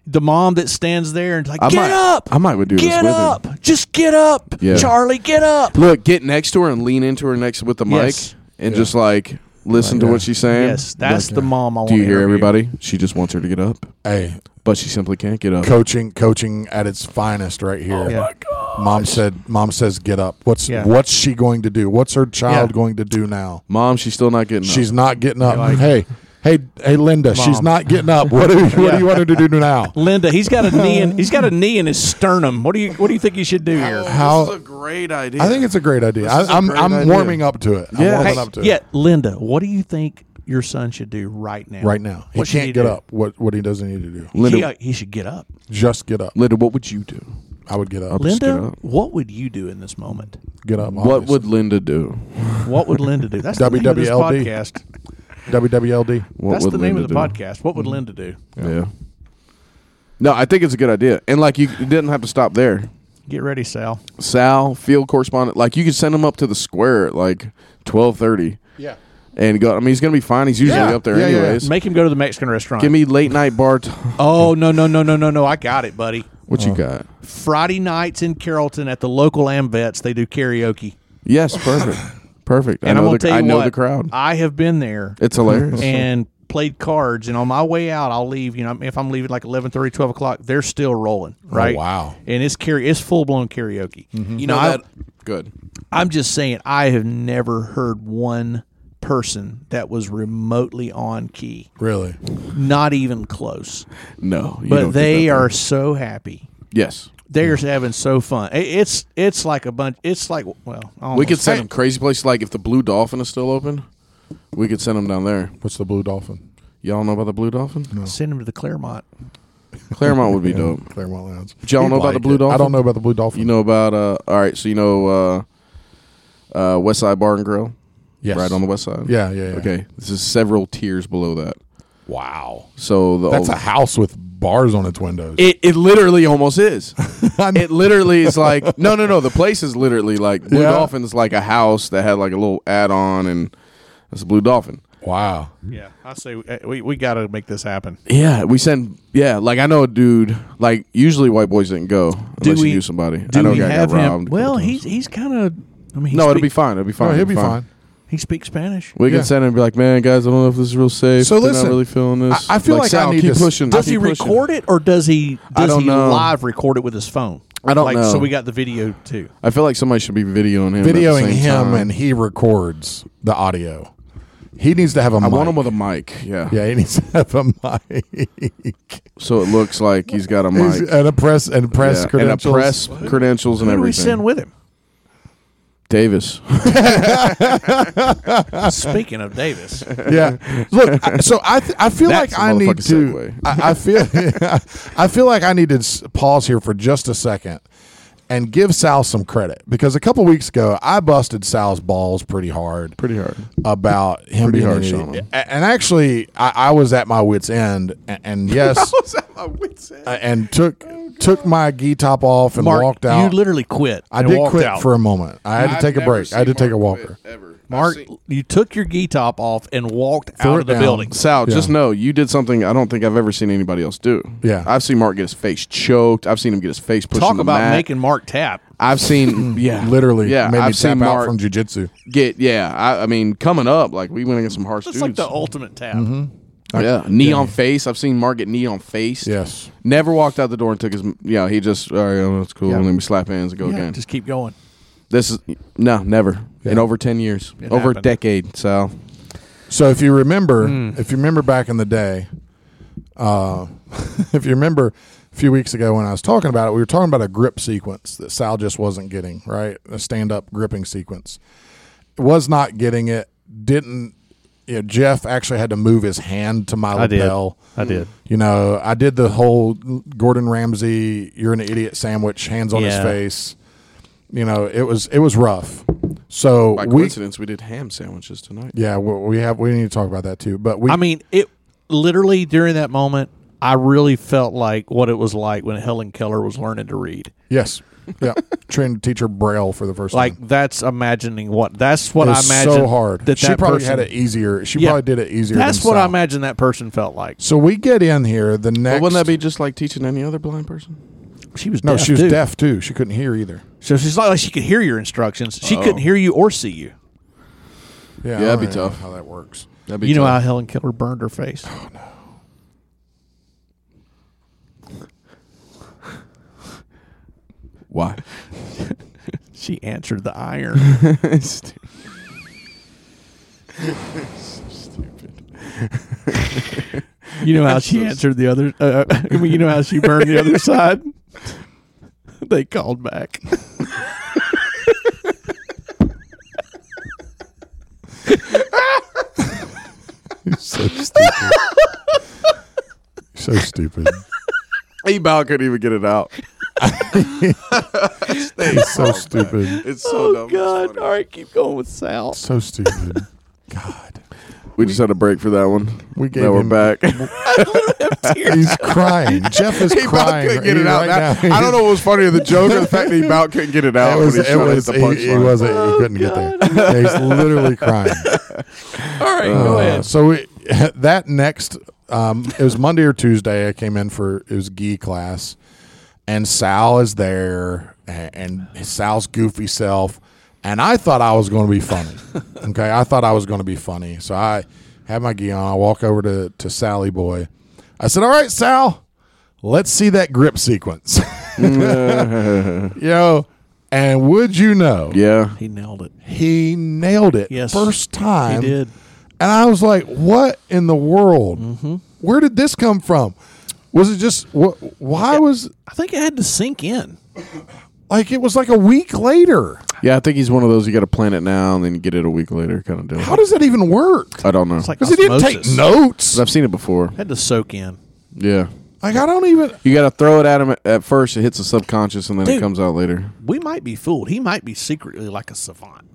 B: The mom that stands there and like,
C: I
B: get
C: might,
B: up,
C: I might would do this
B: get
C: with
B: up,
C: him.
B: just get up,
C: Yeah.
B: Charlie, get up.
C: Look, get next to her and lean into her next with the
B: Yes.
C: mic and just like listen to what she's saying.
B: Yes, that's the mom I want.
C: Do you
B: to
C: hear
B: interview.
C: everybody? She just wants her to get up,
A: hey,
C: but she simply can't get up.
A: coaching, coaching at its finest right here.
B: Yeah. Oh, my
A: Mom said, "Mom says, get up. What's
B: Yeah.
A: what's she going to do? What's her child
B: Yeah.
A: going to do now?
C: Mom, she's still not getting
A: She's
C: up.
A: not getting up.
B: Like-
A: hey, hey, hey, Linda, she's
B: Mom.
A: not getting up. What do you, what do you want her to do
B: [LAUGHS]
A: now?
B: Linda, he's got a knee in he's got a knee in his sternum. What do you what do you think you should do [LAUGHS] here?
A: How- is a
C: great idea.
A: I think it's a great idea. I,
C: is a
A: I'm
C: great
A: I'm
C: idea.
A: warming up to it. I'm
C: Yeah.
A: warming
C: Hey,
A: up to
B: Yeah,
A: it
B: Linda, what do you think your son should do right now?
A: right now. He
B: What should
A: can't
B: he
A: get
B: do?
A: up. What what he doesn't need to do.
C: Linda,
B: He, uh, he should get up.
A: Just get up.
C: Linda, what would you do?
A: I would get up.
C: Just get
B: Linda,
C: up.
B: what would you do in this moment?
A: Get up.
C: What
A: obviously.
C: would Linda do?
B: What would Linda do? That's the name of this
A: WWLD.
B: podcast.
A: WWLD?
C: What
B: That's
C: would
B: the name
C: Linda
B: of the
C: do? Mm-hmm.
B: podcast. What would Linda do?
C: Yeah. No, I think it's a good idea, and like you, you didn't have to stop there.
B: Get ready, Sal.
C: Sal, field correspondent, like you could send him up to the square at like twelve thirty,
A: Yeah.
C: and go. I mean, he's gonna be fine. He's usually
A: Yeah.
C: up there
A: Yeah, yeah, yeah.
C: anyways.
B: Make him go to the Mexican restaurant.
C: Give me late night bar. T-
B: Oh no no no no no no! I got it, buddy.
C: what you got?
B: Friday nights in Carrollton at the local Amvets, they do karaoke. [LAUGHS]
C: Yes, perfect, perfect.
B: And
C: I
B: I'm
C: know
B: gonna
C: the
B: tell you
C: I know
B: what,
C: the crowd.
B: I have been there,
C: It's hilarious.
B: and played cards, and on my way out, I'll leave. You know, if I'm leaving like 11, 12 o'clock, they're still rolling,
C: Oh,
B: right?
A: wow.
B: And it's karaoke, it's full blown karaoke.
C: You know
B: I-
C: that good.
B: I'm just saying, I have never heard one person that was remotely on key,
A: Really?
B: not even close.
C: No, you don't
B: But
C: get
B: they
C: that
B: are
C: thing.
B: so happy.
C: yes.
B: They're having so fun. It- It's it's like a bunch. It's like well, I
C: We could
B: almost-
C: send them crazy places. Like if the Blue Dolphin is still open, we could send them down there.
A: What's the blue dolphin?
C: Y'all know about the
A: [LAUGHS]
C: Blue Dolphin?
B: send them to the Claremont.
C: Claremont would be dope.
A: Claremont Lounge.
C: Did y'all know
A: He'd
C: about the
A: like
C: Blue
A: it. I
C: Dolphin?
A: don't know about the blue dolphin.
C: You know about uh? All right, so you know uh, uh, West Side Bar and Grill,
A: yes.
C: right on the west side.
A: Yeah, yeah, yeah.
C: Okay, this is several tiers below that.
A: Wow.
C: So the
A: That's a house with bars on its windows.
C: Oh. it, it literally almost is.
A: [LAUGHS] I know.
C: it literally is like no no no. The place is literally like Blue
A: Yeah.
C: Dolphin's like a house that had like a little add on and it's a Blue Dolphin.
A: wow.
B: Yeah, I say we we, we got to make this happen.
C: Yeah, we send yeah, like I know a dude like usually white boys didn't go
B: Do
C: unless
B: we-
C: you knew somebody.
B: Do
C: I know a
B: we
C: guy got
B: have
C: robbed a
B: him?
C: couple
B: Well,
C: times.
B: he's he's kind of. I mean, he
C: No, it'll be
B: speak-
C: fine. It'll be fine.
A: No, he'll
C: it'll
A: be fine.
B: He speaks Spanish.
C: We
A: Yeah.
C: can send him and be like, man, guys, I don't know if this is real safe.
A: So
C: They're not
A: listen,
C: really feeling this.
A: I- I feel like I
C: Sal,
A: need
C: keep
A: to-
C: pushing.
B: Does he
C: Keep pushing.
B: record it or does he
C: I
B: does
C: don't
B: he
C: know.
B: live record it with his phone?
C: I don't
B: like,
C: know.
B: So we got the video too.
C: I feel like somebody should be videoing him. at the
A: Videoing
C: same
A: him
C: time.
A: and he records the audio. He needs to have a
C: I
A: mic.
C: want him with a mic. Yeah.
A: yeah, he needs to have a mic.
C: So it looks like he's got a mic.
A: He's- [LAUGHS] and a press and uh, press
C: Yeah,
A: credentials.
C: And a press credentials and
B: Who do we
C: everything.
B: send with
C: [LAUGHS]
B: him?
C: Davis.
B: Speaking of
C: [LAUGHS]
B: Davis,
A: [LAUGHS] yeah. Look, I- so I th- I feel
C: That's
A: like
C: a
A: I need
C: motherfucking
A: to. I, I feel I feel [LAUGHS] like I need to s- pause here for just a second and give Sal some credit because a couple weeks ago I busted Sal's balls pretty hard
C: Pretty hard.
A: about him
C: Pretty
A: being
C: harsh
A: an
C: on
A: idiot.
C: him.
A: A- And actually, I, I was at my wits' end, and,
C: [LAUGHS]
A: and yes, a- and took took my gi top off and
B: Mark,
A: walked out.
B: you literally quit.
A: I
B: and
A: did
B: walked
A: quit
B: out.
A: for a moment. I had to take a break. I had to take a walker.
C: Ever.
B: Mark. You took your gi top off and walked out
A: it
B: of the
A: down.
B: building.
C: Sal,
A: Yeah.
C: just know you did something I don't think I've ever seen anybody else do.
A: Yeah.
C: I've seen Mark get his face choked. I've seen him get his face pushed.
B: Talk
C: in the
B: about
C: mat.
B: making Mark tap. [CLEARS THROAT]
C: I've seen yeah,
A: [LAUGHS] Literally,
C: Yeah,
A: made me
C: I've
A: tap
C: seen
A: out
C: Mark
A: from jujitsu.
C: get yeah. I, I mean, coming up like we went against some harsh
B: It's
C: dudes. Mm-hmm.
B: like the ultimate tap.
C: yeah, knee on face. I've seen Mark get knee on face.
A: Yes.
C: Never walked out the door and took his. Yeah, he just all right, oh, that's cool.
A: Yeah.
C: Let me slap hands and go
B: Yeah,
C: again.
B: just keep going.
C: This is no, never in over ten years,
B: It
C: over
B: happened.
C: a decade. So
A: So if you remember,
B: Hmm.
A: if you remember back in the day, uh, [LAUGHS] if you remember a few weeks ago when I was talking about it, we were talking about a grip sequence that Sal just wasn't getting right, a stand-up gripping sequence. Was not getting it. Didn't. You know, Jeff actually had to move his hand to my lapel.
B: I did.
A: You know, I did the whole Gordon Ramsay, "You're an idiot" sandwich, hands on his
B: Yeah.
A: face. You know, it was it was rough. So
C: by
A: we,
C: coincidence, we did ham sandwiches tonight.
A: yeah, we, we have we need to talk about that too. But we,
B: I mean, it literally during that moment, I really felt like what it was like when Helen Keller was learning to read.
A: Yes. Yeah. [LAUGHS] Trying to teach her braille for the first
B: Like
A: time.
B: that's imagining what that's what
A: It
B: I
A: was
B: imagine.
A: so hard.
B: That
A: she
B: that
A: probably
B: person,
A: had it easier. She
B: Yeah.
A: probably did it easier.
B: That's
A: than
B: what I
A: Sal.
B: imagine that person felt like.
A: So we get in here. The next.
C: But wouldn't that be just like teaching any other blind person?
B: She was
A: No,
B: deaf,
A: she was
B: too.
A: deaf too. She couldn't hear either.
B: So she's not like she could hear your instructions. She
C: Oh.
B: couldn't hear you or see you.
A: Yeah. I
C: that'd
A: don't
C: be
A: really
C: tough.
A: know How that works.
C: That'd
B: You know how
C: tough.
B: Helen Keller burned her face.
C: why?
B: She answered the
C: [LAUGHS]
B: iron.
C: Stu-
B: You know how
C: [LAUGHS]
B: she answered the other. Uh, [LAUGHS] I mean, you know how she burned the other side. [LAUGHS] They called
C: [LAUGHS]
B: back.
A: [LAUGHS] So stupid. so stupid.
C: He about couldn't even get it
B: [LAUGHS]
C: out.
A: He's so stupid.
C: It's
B: Oh,
C: so dumb. It's funny.
B: right, keep going with Sal.
A: So stupid. God.
C: We just had a break for that one.
A: We gave
C: now we're
A: him-
C: back. [LAUGHS]
A: He's
B: [LAUGHS]
A: crying. Jeff is
C: he about
A: crying.
C: couldn't get
A: He-
C: it out.
A: right
C: now. I don't know what was funnier, the joke or the fact that he about couldn't get it out.
A: [LAUGHS] It was.
C: when he
A: It
C: shot at
A: was.
C: the
A: He, he
C: punchline.
A: wasn't. He couldn't
B: Oh,
A: get there. Yeah, he's literally crying.
B: All right,
A: Uh, So we, [LAUGHS] that next, um, it was Monday or Tuesday. I came in for it was gi class, and Sal is there, and, and Sal's goofy self, and I thought I was going to be funny. okay, I thought I was going to be funny, so I have my gi on. I walk over to, to Sally Boy. I said, All right, Sal, let's see that grip sequence. [LAUGHS] Yo, and would you know,
C: yeah.
B: He nailed it.
A: he nailed it
B: Yes.
A: first
B: He
A: time.
B: did.
A: And I was like, What in the world?
B: Mm-hmm.
A: Where did this come from? Was it just, wh- why was,
B: I think it had to sink in.
A: like, it was like a week later.
C: Yeah, I think he's one of those you got to plan it now and then get it a week later kind of deal.
A: How does that even work?
C: I don't know.
B: It's like
A: Because he didn't take
B: osmosis.
A: notes.
C: 'Cause I've seen it before.
B: Had to soak in. [LAUGHS]
C: Yeah.
A: Like, I don't even,
C: You got to throw it at him at- at first. It hits the subconscious and then
B: Dude.
C: it comes out later.
B: We might be fooled. He might be secretly like a savant.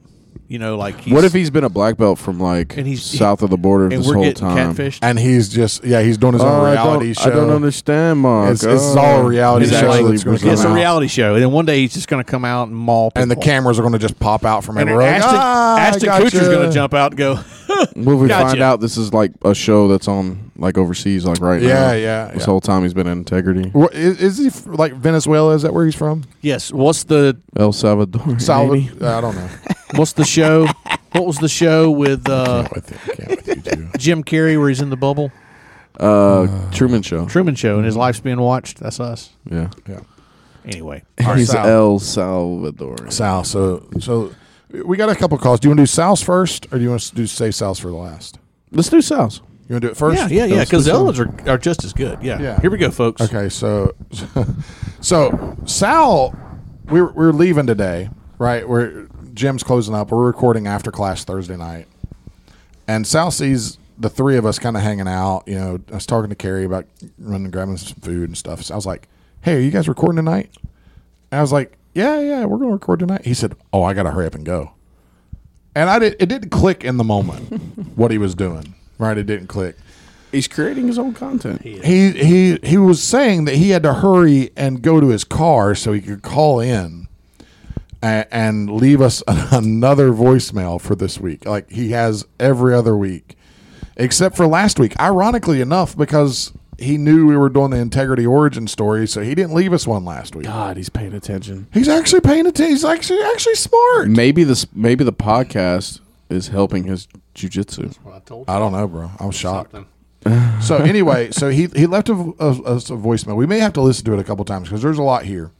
B: You know, like he's,
C: What if he's been a black belt from like
B: And he's-
C: south of the border
B: and
C: this
B: we're
C: whole
B: getting
C: time?
B: catfished?
A: [LAUGHS] and he's just, yeah, he's doing his own
C: Oh, I,
A: reality
C: don't,
A: show.
C: I don't understand, Mark.
A: It's- it's all a reality
C: He's
B: show
C: actually
A: that's gonna
C: Brazilian.
A: come
B: it's a
A: out.
B: reality show, and then one day he's just going to come out and maul people.
A: and the cameras are going to just pop out from
B: And
A: everywhere.
B: Ashton,
A: Ah, I
B: Ashton
A: gotcha.
B: Kutcher's going to jump out and go. [LAUGHS]
C: Well, if we
B: Gotcha.
C: find out this is like a show that's on like overseas, like right now.
A: Yeah, yeah,
C: This
A: yeah.
C: whole time he's been in integrity.
A: Wha- Is, is he f- like Venezuela? Is that where he's from?
B: yes. What's the
A: [LAUGHS]
C: El Salvador.
A: Solid.
C: maybe?
A: I don't know.
B: What's the show? what was the show with uh,
A: [LAUGHS] I think- can't with you two.
B: Jim Carrey where he's in the bubble?
C: Uh, Truman Show.
B: Truman Show, and his life's being watched. That's us.
C: Yeah.
A: Yeah.
B: Anyway,
A: right,
C: he's
A: Sal.
C: El Salvador.
A: Sal. So so we got a couple calls. Do you want to do Sal's first, or do you want us to do say Sal's for the last?
C: Let's do Sal's.
A: You want to do it first?
B: yeah, yeah, yeah,
A: Let's do
B: because the
A: Sal.
B: other ones are, are just as good. Yeah.
A: Yeah.
B: Here we go, folks.
A: Okay, so [LAUGHS] so Sal, we're we're leaving today, right? We're Jim's closing up. We're recording after class Thursday night, and Sal sees the three of us kind of hanging out. You know, I was talking to Carrie about running and grabbing some food and stuff. So I was like, "Hey, are you guys recording tonight?" And I was like, "Yeah, yeah, we're going to record tonight." He said, "Oh, I got to hurry up and go." And I did. It didn't click in the moment what he was doing. Right? It didn't click
C: He's creating his own content.
A: he he he was saying that he had to hurry and go to his car so he could call in and, and leave us [LAUGHS] another voicemail for this week like he has every other week except for last week ironically enough because he knew we were doing the integrity origin story so he didn't leave us one last week
D: God, he's paying attention.
A: he's actually paying attention he's actually actually smart
C: Maybe this. Maybe the podcast is helping his jujitsu.
D: Well, I told
A: i don't know bro i'm shocked so anyway, so he he left a, a, us a voicemail. We may have to listen to it a couple times because there's a lot here.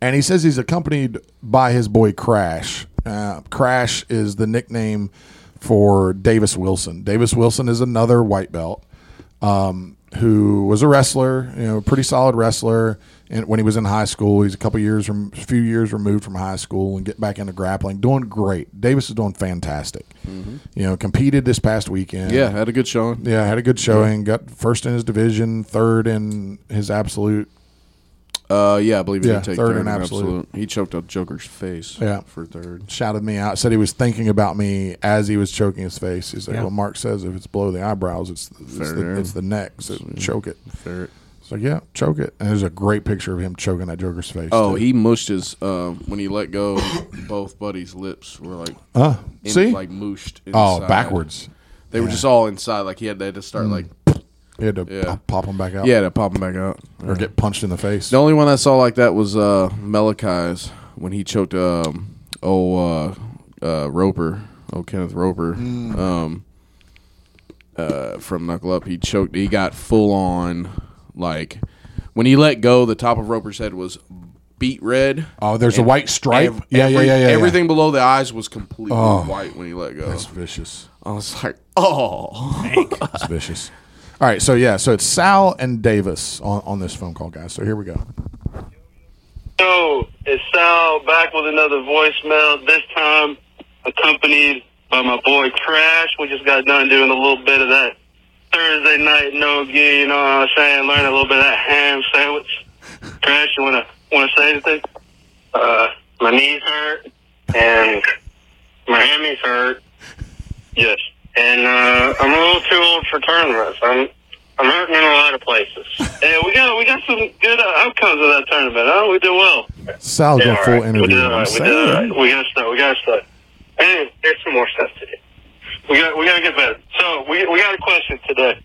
A: And he says he's accompanied by his boy Crash. Uh, Crash is the nickname for Davis Wilson. Davis Wilson is another white belt um, who was a wrestler, you know, a pretty solid wrestler. And when he was in high school, he's a couple years from, a few years removed from high school and get back into grappling, doing great. Davis is doing fantastic. You know, competed this past weekend.
C: Yeah, had a good showing.
A: Yeah, had a good showing. Got first in his division, third in his absolute.
C: Uh, yeah, I believe he
A: Yeah,
C: did take
A: third
C: third,
A: and
C: in
A: absolute.
C: absolute. He choked out Joker's face.
A: Yeah.
C: for third.
A: Shouted me out. Said he was thinking about me as he was choking his face. He's like,
B: Yeah.
A: "Well, Mark says if it's below the eyebrows, it's it's,
C: Fair.
A: the, it's the neck. So choke it."
C: Third.
A: It's like, "Yeah, choke it." And there's a great picture of him choking that Joker's face.
C: Oh,
A: too.
C: he mushed his um, when he let go. both buddies' lips were like
A: Uh,
C: in-
A: see?
C: like mooshed.
A: oh, Mm.
C: inside.
A: backwards.
C: They were just all inside. Like he had, they had to start like
A: He had to
C: Yeah.
A: pop, pop him back out.
C: yeah to pop them back out.
A: or get punched in the face.
C: The only one I saw like that was uh, Melakai's when he choked um, oh uh, uh, Roper, oh Kenneth Roper,
A: Mm.
C: um, uh, from Knuckle Up. He choked. He got full on like when he let go. The top of Roper's head was beat red.
A: Oh, there's a
C: And
A: white stripe.
C: ev-
A: yeah, yeah,
C: every-
A: yeah, yeah, Oh. yeah.
C: Everything below the eyes was completely white when he let go.
A: It's vicious.
C: I was like, oh,
A: It's vicious. All right, so yeah, so it's Sal and Davis on, on this phone call, guys. So here we go.
E: Yo, it's Sal back with another voicemail. This time accompanied by my boy Crash. We just got done doing a little bit of that Thursday night no gi. You know what I'm saying? Learn a little bit of that ham sandwich. Crash, you wanna wanna say anything? Uh, my knees hurt and my hammies hurt. Yes. And uh, I'm a little too old for tournaments. I'm I'm hurting in a lot of
A: [LAUGHS]
E: places. and we got we got some good uh, outcomes of that tournament. Huh? We did well.
A: Sal's
E: Yeah,
A: doing full
E: all right. uh,
A: interview.
E: We did all
A: I'm
E: right. We did all
A: saying.
E: right. We gotta start. We gotta start. And there's some more stuff to do. We got. We gotta get better. So we we got a question today.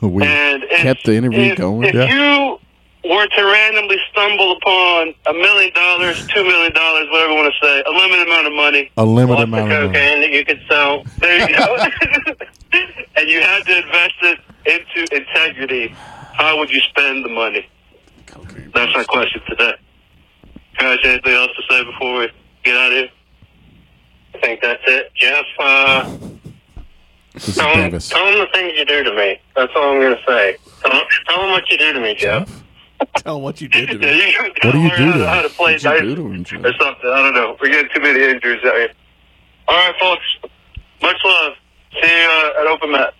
A: Oh, We-
E: And if,
C: Kept the interview
E: if-
C: going.
E: If
A: Yeah.
E: you were to randomly stumble upon a million dollars, two million dollars, whatever you want to say, a limited amount of money,
A: A limited
E: lots
A: amount
E: of
A: of money.
E: cocaine that you could sell, there you go, [LAUGHS] and you had to invest it into integrity, how would you spend the money? That's my question today. Guys, anything else to say before we get out of here? I think that's it. Jeff, uh,
A: This is
E: tell, him,
A: Davis.
E: tell him the things you do to me. That's all I'm going to say. Tell, tell him what you do to me, Jeff.
B: Tell 'em what you did to
E: Yeah,
B: me.
E: [LAUGHS] you
A: What do you do
E: learn how
A: to
E: to, how
A: him?
E: to play
C: What'd you
E: dice
C: do to him, Jeff?
E: or something. I don't know. We're getting too many injuries out here. All right, folks. Much love. See you uh, at Open Mat.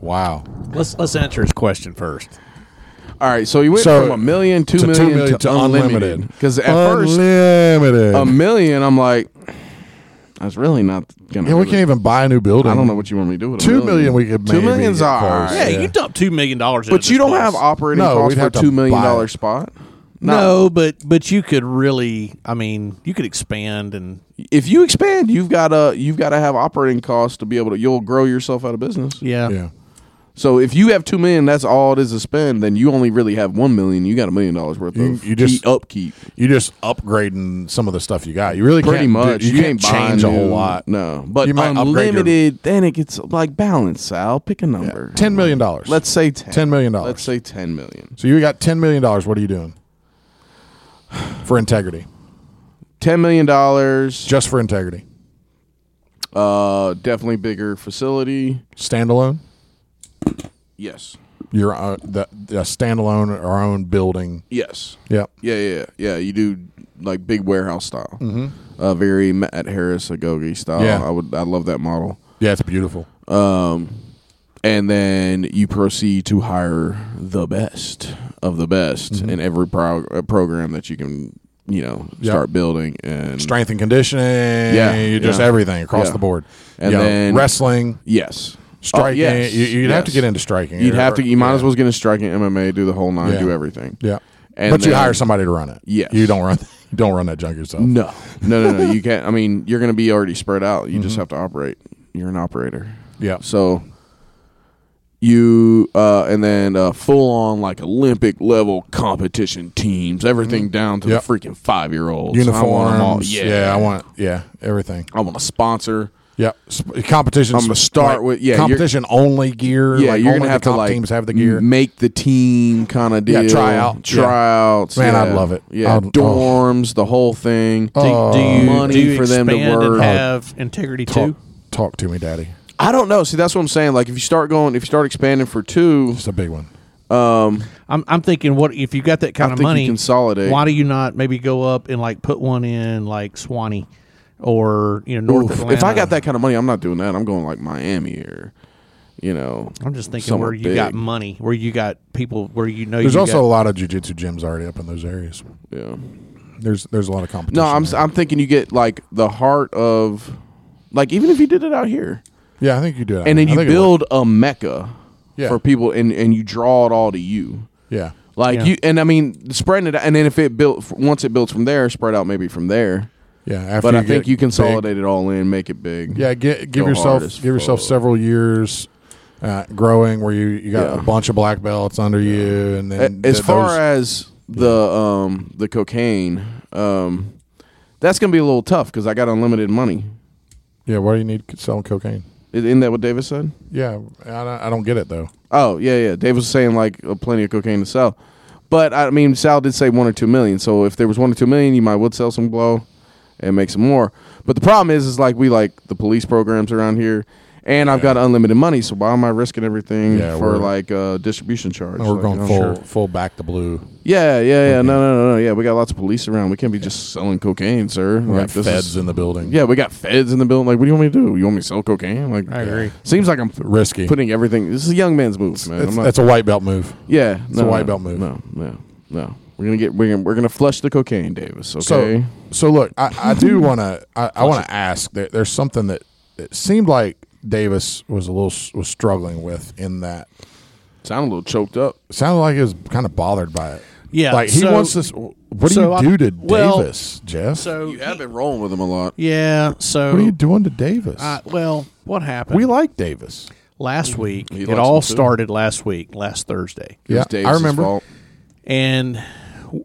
A: Wow.
B: Let's let's answer his question first.
C: All right, so you went
A: So,
C: from a million, two
A: to
C: million,
A: two million
C: to
A: to
C: unlimited.
A: unlimited.
C: Because at first,
A: Unlimited.
C: a million, I'm like, that's really not gonna.
A: yeah, we
C: really-
A: can't even buy a new building.
C: I don't know what you want me to do with a
A: Two million, we could
C: Two
A: maybe
C: million's
A: get
C: all
A: close.
C: right.
B: Yeah, you
A: Yeah.
B: can dump two million dollars.
C: But you don't have operating
A: No,
C: costs
A: we'd
C: for
A: have to
C: two million
A: buy
C: dollar
A: it.
C: spot.
B: No, but but you could really. I mean, you could expand and
C: if you expand, you've got to you've got to have operating costs to be able to. You'll grow yourself out of business.
B: yeah.
A: Yeah.
C: So if you have two million, that's all it is to spend. Then you only really have one million. You got a million dollars worth
A: You-
C: of
A: you just-
C: key upkeep.
A: You're just upgrading some of the stuff you got. You really
C: Pretty
A: can't do-
C: much,
A: you, can't,
C: buy
A: change a
C: new-
A: whole lot.
C: No, but
A: You might upgrade your-
C: unlimited. then it gets like balance. Sal, pick a number.
A: Ten million dollars.
C: Let's say ten.
A: ten million
C: Let's
A: dollars.
C: say ten million.
A: So you got ten million dollars. What are you doing [SIGHS] for integrity?
C: Ten million dollars.
A: Just for integrity,
C: Uh, definitely bigger facility.
A: standalone.
C: Yes.
A: Your uh, the, the standalone our own building.
C: Yes.
A: Yep.
C: Yeah, yeah, yeah. You do like big warehouse style, mm-hmm. uh, very Matt Harris Agogi style.
A: Yeah.
C: I would, I love that model.
A: Yeah, it's beautiful.
C: And then you proceed to hire the best of the best
A: Mm-hmm.
C: in every pro- uh, program that you can, you know,
A: Yep.
C: start building and
A: Strength and conditioning.
C: Yeah,
A: you just
C: yeah.
A: everything across
C: Yeah.
A: the board.
C: And
A: You know,
C: then-
A: wrestling,
C: Yes,
A: striking.
C: Oh, yes.
A: You, you'd have to
C: Yes.
A: get into striking.
C: You'd
A: Or-
C: have to. You might
A: yeah.
C: as well get in striking MMA, do the whole nine,
A: Yeah.
C: do everything.
A: Yeah.
C: And
A: but you
C: then-
A: hire somebody to run it.
C: Yes.
A: You don't run. [LAUGHS] You don't run that junk yourself.
C: No, no, no, no. You can't. I mean, you're going to be already spread out. You just
A: Mm-hmm.
C: have to operate. You're an operator.
A: Yeah.
C: So you uh, and then uh, full on like Olympic level competition teams, everything down to
A: Mm-hmm. Yep.
C: the freaking five year olds.
A: Uniforms.
C: Yeah.
A: yeah. I want. Yeah. Everything.
C: I want a sponsor.
A: Yeah, sp- competition.
C: I'ma start with- yeah, you're-
A: competition only gear.
C: Yeah,
A: like,
C: you're
A: only
C: gonna
A: the
C: have to
A: comp
C: like
A: teams have the gear.
C: make the team kind of deal.
A: Yeah, tryout. Yeah.
C: tryouts.
A: Man, I'd
C: yeah.
A: love it.
C: Yeah,
A: I'd- oh.
C: dorms, the whole thing.
A: Oh.
B: Do you
C: Money
B: do you
C: for them to
B: expand
C: work.
B: and have integrity
A: talk,
B: too?
A: talk to me, Daddy.
C: I don't know. See, that's what I'm saying. Like, if you start going, if you start expanding for two,
A: It's a big one.
B: I'm I'm thinking what if you got that kind
C: I
B: of
C: think you
B: money
C: consolidate.
B: Why do you not maybe go up and like put one in like Swanee or you know North
C: Oof.
B: Atlanta?
C: If I got that kind of money, I'm not doing that. I'm going like Miami or, you know.
B: I'm just thinking
C: somewhere
B: where you got
C: big.
B: money, where you got people, where you know
A: There's
B: you
A: also a
B: got-
A: lot of jujitsu gyms already up in those areas.
C: Yeah.
A: There's there's a lot of competition.
C: No, I'm
A: there.
C: I'm thinking you get like the heart of, like even if you did it out here,
A: yeah, I think you do. It.
C: and then
A: I
C: you
A: think it
C: build a mecca
A: Yeah.
C: for people, and and you draw it all to you.
A: would. Yeah,
C: Like
B: Yeah.
C: you, and I mean spreading it, and then if it built once it builds from there, spread out maybe from there.
A: yeah. After
C: But I
A: get
C: think you
A: big-
C: consolidate it all in, make it big.
A: yeah, get,
C: Go
A: give
C: hard
A: yourself
C: as
A: give yourself
C: fuck.
A: several years. Uh, growing where you, you got
C: Yeah.
A: a bunch of black belts under you and then
C: as
A: th-
C: far
A: those-
C: as the um the cocaine um that's gonna be a little tough because i got unlimited money
A: yeah why do you need selling cocaine
C: I- isn't that what davis said
A: yeah I don't, I don't get it though
C: oh yeah yeah davis was saying like uh, plenty of cocaine to sell but i mean sal did say one or two million so if there was one or two million you might would sell some blow and make some more but the problem is is like we like the police programs around here and I've got unlimited money, so why am I risking everything
A: Yeah,
C: for
A: we're-
C: like uh, distribution charge?
A: we're
C: Like,
A: going
C: oh,
A: full
C: sure.
A: full back to blue
C: Yeah, yeah, yeah. No, no, no, no. Yeah, we got lots of police around. We can't be just selling cocaine, sir.
A: We
C: like
A: got
C: this
A: feds
C: is-
A: in the building.
C: yeah, we got feds in the building. Like, what do you want me to do? You want me to sell cocaine? Like,
B: I agree.
C: Seems like I'm
A: Risky.
C: putting everything. This is a young man's move, man.
A: That's,
C: I'm not,
A: that's a white belt move.
C: yeah, it's
A: a white belt move.
C: No, no, no. We're gonna get. We're gonna, we're gonna flush the cocaine, Davis.
A: So,
C: Okay.
A: so look, I, I do want to. I, I want to ask. There, there's something that it seemed like Davis was a little s- was struggling with in that.
C: Sound a little choked up.
A: It sounded like he was kind of bothered by it.
B: Yeah,
A: like he
B: so-
A: wants this. What do
B: so I-
A: you do to
B: well,
A: Davis, Jeff?
B: so
C: You have been rolling with him a lot.
B: yeah. So
A: what are you doing to Davis?
B: I- well, what happened?
A: we like Davis.
B: last week.
C: He likes
B: it all
C: them, too.
B: started last week, last Thursday.
C: It was
A: Yeah,
C: Davis's
A: I remember.
C: fault.
B: and w-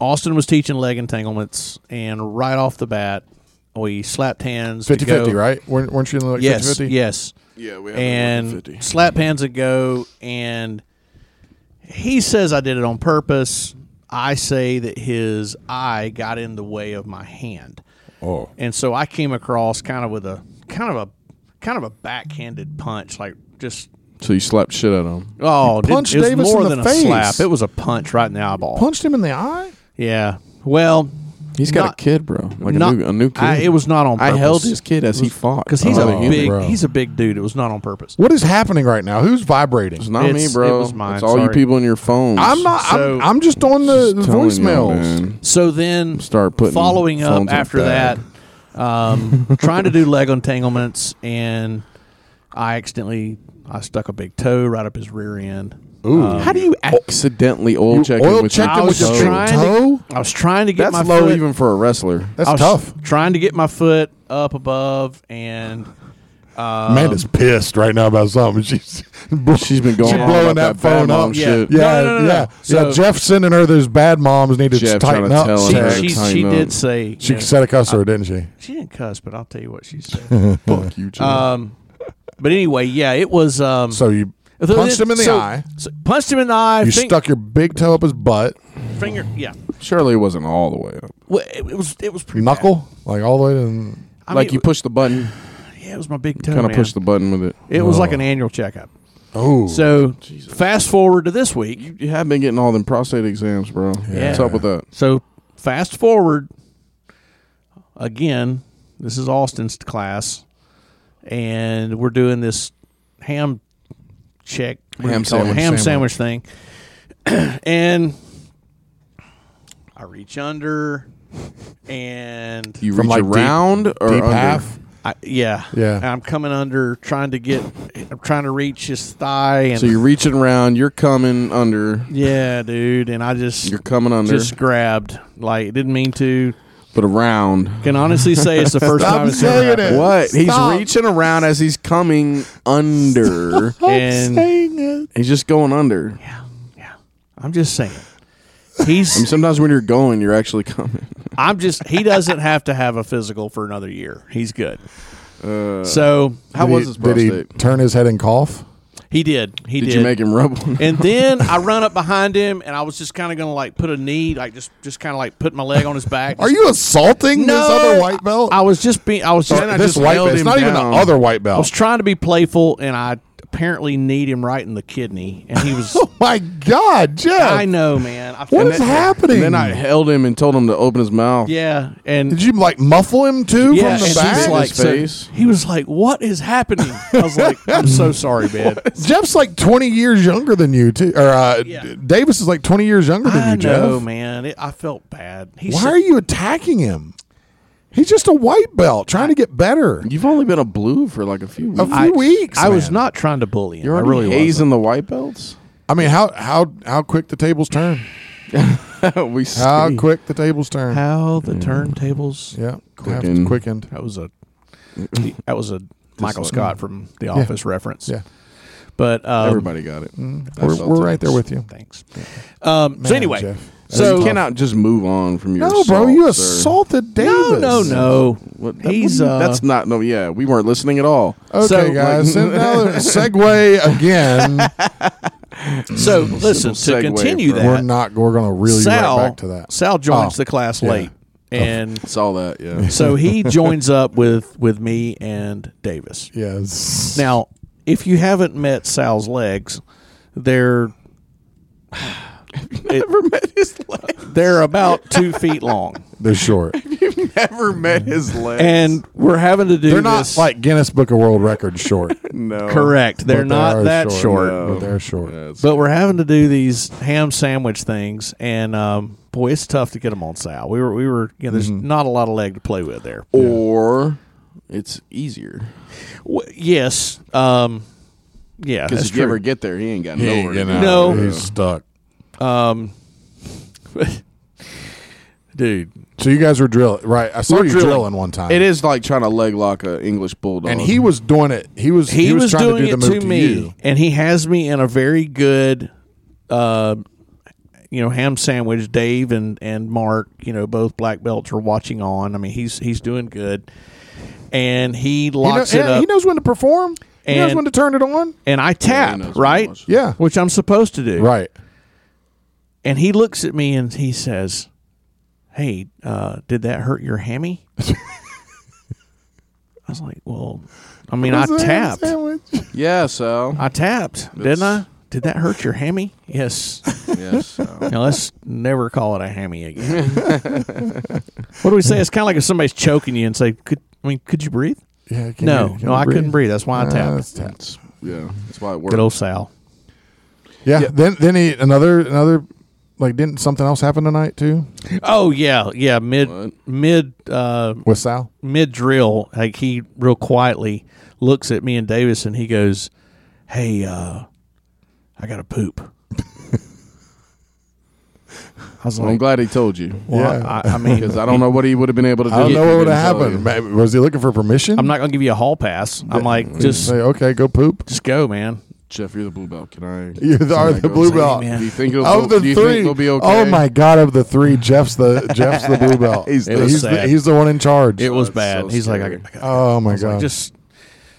B: Austin was teaching leg entanglements, and right off the bat, we slapped hands. to
A: 50
B: go-
A: 50, right? Weren't, weren't you in the like
B: Yes,
A: 50
B: yes.
C: Yeah, we had
B: And
C: 50.
B: slapped hands ago, and he says I did it on purpose. I say that his eye got in the way of my hand,
A: Oh.
B: and so I came across kind of with a kind of a kind of a backhanded punch, like just
C: So you slapped shit out of him.
B: oh, it-
A: punched
B: it was
A: Davis
B: more
A: in the
B: than a
A: face.
B: slap. It was a punch right in the eyeball.
A: Punched him in the eye?
B: Yeah. Well,
C: He's got
B: Not-
C: a kid, bro. Like
B: not-
C: a new, a new kid.
B: I- it was not on
C: I
B: purpose.
C: held his kid as he fought
B: because he's
A: Oh,
B: a big
A: bro.
B: he's a big dude. It was not on purpose.
A: What is happening right now? Who's vibrating?
C: It's not me,
B: It's-
C: bro.
B: it was mine,
C: It's all you
B: sorry.
C: people in your phones.
A: I'm not.
B: So-
A: I'm, I'm just on the, the
C: Telling you,
A: voicemails.
C: man.
B: So then,
C: Start putting
B: following
C: phones
B: up
C: in the
B: after
C: bag.
B: that,
C: [LAUGHS]
B: um, trying to do leg entanglements, and I accidentally I stuck a big toe right up his rear end.
A: Ooh.
C: How do you accidentally oil check him
A: oil
C: with
A: checked
C: your
A: him
B: I
A: with
B: was
A: your
C: toe?
A: big
B: trying
A: toe?
B: to. I was trying to get
C: That's
B: my
C: low
B: foot,
C: even for a wrestler.
A: That's
B: I was
A: tough.
B: Trying to get my foot up above, and uh,
A: Amanda's pissed right now about something. [LAUGHS] She's
C: She's been going
A: She's
C: on
A: blowing that
C: about that,
A: phone
C: bad mom
A: up.
B: Yeah.
C: shit.
A: Yeah,
B: No, no, no, no.
A: yeah,
B: So-
A: yeah. Jeff sending her those bad moms needed
C: Jeff
A: to tighten
C: trying to
A: up.
C: tell
A: she,
C: her.
B: she, she,
C: Time
B: she
C: up.
B: did say
A: she
B: you know,
A: said a cuss her, didn't she?
B: she didn't cuss, but I'll tell you what she said.
C: Fuck you, Jeff.
B: um, but anyway, yeah, it was. Um,
A: So you
B: So
A: punched
B: then-
A: him in the
B: so-
A: eye.
B: so punched him in the eye.
A: You
B: fing-
A: stuck your big toe up his butt,
B: finger. Yeah,
C: Surely it wasn't all the way up.
B: well, it, it was. It was pretty
A: knuckle, like all the way to.
B: bad. I
C: like
B: mean,
C: you pushed
B: [LAUGHS]
C: the button,
B: Yeah, it was my big toe.
C: kind of
B: man.
C: pushed the button with it.
B: It was like an annual checkup.
A: Oh,
B: So fast forward to this week.
C: You have been getting all them prostate exams, bro.
B: Yeah.
C: What's up with that?
B: So fast forward again. This is Austin's class, and we're doing this ham check what do you
C: Ham
B: call it?
C: sandwich.
B: ham sandwich thing, [CLEARS THROAT] and I reach under, and
C: You
A: From
C: reach
A: like deep-
C: around or
A: deep
C: under?
A: half.
B: I, yeah,
A: Yeah.
B: And I'm coming under, trying to get, I'm trying to reach his thigh, and
C: So you're reaching around. You're coming under.
B: yeah, dude. And I just
C: You're coming under,
B: just grabbed, like didn't mean to.
C: but around.
B: Can honestly say
C: [LAUGHS]
B: it's the first
A: Stop
B: time it's ever
A: saying
B: happened.
A: it.
C: What?
A: Stop.
C: He's reaching around as he's coming under.
B: And-
A: saying it.
C: he's just going under.
B: Yeah, yeah. I'm just saying.
C: And
B: He's.
C: sometimes when you're going, you're actually coming.
B: I'm just. He doesn't have to have a physical for another year. He's good.
A: Uh,
B: so
C: How
A: Did
C: was
A: he-
C: his
A: Did
C: prostate?
A: he turn his head and cough?
B: he did. He
C: Did
B: did.
C: you make him rub one?
B: and then I run up behind him, and I was just kind of gonna like put a knee, like just just kind of like put my leg on his back.
A: Are you assaulting this other white belt?
B: I was just being. I was just.
A: Or
C: I
A: this
C: just
A: white
C: nailed
A: belt. It's
C: him
A: not even the
C: down.
A: other white
B: I
A: [LAUGHS]
B: was
A: belt.
B: trying to be playful, and I apparently need him right in the kidney, and
A: [LAUGHS]
B: he was.
A: Oh My God, Jeff.
B: I know, man. I
A: What
B: and
A: is
B: that-
A: happening?
C: And then I held him and told him to open his mouth.
B: Yeah, and
A: Did you like muffle him too
B: yeah,
A: from
B: and
A: the
B: he
C: spit
B: was
A: back?
C: in
B: like,
C: his
B: so-
C: face?
B: he was like, "What is happening?" I was like,
A: [LAUGHS]
B: "I'm so sorry, man."
A: Jeff's like twenty years younger than you too, or uh,
B: Yeah.
A: D- Davis is like twenty years younger than
B: I
A: you, Jeff.
B: know, man. It, I felt bad. He
A: Why
B: said-
A: are you attacking him? He's just a white belt trying to get better.
C: You've only been a blue for like a few weeks.
A: A few weeks.
B: I was
A: man.
B: not trying to bully him.
C: you're
B: I
C: already
B: really
C: hazing the white belts.
A: I mean, how how how quick the tables turn?
C: [LAUGHS] we
A: How
C: see.
A: quick the tables turn?
B: wasn't. How the turntables.
A: yeah,
C: Quicken.
A: quickened. quickened.
B: That was a. That was a Michael
C: one.
B: Scott from The Office reference.
A: Yeah,
B: but um,
C: Everybody got it. I
A: we're,
C: felt
A: we're
C: it.
A: right there with you.
B: Thanks. Um, so
A: Man,
B: anyway,
A: Jeff.
B: so
C: you cannot just move on from your.
A: No, bro,
C: assault,
A: you
C: sir.
A: assaulted Davis.
B: no, no, no.
C: What, that
B: He's
C: wouldn't-
B: uh,
C: that's not no. Yeah, we weren't listening at all.
A: Okay,
B: So-
A: guys.
B: [LAUGHS]
A: another segue again.
B: so. Listen to
C: segue
B: continue
C: from-
B: that.
A: We're not. We're going to reel you
B: Sal
A: right back to that.
B: Sal joins
A: Oh,
B: the class
A: yeah. Oh.
B: late, and
C: Saw
A: [LAUGHS]
C: that. Yeah. [LAUGHS]
B: so he joins up with with me and Davis.
A: Yes.
B: Now, if you haven't met Sal's legs, they're
C: Never met his leg.
B: they're about two
A: [LAUGHS]
B: feet long,
A: they're short.
C: Never met his leg.
B: and we're having to do
A: They're not
B: this.
A: like Guinness Book of World Records
C: [LAUGHS]
A: short.
C: no.
B: [LAUGHS] correct. They're
A: But they
B: not
A: are
B: that short,
A: short.
C: No.
A: But they're short.
C: Yeah, it's-
B: but we're having to do these ham sandwich things, and um, boy, it's tough to get them on Sal. We were we were you know, there's
A: Mm-hmm.
B: not a lot of leg to play with there.
C: or it's easier
B: W- yes, um, yeah,
C: because
B: that's
C: if you
B: true.
C: ever get there, he ain't got
A: He ain't
C: nowhere. to
A: getting
C: go.
A: out.
B: No. [LAUGHS]
A: He's stuck.
B: Um, dude,
A: So you guys were drilling, right? I saw
C: We're
A: you drilling.
C: drilling.
A: one time.
C: It is like trying to leg lock an English bulldog.
A: and he was doing it. He was he,
B: he, was,
A: trying
B: doing
A: to do the
B: it
A: move
B: to
A: to
B: me,
A: you.
B: and he has me in a very good, uh, you know, ham sandwich. Dave and and Mark, you know, both black belts are watching on. I mean, he's he's doing good, and he
A: He, know-
B: locks
A: yeah,
B: it up,
A: he knows when to perform. he knows
B: And-
A: when to turn it on.
B: and I tap
C: knows
B: right,
C: pretty much.
A: Yeah,
B: which I'm supposed to do,
A: right.
B: And he looks at me and he says, "Hey, uh, did that hurt your hammy?" I was like, "Well, I mean, I
A: Is that a [LAUGHS]
B: tapped."
A: sandwich?
C: yeah, so
B: I tapped, didn't I? Did that hurt your hammy? Yes.
C: yes, so.
B: Now let's never call it a
A: [LAUGHS]
B: hammy again. what do we say? It's kind of like if somebody's choking you and say, "Could I mean, could you breathe?"
A: Yeah, can
B: no,
A: you- can
B: no,
A: you
B: I couldn't breathe. That's why I
A: Uh,
B: tapped.
A: it's tap.
C: That's- yeah, that's why it
B: Good
C: works.
B: old Sal.
A: Yeah. Then then he another another like didn't something else happen tonight too
B: Oh yeah, yeah. Mid
C: What?
B: mid uh,
A: with Sal?
B: mid drill, like he real quietly looks at me and Davis, and he goes, "Hey, uh, I got to poop." I was
C: I'm
B: like,
C: glad he told you [LAUGHS]
B: well,
A: Yeah.
B: I, I mean,
C: because I don't know what he would have been able to do.
A: I don't
C: if
A: know
C: he
A: what would
C: didn't
A: have
C: tell you.
A: happened. Maybe- Was he looking for permission?
B: I'm not gonna give you a hall pass. I'm like, just
A: Say okay, go poop.
B: just go, man.
C: Jeff, you're the blue belt.
A: [LAUGHS]
C: Can I?
A: You are the blue belt.
B: man.
C: Do you think it'll
A: Of
C: go-
A: the
C: do you
A: three,
C: think they'll be okay?
A: oh my god! Of the three, Jeff's the
C: [LAUGHS]
A: Jeff's the blue belt.
C: He's
A: he's,
C: the-
A: the,
B: sad.
A: he's the one in charge.
B: It was
C: that's
B: bad.
C: so
B: He's like, I,
C: scary.
B: I gotta
A: oh my
B: like,
A: god! Just
B: just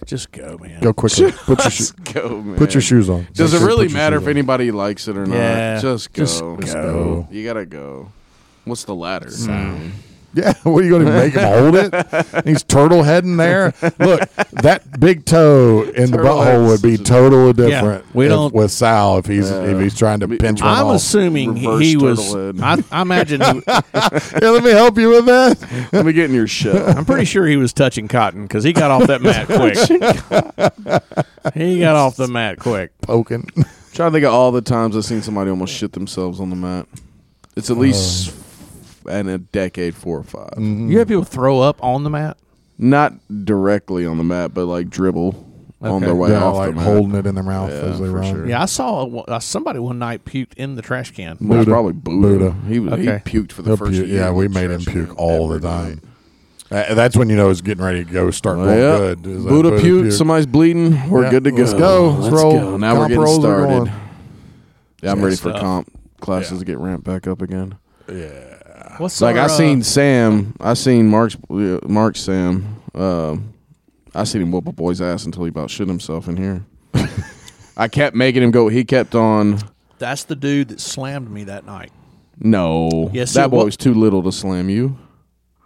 B: just go, man.
A: go
C: [LAUGHS]
A: quickly. Put your sho-
C: [LAUGHS] Go, man.
A: put your shoes on.
C: Does it
A: Put your
C: really
A: shoes
C: matter if
A: on.
C: anybody likes it or not?
B: Yeah,
C: just go.
B: just
A: go.
C: You gotta go. What's the ladder?
A: Yeah, [LAUGHS] what are you going to make him hold it?
C: [LAUGHS]
A: And he's turtle heading there. Look, that big toe in the
C: Turtle
A: butthole
C: head's
A: would be
C: such a-
A: totally different.
B: we
A: if-
B: don't-
A: with Sal if he's if he's trying to
C: Me-
A: pinch one
B: I'm
A: off. [LAUGHS]
B: assuming he-
C: Reverse
B: he was.
C: turtle head.
B: I, I imagine. He,
A: Here, let me help you with that.
C: Hmm. Let me get in
A: [LAUGHS]
C: your shell.
B: I'm pretty sure he was touching cotton because he got off that
C: [LAUGHS]
B: mat quick. he got off the mat quick.
A: Poking.
C: trying to think of all the times I've seen somebody almost shit themselves on the mat. It's
A: Oh.
C: at least in a decade, four or 5
A: Mm-hmm.
B: You have people throw up on the mat.
C: Not directly on the mat, but like dribble on
B: Okay.
C: their way
A: Yeah,
C: off
A: like
C: the mat.
A: holding it in their mouth as they
C: for
A: run.
C: sure.
B: Yeah, I saw a- uh, somebody one night puked in the trash can.
C: Well, it's
A: Buddha.
C: probably Buddha.
A: Buddha.
C: He was he
B: Okay.
C: puked for the
A: He'll
C: first
A: puke.
C: year.
A: Yeah,
C: in
A: we
C: the
A: made him
C: trash
A: puke
C: can
A: all
C: every
A: the time.
C: night.
A: Uh, that's when you know it's getting ready to go start going
C: yeah.
A: good. is that
C: Buddha, puked. Somebody's bleeding. We're
A: Yeah,
C: good to go.
A: Let's go. Let's,
C: Let's
A: roll.
C: go. Now
A: Comp
C: we're getting
A: rolls are
C: started.
A: going.
C: Yeah, I'm ready for
B: stuff.
C: comp classes to get ramped back up again.
B: What's
C: like
B: our,
C: I
B: uh,
C: seen Sam. I seen Mark's uh, Mark's Sam. Um, I seen him whoop a boy's ass until he about shit himself in [LAUGHS] here. I kept making him go. He kept on.
B: uh, That's the dude that slammed me that night.
C: No,
B: Yes,
C: that
B: it
C: boy
B: wa-
C: was too little to slam you.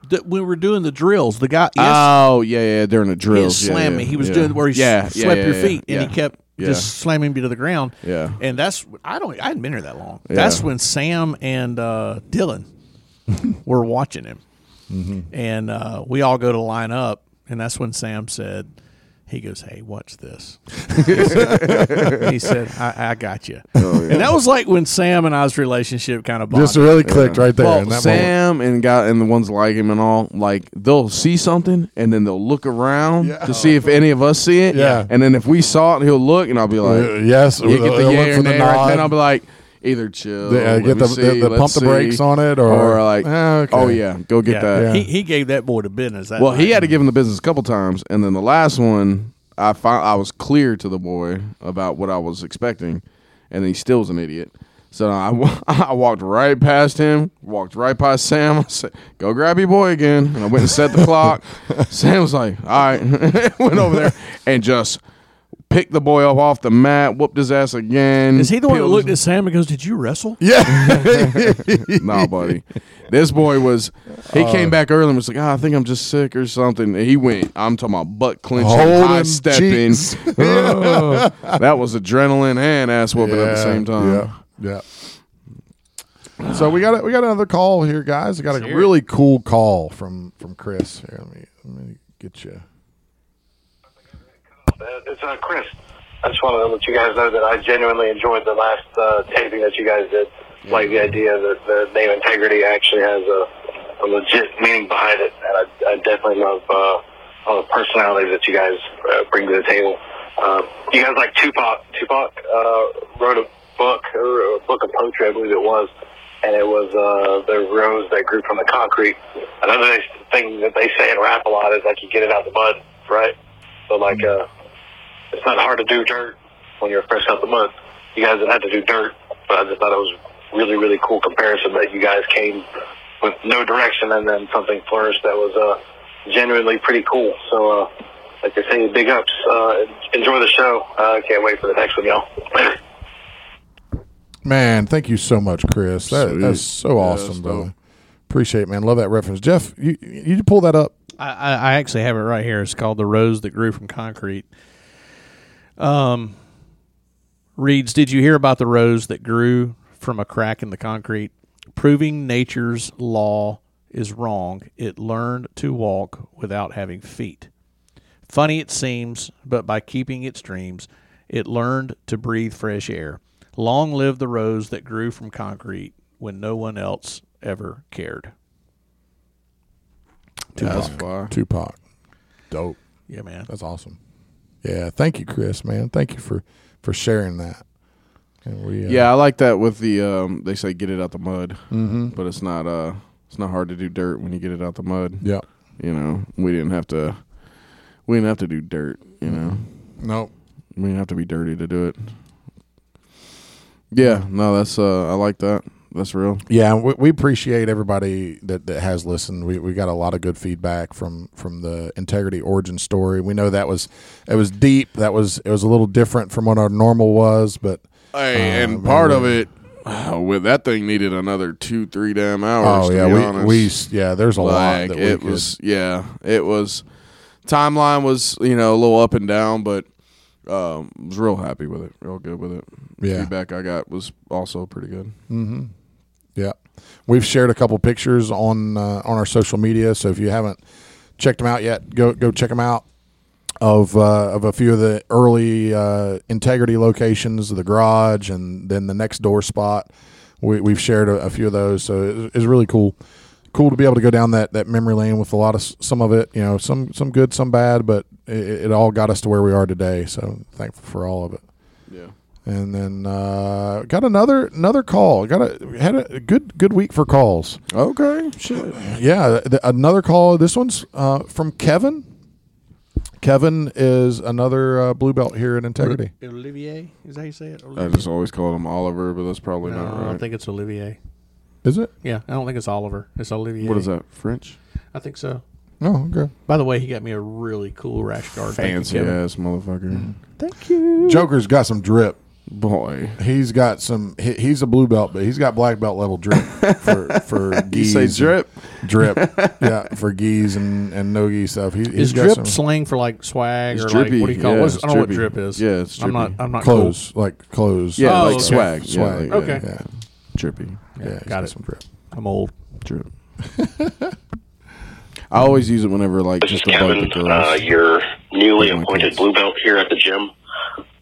B: That we were doing the drills. The guy, yes,
C: Oh yeah, yeah. During the
B: he
C: drills, yeah,
B: slammed me.
C: yeah,
B: He was
C: yeah.
B: doing where he
C: yeah,
B: s-
C: yeah,
B: swept
C: yeah,
B: your
C: yeah,
B: feet, and
C: yeah.
B: he kept
C: Yeah.
B: just slamming me to the ground.
C: Yeah.
B: and that's I don't I hadn't been here that long. That's
C: Yeah.
B: when Sam and uh,
C: [LAUGHS]
B: Dylan were watching him,
C: Mm-hmm.
B: and uh, we all go to line up, and that's when Sam said. He goes, hey, watch this. [LAUGHS] he said, I, I got you.
C: Oh,
B: And that was like when Sam and I's relationship kind of bonded.
A: Just really clicked right there
C: Well,
A: in that moment.
C: Sam and got and the ones like him and all like they'll see something and then they'll look around
A: Yeah.
C: to see if any of us see it.
A: Yeah.
C: and then if we saw it, he'll look and I'll be like,
A: Uh, yes,
C: you get
A: they'll
C: the
A: look
C: yeah
A: for
C: or
A: the
C: nay, right? then
A: nod.
C: I'll be like, either chill,
A: They, uh,
C: let
A: get
C: me
A: the-
C: see,
A: the- the
C: let's
A: pump the
C: see.
A: brakes on it, or-
C: or like,
A: Eh, okay.
C: oh yeah, go get
B: Yeah.
C: that.
B: He, he gave that boy the business. That
C: Well, he
B: night.
C: had to give him the business a couple times, and then the last one, I found I was clear to the boy about what I was expecting, and he still was an idiot. So I, wa- [LAUGHS] I walked right past him, walked right past Sam. I said, "Go grab your boy again," and I went and set the
B: [LAUGHS]
C: clock. Sam was like, "All right," [LAUGHS] went over there and just picked the boy up off the mat, whooped his ass again.
B: Is he the one that
C: Peeled his-
B: looked at Sam and goes, "Did you wrestle?"
C: [LAUGHS] nah, buddy. This boy was. He
A: Uh,
C: came back early and was like, "Ah, I think I'm just sick or something. And he went. I'm talking about butt clenching,
A: Holding
C: high stepping.
A: cheeks. [LAUGHS]
C: Oh. [LAUGHS] that was adrenaline and ass whooping at the
A: Yeah,
C: same time.
A: Yeah. yeah. So we got a, we got another call here, guys. We got a
B: hear it.
A: really cool call from from Chris. Here, let me let me get you.
E: Uh, It's uh, Chris. I just want to let you guys know that I genuinely enjoyed the last uh, taping that you guys did. Like the idea that the name integrity actually has a, a legit meaning behind it, and I, I definitely love uh, all the personalities that you guys uh, bring to the table. Uh, you guys like Tupac. Tupac uh, wrote a book or a book of poetry, I believe it was, and it was uh, the rose that grew from the concrete. Another thing that they say in rap a lot is like you get it out the mud, right? So like, uh, it's not hard to do dirt when you're fresh out the mud. You guys didn't have to do dirt, but I just thought it was really really cool comparison that you guys came with no direction and then something flourished that was uh, genuinely pretty cool. So. Uh, like I say, big ups. Uh, enjoy the show. I uh, can't wait for the next one, y'all. [LAUGHS]
A: Man, thank you so much, Chris. That,
C: Sweet.
A: that's so
C: Yeah,
A: awesome,
C: that's
A: brother.
C: dope.
A: Appreciate it, man. Love that reference. Jeff, you you you pull that up.
B: I, I I actually have it right here. It's called "The Rose That Grew from Concrete." Um, reads: Did you hear about the rose that grew from a crack in the concrete? Proving nature's law is wrong. It learned to walk without having feet. Funny it seems, but by keeping its dreams, it learned to breathe fresh air. Long live the rose that grew from concrete when no one else ever cared.
C: That's fire.
A: Tupac. Dope.
B: Yeah, man.
A: That's awesome. Yeah, thank you, Chris, man. Thank you for for sharing that. And we uh,
C: Yeah, I like that with the um they say get it out the mud. Mm-hmm. But it's not uh it's not hard to do dirt when you get it out the mud.
A: Yep.
C: You know, we didn't have to we didn't have to do dirt, you
A: Mm-hmm.
C: know.
A: Nope.
C: We didn't have to be dirty to do it. Yeah, no, that's uh I like that. That's real.
A: Yeah, we, we appreciate everybody that, that has listened. We, we got a lot of good feedback from from the integrity origin story. We know that was it was deep. That was it was a little different from what our normal was, but
C: Hey,
A: and part of
C: it [SIGHS] with that thing needed another two, three damn hours.
A: oh yeah, we, we yeah, there's a lot
C: like
A: that
C: it
A: we could-
C: was yeah it was timeline was you know a little up and down but um was real happy with it real good with it
A: Yeah.
C: feedback i got was also pretty good
A: Yeah, we've shared a couple pictures on uh, on our social media. So if you haven't checked them out yet, go go check them out of uh, of a few of the early uh, integrity locations, the garage, and then the next door spot. We, we've shared a, a few of those, so it's, it's really cool. Cool to be able to go down that, that memory lane with a lot of s- some of it, you know, some some good, some bad, but it, it all got us to where we are today. So thankful for all of it.
C: yeah
A: And then uh, got another another call. Got a had a good good week for calls.
C: okay shit
A: Yeah, th- another call. This one's uh, from Kevin. Kevin is another uh, blue belt here at Integrity.
B: Olivier, is that how you say it?
C: i just always called him oliver but that's probably
B: No,
C: not
B: I
C: right
B: think it's Olivier.
A: Is it?
B: Yeah, I don't think it's Oliver. It's Olivier.
C: what is that french
B: I think so.
A: Oh, okay.
B: By the way, he got me a really cool rash guard. Thank
C: fancy
B: you, Kevin. Mm.
C: ass motherfucker
B: Thank you.
A: Joker's got some drip.
C: boy
A: He's got some. He, he's a blue belt, but he's got black belt level [LAUGHS] drip for for
C: you
A: geese.
C: say
A: and-
C: drip
A: [LAUGHS] drip. Yeah, for geese and and no geese stuff. He, he's
B: Is
A: got
B: drip
A: some
B: slang for like swag
C: It's
B: or
C: drippy,
B: like what do you call
C: yeah,
B: it? What's-
C: it's
B: I don't know what
C: drippy.
B: drip is.
C: Yeah, it's
B: I'm not.
C: drippy.
B: I'm not
A: clothes like clothes.
C: yeah
B: Oh,
C: like
B: okay.
C: swag yeah,
A: swag.
C: like, yeah,
B: Okay.
A: Yeah.
C: drippy
A: Yeah,
B: Yeah,
A: he's
B: got it.
A: Some drip.
B: Cool. I'm old.
C: drip [LAUGHS] i always use it whenever like
E: This is
C: just to bug the
E: Kevin,
C: girls
E: uh, your newly
C: Like my
E: appointed
C: kids.
E: blue belt here at the gym.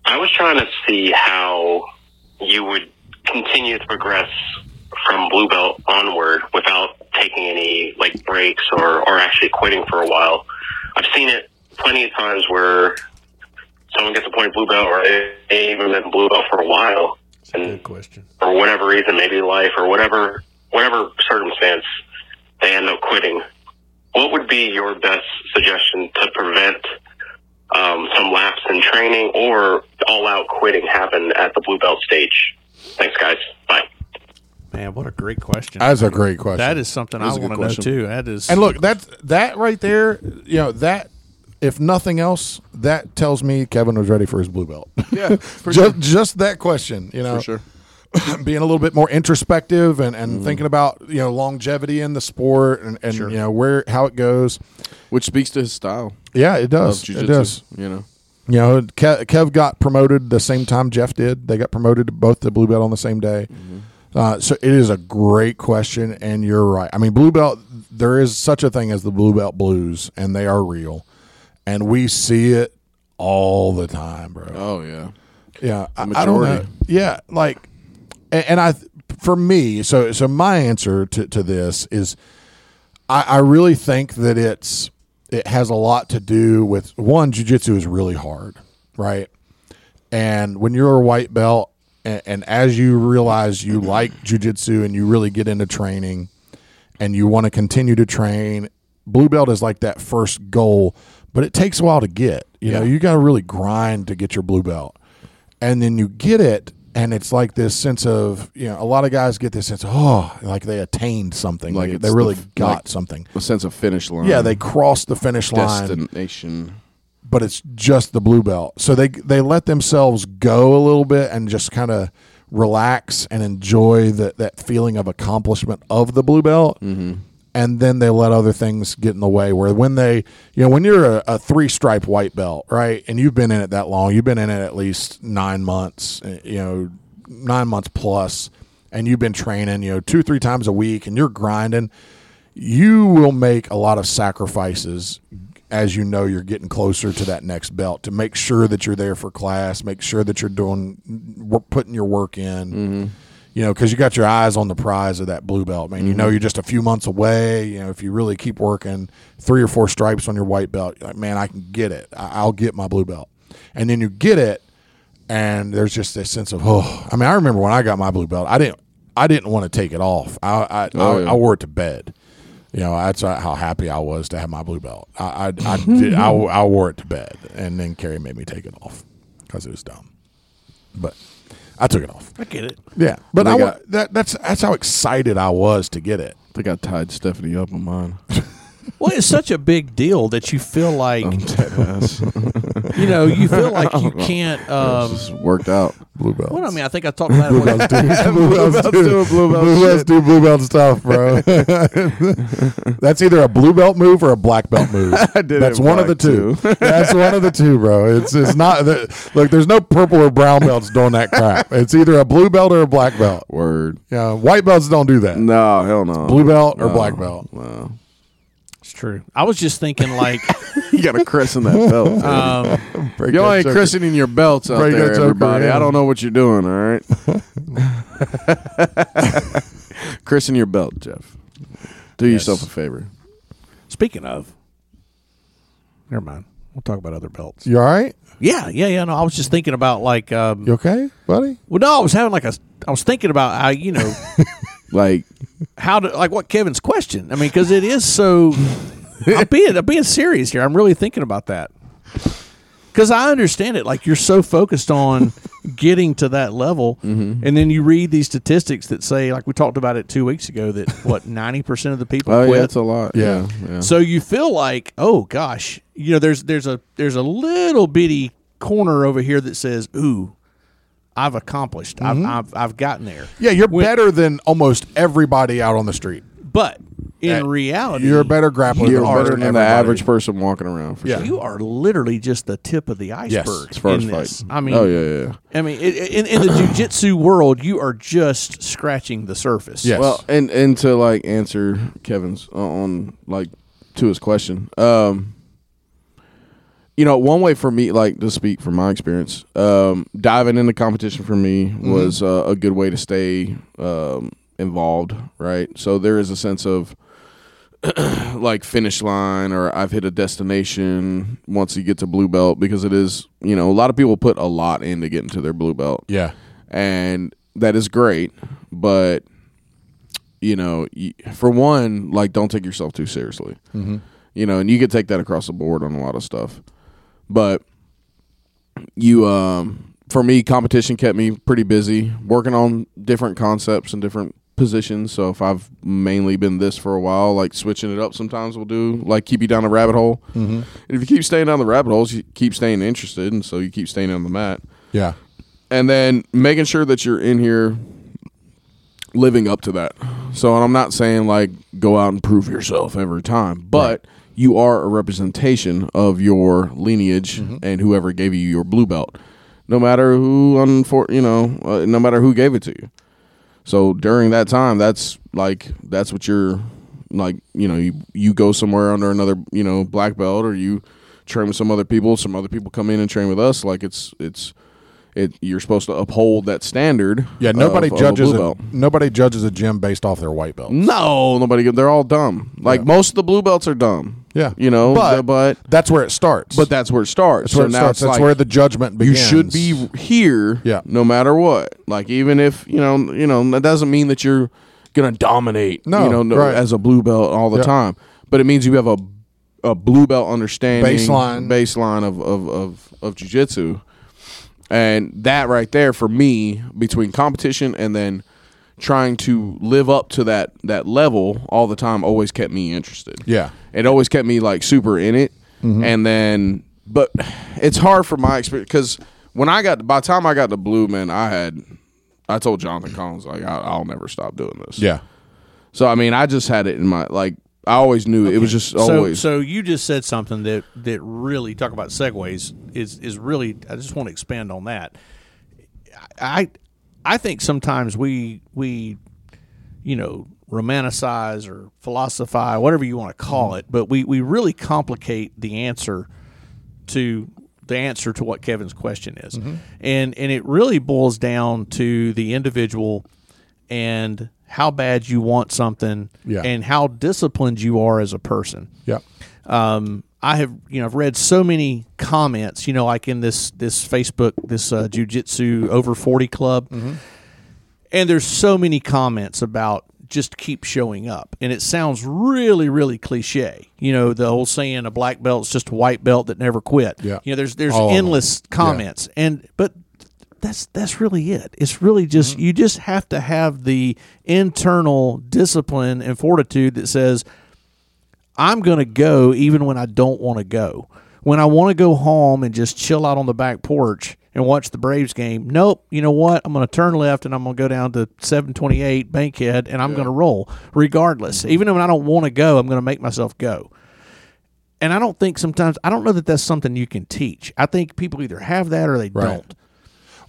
E: I was trying to see how you would continue to progress from blue belt onward without taking any like breaks or, or actually quitting for a while. I've seen it plenty of times where someone gets appointed blue belt or they even been blue belt for a while
B: It's a
E: and
B: good question.
E: for whatever reason, maybe life or whatever whatever circumstance, they end up quitting. What would be your best suggestion to prevent um, some lapse in training or all out quitting happen at the blue belt stage? Thanks, guys. Bye.
B: Man, what a great question.
A: That's a great question.
B: that is something I
C: a good
B: want to know
C: question.
B: too. That is.
A: And look, that's that right there, you know, that if nothing else, that tells me Kevin was ready for his blue belt.
C: yeah [LAUGHS] for
A: just, just that question, you know,
C: for sure
A: [CLEARS THROAT]
C: Mm-hmm.
A: being a little bit more introspective and, and thinking about, you know, longevity in the sport and, and you know, where how it goes.
C: which speaks to his style
A: Yeah, it
C: of
A: does. It
C: jiu-jitsu
A: does.
C: you know
A: You know, Kev, Kev got promoted the same time Jeff did. They got promoted to both the blue belt on the same day. Uh, so it is a great question, and you're right. I mean, blue belt, there is such a thing as the blue belt blues, and they are real, and we see it all the time, bro.
C: oh yeah
A: Yeah, I, I don't know.
C: majority.
A: Yeah, like, and, and I, for me, so so my answer to to this is, I, I really think that it's it has a lot to do with one jujitsu is really hard, right? And when you're a white belt, and, and as you realize you like jujitsu and you really get into training and you want to continue to train, blue belt is like that first goal, but it takes a while to get. You know, you got to really grind to get your blue belt. And then you get it, and it's like this sense of, you know, a lot of guys get this sense, of, oh, like they attained something. Like
C: Like
A: they,
C: it's the
A: really
C: f-
A: got
C: like-
A: something.
C: A sense of finish line.
A: Yeah, they crossed the finish line
C: destination.
A: but it's just the blue belt. So they they let themselves go a little bit and just kind of relax and enjoy that that feeling of accomplishment of the blue belt. Mm-hmm. And then they let other things get in the way. Where when they, you know, when you're a, a three stripe white belt, right, and you've been in it that long, you've been in it at least nine months, eh, you know, nine months plus, and you've been training, you know, two three times a week, and you're grinding you will make a lot of sacrifices as you know you're getting closer to that next belt to make sure that you're there for class, make sure that you're doing we're putting your work in.
C: Mm-hmm.
A: You know, because you got your eyes on the prize of that blue belt, man. You
C: Mm-hmm.
A: know, you're just a few months away. You know, if you really keep working, three or four stripes on your white belt, you're like, man, I can get it. I- I'll get my blue belt. And then you get it, and there's just this sense of oh i mean i remember when i got my blue belt i didn't i didn't want to take it off i i,
C: Oh,
A: I,
C: yeah.
A: I wore it to bed you know that's how happy i was to have my blue belt i i, [LAUGHS] I, did, I, I wore it to bed and then carrie made me take it off because it was dumb but i took it off
B: I get it.
A: yeah but
C: They
A: I, wa-
C: got-
A: that, that's that's how excited i was to get it
C: I think I tied Stephanie up on [LAUGHS] mine.
B: Well, it's such a big deal that you
C: [LAUGHS]
B: feel
C: Oh.
B: like
C: Deadass.
B: you know you feel like
C: [LAUGHS]
B: you can't. Um,
C: This worked out.
A: blue belt
B: well, I mean, I think I talked about it. When,
A: [LAUGHS] blue belts do blue belt, do blue belt stuff, [LAUGHS] bro. That's either a blue belt move or a black belt move. [LAUGHS]
C: did
A: That's
C: it
A: one of the
C: black,
A: two. [LAUGHS] That's one of the two, bro. It's it's not that, look. There's no purple or brown belts doing that crap. It's either a blue belt or a black belt.
C: Word.
A: Yeah, white belts don't do that.
C: No, hell no.
A: Blue belt or
C: No,
A: black belt.
C: No.
B: it's true. I was just thinking like,
C: [LAUGHS] You got to christen that belt. [LAUGHS]
B: um,
A: Break
C: Y'all
A: that
C: ain't
A: joker.
C: christening your belts out
A: Break that
C: there,
A: joker
C: everybody.
A: in.
C: I don't know what you're doing, all
A: [LAUGHS]
C: right? Christen your belt, Jeff. Do yourself a favor.
B: speaking of, never mind. We'll talk about other belts.
A: You all right?
B: Yeah, yeah, yeah. No, I was just thinking about like. Um,
A: You okay, buddy?
B: well, no, I was having like a. I was thinking about how you
C: [LAUGHS]
B: know
C: Like,
B: how to like what Kevin's question. I mean, because it is so. I'm being I'm being serious here. I'm really thinking about that because I understand it. Like you're so focused
C: [LAUGHS]
B: on getting to that level,
C: Mm-hmm.
B: and then you read these statistics that say, like we talked about it two weeks ago, that what ninety percent of the people
C: oh, yeah,
B: quit.
C: it's a lot.
A: Yeah.
C: yeah. yeah.
B: so you feel like, oh gosh, you know, there's there's a there's a little bitty corner over here that says, ooh, I've accomplished. I've, I've I've gotten there.
A: Yeah, you're
B: When-
A: better than almost everybody out on the street.
B: But in
A: Uh,
B: reality,
A: You're a better grappler. than
C: You're better
A: almost
C: than the
A: everybody.
C: average person walking around for
A: Yeah.
C: sure.
B: you are literally just the tip of the iceberg.
A: as
C: As far
B: in
C: as
B: this.
C: fighting.
B: I mean,
C: oh, yeah, yeah, yeah.
B: I mean, i- i- in, in the jujitsu world, you are just scratching the surface.
A: Yes.
C: Well, and and to like answer Kevin's uh, on like to his question, um, you know, one way for me, like to speak from my experience, um, diving into competition for me was uh, a good way to stay um, involved, right? So there is a sense of [CLEARS THROAT] like finish line or I've hit a destination once you get to blue belt because it is, you know, a lot of people put a lot into getting to their blue belt
A: Yeah.
C: and that is great but you know y- for one like don't take yourself too seriously mm-hmm. you know and you could take that across the board on a lot of stuff but you um for me competition kept me pretty busy working on different concepts and different positions so if i've mainly been this for a while like switching it up sometimes will do like keep you down the rabbit hole mm-hmm. and if you keep staying down the rabbit holes you keep staying interested and so you keep staying on the mat
A: Yeah.
C: and then making sure that you're in here living up to that. So, and I'm not saying like go out and prove yourself every time, but you are a representation of your lineage
A: Mm-hmm.
C: and whoever gave you your blue belt, no matter who, unfor- you know, uh, no matter who gave it to you. So during that time, that's like that's what you're like. You know, you you go somewhere under another you know black belt, or you train with some other people. Some other people come in and train with us. Like it's it's it you're supposed to uphold that standard.
A: Yeah, nobody
C: of- of Uh, a
A: judges
C: blue
A: a,
C: belt. Mm.
A: nobody judges a gym based off their white belt.
C: No, nobody. They're all dumb. Like most of the blue belts are dumb.
A: Yeah.
C: you know,
A: But-
C: but but,
A: That's where it starts.
C: but that's where it starts.
A: that's where
C: So
A: it
C: now
A: starts.
C: it's
A: That's
C: like,
A: where the judgment
C: you
A: begins.
C: should be here
A: Yeah.
C: no matter what like even if you know you know that doesn't mean that you're gonna dominate
A: No,
C: you know no-
A: right.
C: as a blue belt all the
A: Yeah.
C: time but it means you have a a blue belt understanding
A: Baseline.
C: baseline of of of, of jiu-jitsu and that right there for me between competition and then trying to live up to that that level all the time always kept me interested
A: Yeah. Mm-hmm.
C: it always kept me like super in it and then but it's hard for my experience because when i got by the time i got to blue man i had i told jonathan collins like I, i'll never stop doing this
A: Yeah.
C: so i mean i just had it in my like i always knew it was just
B: So,
C: always
B: so you just said something that that really talk about segues is is really. I just want to expand on that. I I think sometimes we we you know romanticize or philosophize whatever you want to call it, but we we really complicate the answer to the answer to what Kevin's question is, and and it really boils down to the individual and how bad you want something
A: Yeah.
B: and how disciplined you are as a person
A: Yeah.
B: um, I have you know I've read so many comments you know like in this this Facebook this uh, jujitsu over forty club,
A: Mm-hmm.
B: and there's so many comments about just keep showing up, and it sounds really really cliche. You know the old saying a black belt's just a white belt that never quit.
A: Yeah.
B: you know there's there's
A: All of 'em.
B: endless comments and but that's that's really it it's really just
A: Mm-hmm.
B: you just have to have the internal discipline and fortitude that says i'm going to go even when i don't want to go when i want to go home and just chill out on the back porch and watch the braves game nope you know what i'm going to turn left and i'm going to go down to 728 bankhead and i'm going to roll regardless
A: Mm-hmm.
B: even when i don't want to go i'm going to make myself go and I don't think sometimes I don't know that that's something you can teach. I think people either have that or they don't.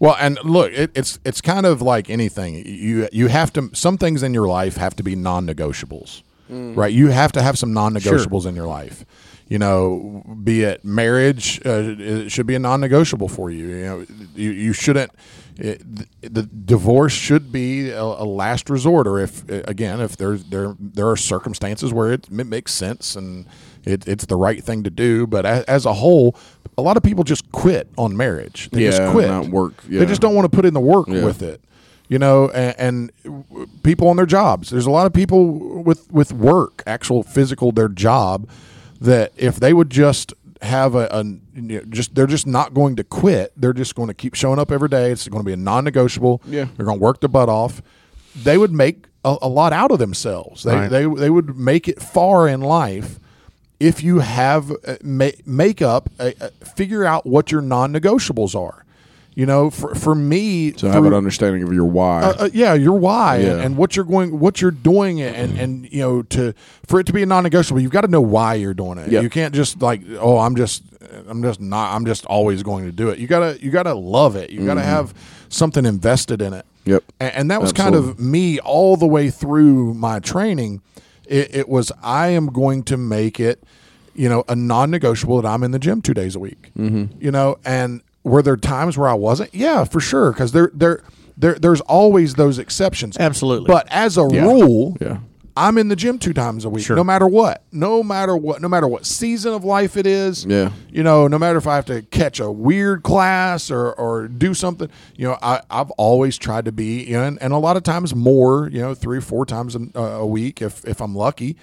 A: Well, and look, it, it's it's kind of like anything. You you have to some things in your life have to be non-negotiables, right? You have to have some non-negotiables in your life. You know, be it marriage, uh, it should be a non-negotiable for you. You know, you, you shouldn't. It, the, the divorce should be a, a last resort, or if eh, again, if there's there there are circumstances where it, m makes sense and it, it's the right thing to do. But as, as a whole, a lot of people just quit on marriage. They just
C: Yeah,
A: quit.
C: not work, yeah.
A: They just don't want to put in the work with it. You know, and, and w- people on their jobs. There's a lot of people with with work, actual physical, their job. That if they would just have a, a you know, just they're just not going to quit. They're just going to keep showing up every day. It's going to be a non-negotiable.
C: Yeah.
A: they're going to work their butt off. They would make a, a lot out of themselves. They,
B: Right.
A: they they would make it far in life if you have uh, ma- make up a, a- figure out what your non-negotiables are you know for, for me
C: to have an
A: through-
C: understanding of your why
A: uh, uh, yeah your why and,
C: Yeah. Mm-hmm.
A: and what you're going what you're doing it and and you know to for it to be a non-negotiable you've got to know why you're doing it
C: Yep.
A: you can't just like oh i'm just i'm just not i'm just always going to do it you gotta you gotta love it you gotta have something invested in it
C: Mm-hmm. Yep.
A: A- and, that was kind of
C: Absolutely.
A: me all the way through my training it, it was i am going to make it you know a non-negotiable that i'm in the gym two days a week mm-hmm. you know and were there times where i wasn't yeah for sure because there there there, there's always those exceptions.
B: Absolutely.
A: But as a rule,
C: Yeah.
A: I'm in the gym two times a week, no matter what, no matter what, no matter what season of life it is.
C: Yeah.
A: You know, no matter if I have to catch a weird class or, or do something, you know, I, I've always tried to be in, and a lot of times more, you know, three or four times a, a week if, if I'm lucky.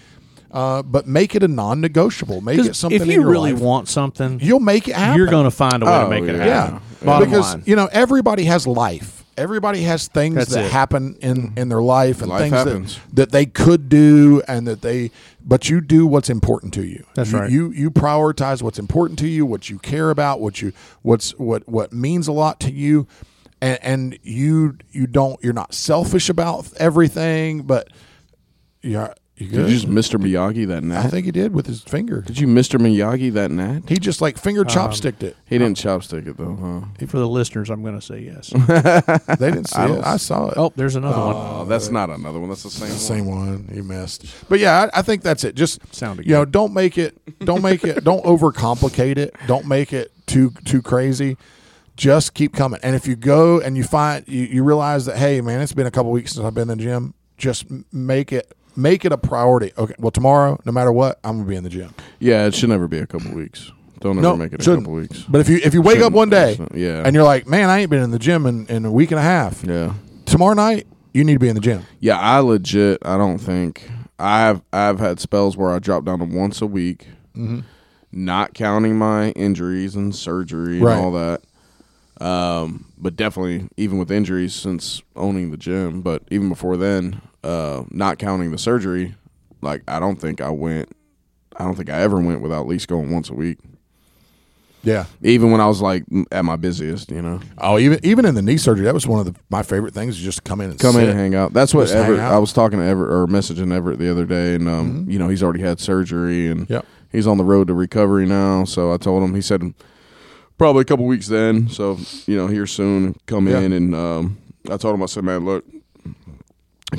A: Uh, but make it a non negotiable. Make it something
B: if
A: in
B: you
A: your
B: really
A: life.
B: want something,
A: you'll make it happen.
B: you're going to find a way to
C: Oh,
B: make it
C: yeah.
A: Yeah,
B: happen. Bottom
A: because
B: line.
A: you know everybody has life. Everybody has things
B: That's
A: that
B: it.
A: happen in in their life and
C: Life
A: things
C: happens.
A: that that they could do and that they. But you do what's important to you.
B: That's
A: you,
B: right.
A: You you prioritize what's important to you, what you care about, what you what's what what means a lot to you, and, and you you don't you're not selfish about everything, but yeah, you
C: did
A: good.
C: you just mr miyagi that
A: I
C: gnat
A: think he did with his finger.
C: did you mr miyagi that gnat
A: He just like finger chopsticked it.
C: he didn't chopstick it though huh
B: For the listeners, I'm going to say yes.
A: [LAUGHS] They didn't see it.
C: don't
A: I saw it.
B: oh, there's another one.
C: oh that's not another one that's the same, one.
A: Same one you missed, but yeah, I, I think that's it. Just
B: Sounded
A: you know, don't
C: [LAUGHS]
A: make it, don't make it, don't overcomplicate it. Don't make it too too crazy. Just keep coming. And if you go and you find you, you realize that hey man, it's been a couple weeks since I've been in the gym, just m- make it make it a priority. Okay, well tomorrow, no matter what, I'm gonna be in the gym.
C: Yeah, it should never be a couple weeks. Don't ever
A: No,
C: make it a
A: shouldn't.
C: couple weeks.
A: But if you if you wake up
C: Shouldn't.
A: one day
C: That's not- yeah.
A: and you're like, man, I ain't been in the gym in, in a week and a half.
C: Yeah.
A: Tomorrow night, you need to be in the gym.
C: Yeah, I legit. I don't think I've I've had spells where I drop down to once a week, not counting my injuries and surgery
A: Right.
C: and all that. Um, but definitely, even with injuries since owning the gym, but even before then, uh, not counting the surgery, like I don't think I went. I don't think I ever went without at least going once a week.
A: Yeah.
C: Even when I was like m- at my busiest, you know,
A: Oh, even even in the knee surgery, that was one of the, my favorite things. is Just to come in and
C: come in
A: sit.
C: and hang out. That's what
A: Just hang
C: Everett.
A: out. Mm-hmm.
C: I was talking to Everett or messaging Everett the other day, and um, you know, he's already had surgery and
A: Yep.
C: he's on the road to recovery now. So I told him. He said probably a couple weeks then. So you know, here soon, come
A: Yeah.
C: in and um, I told him. I said, man, look,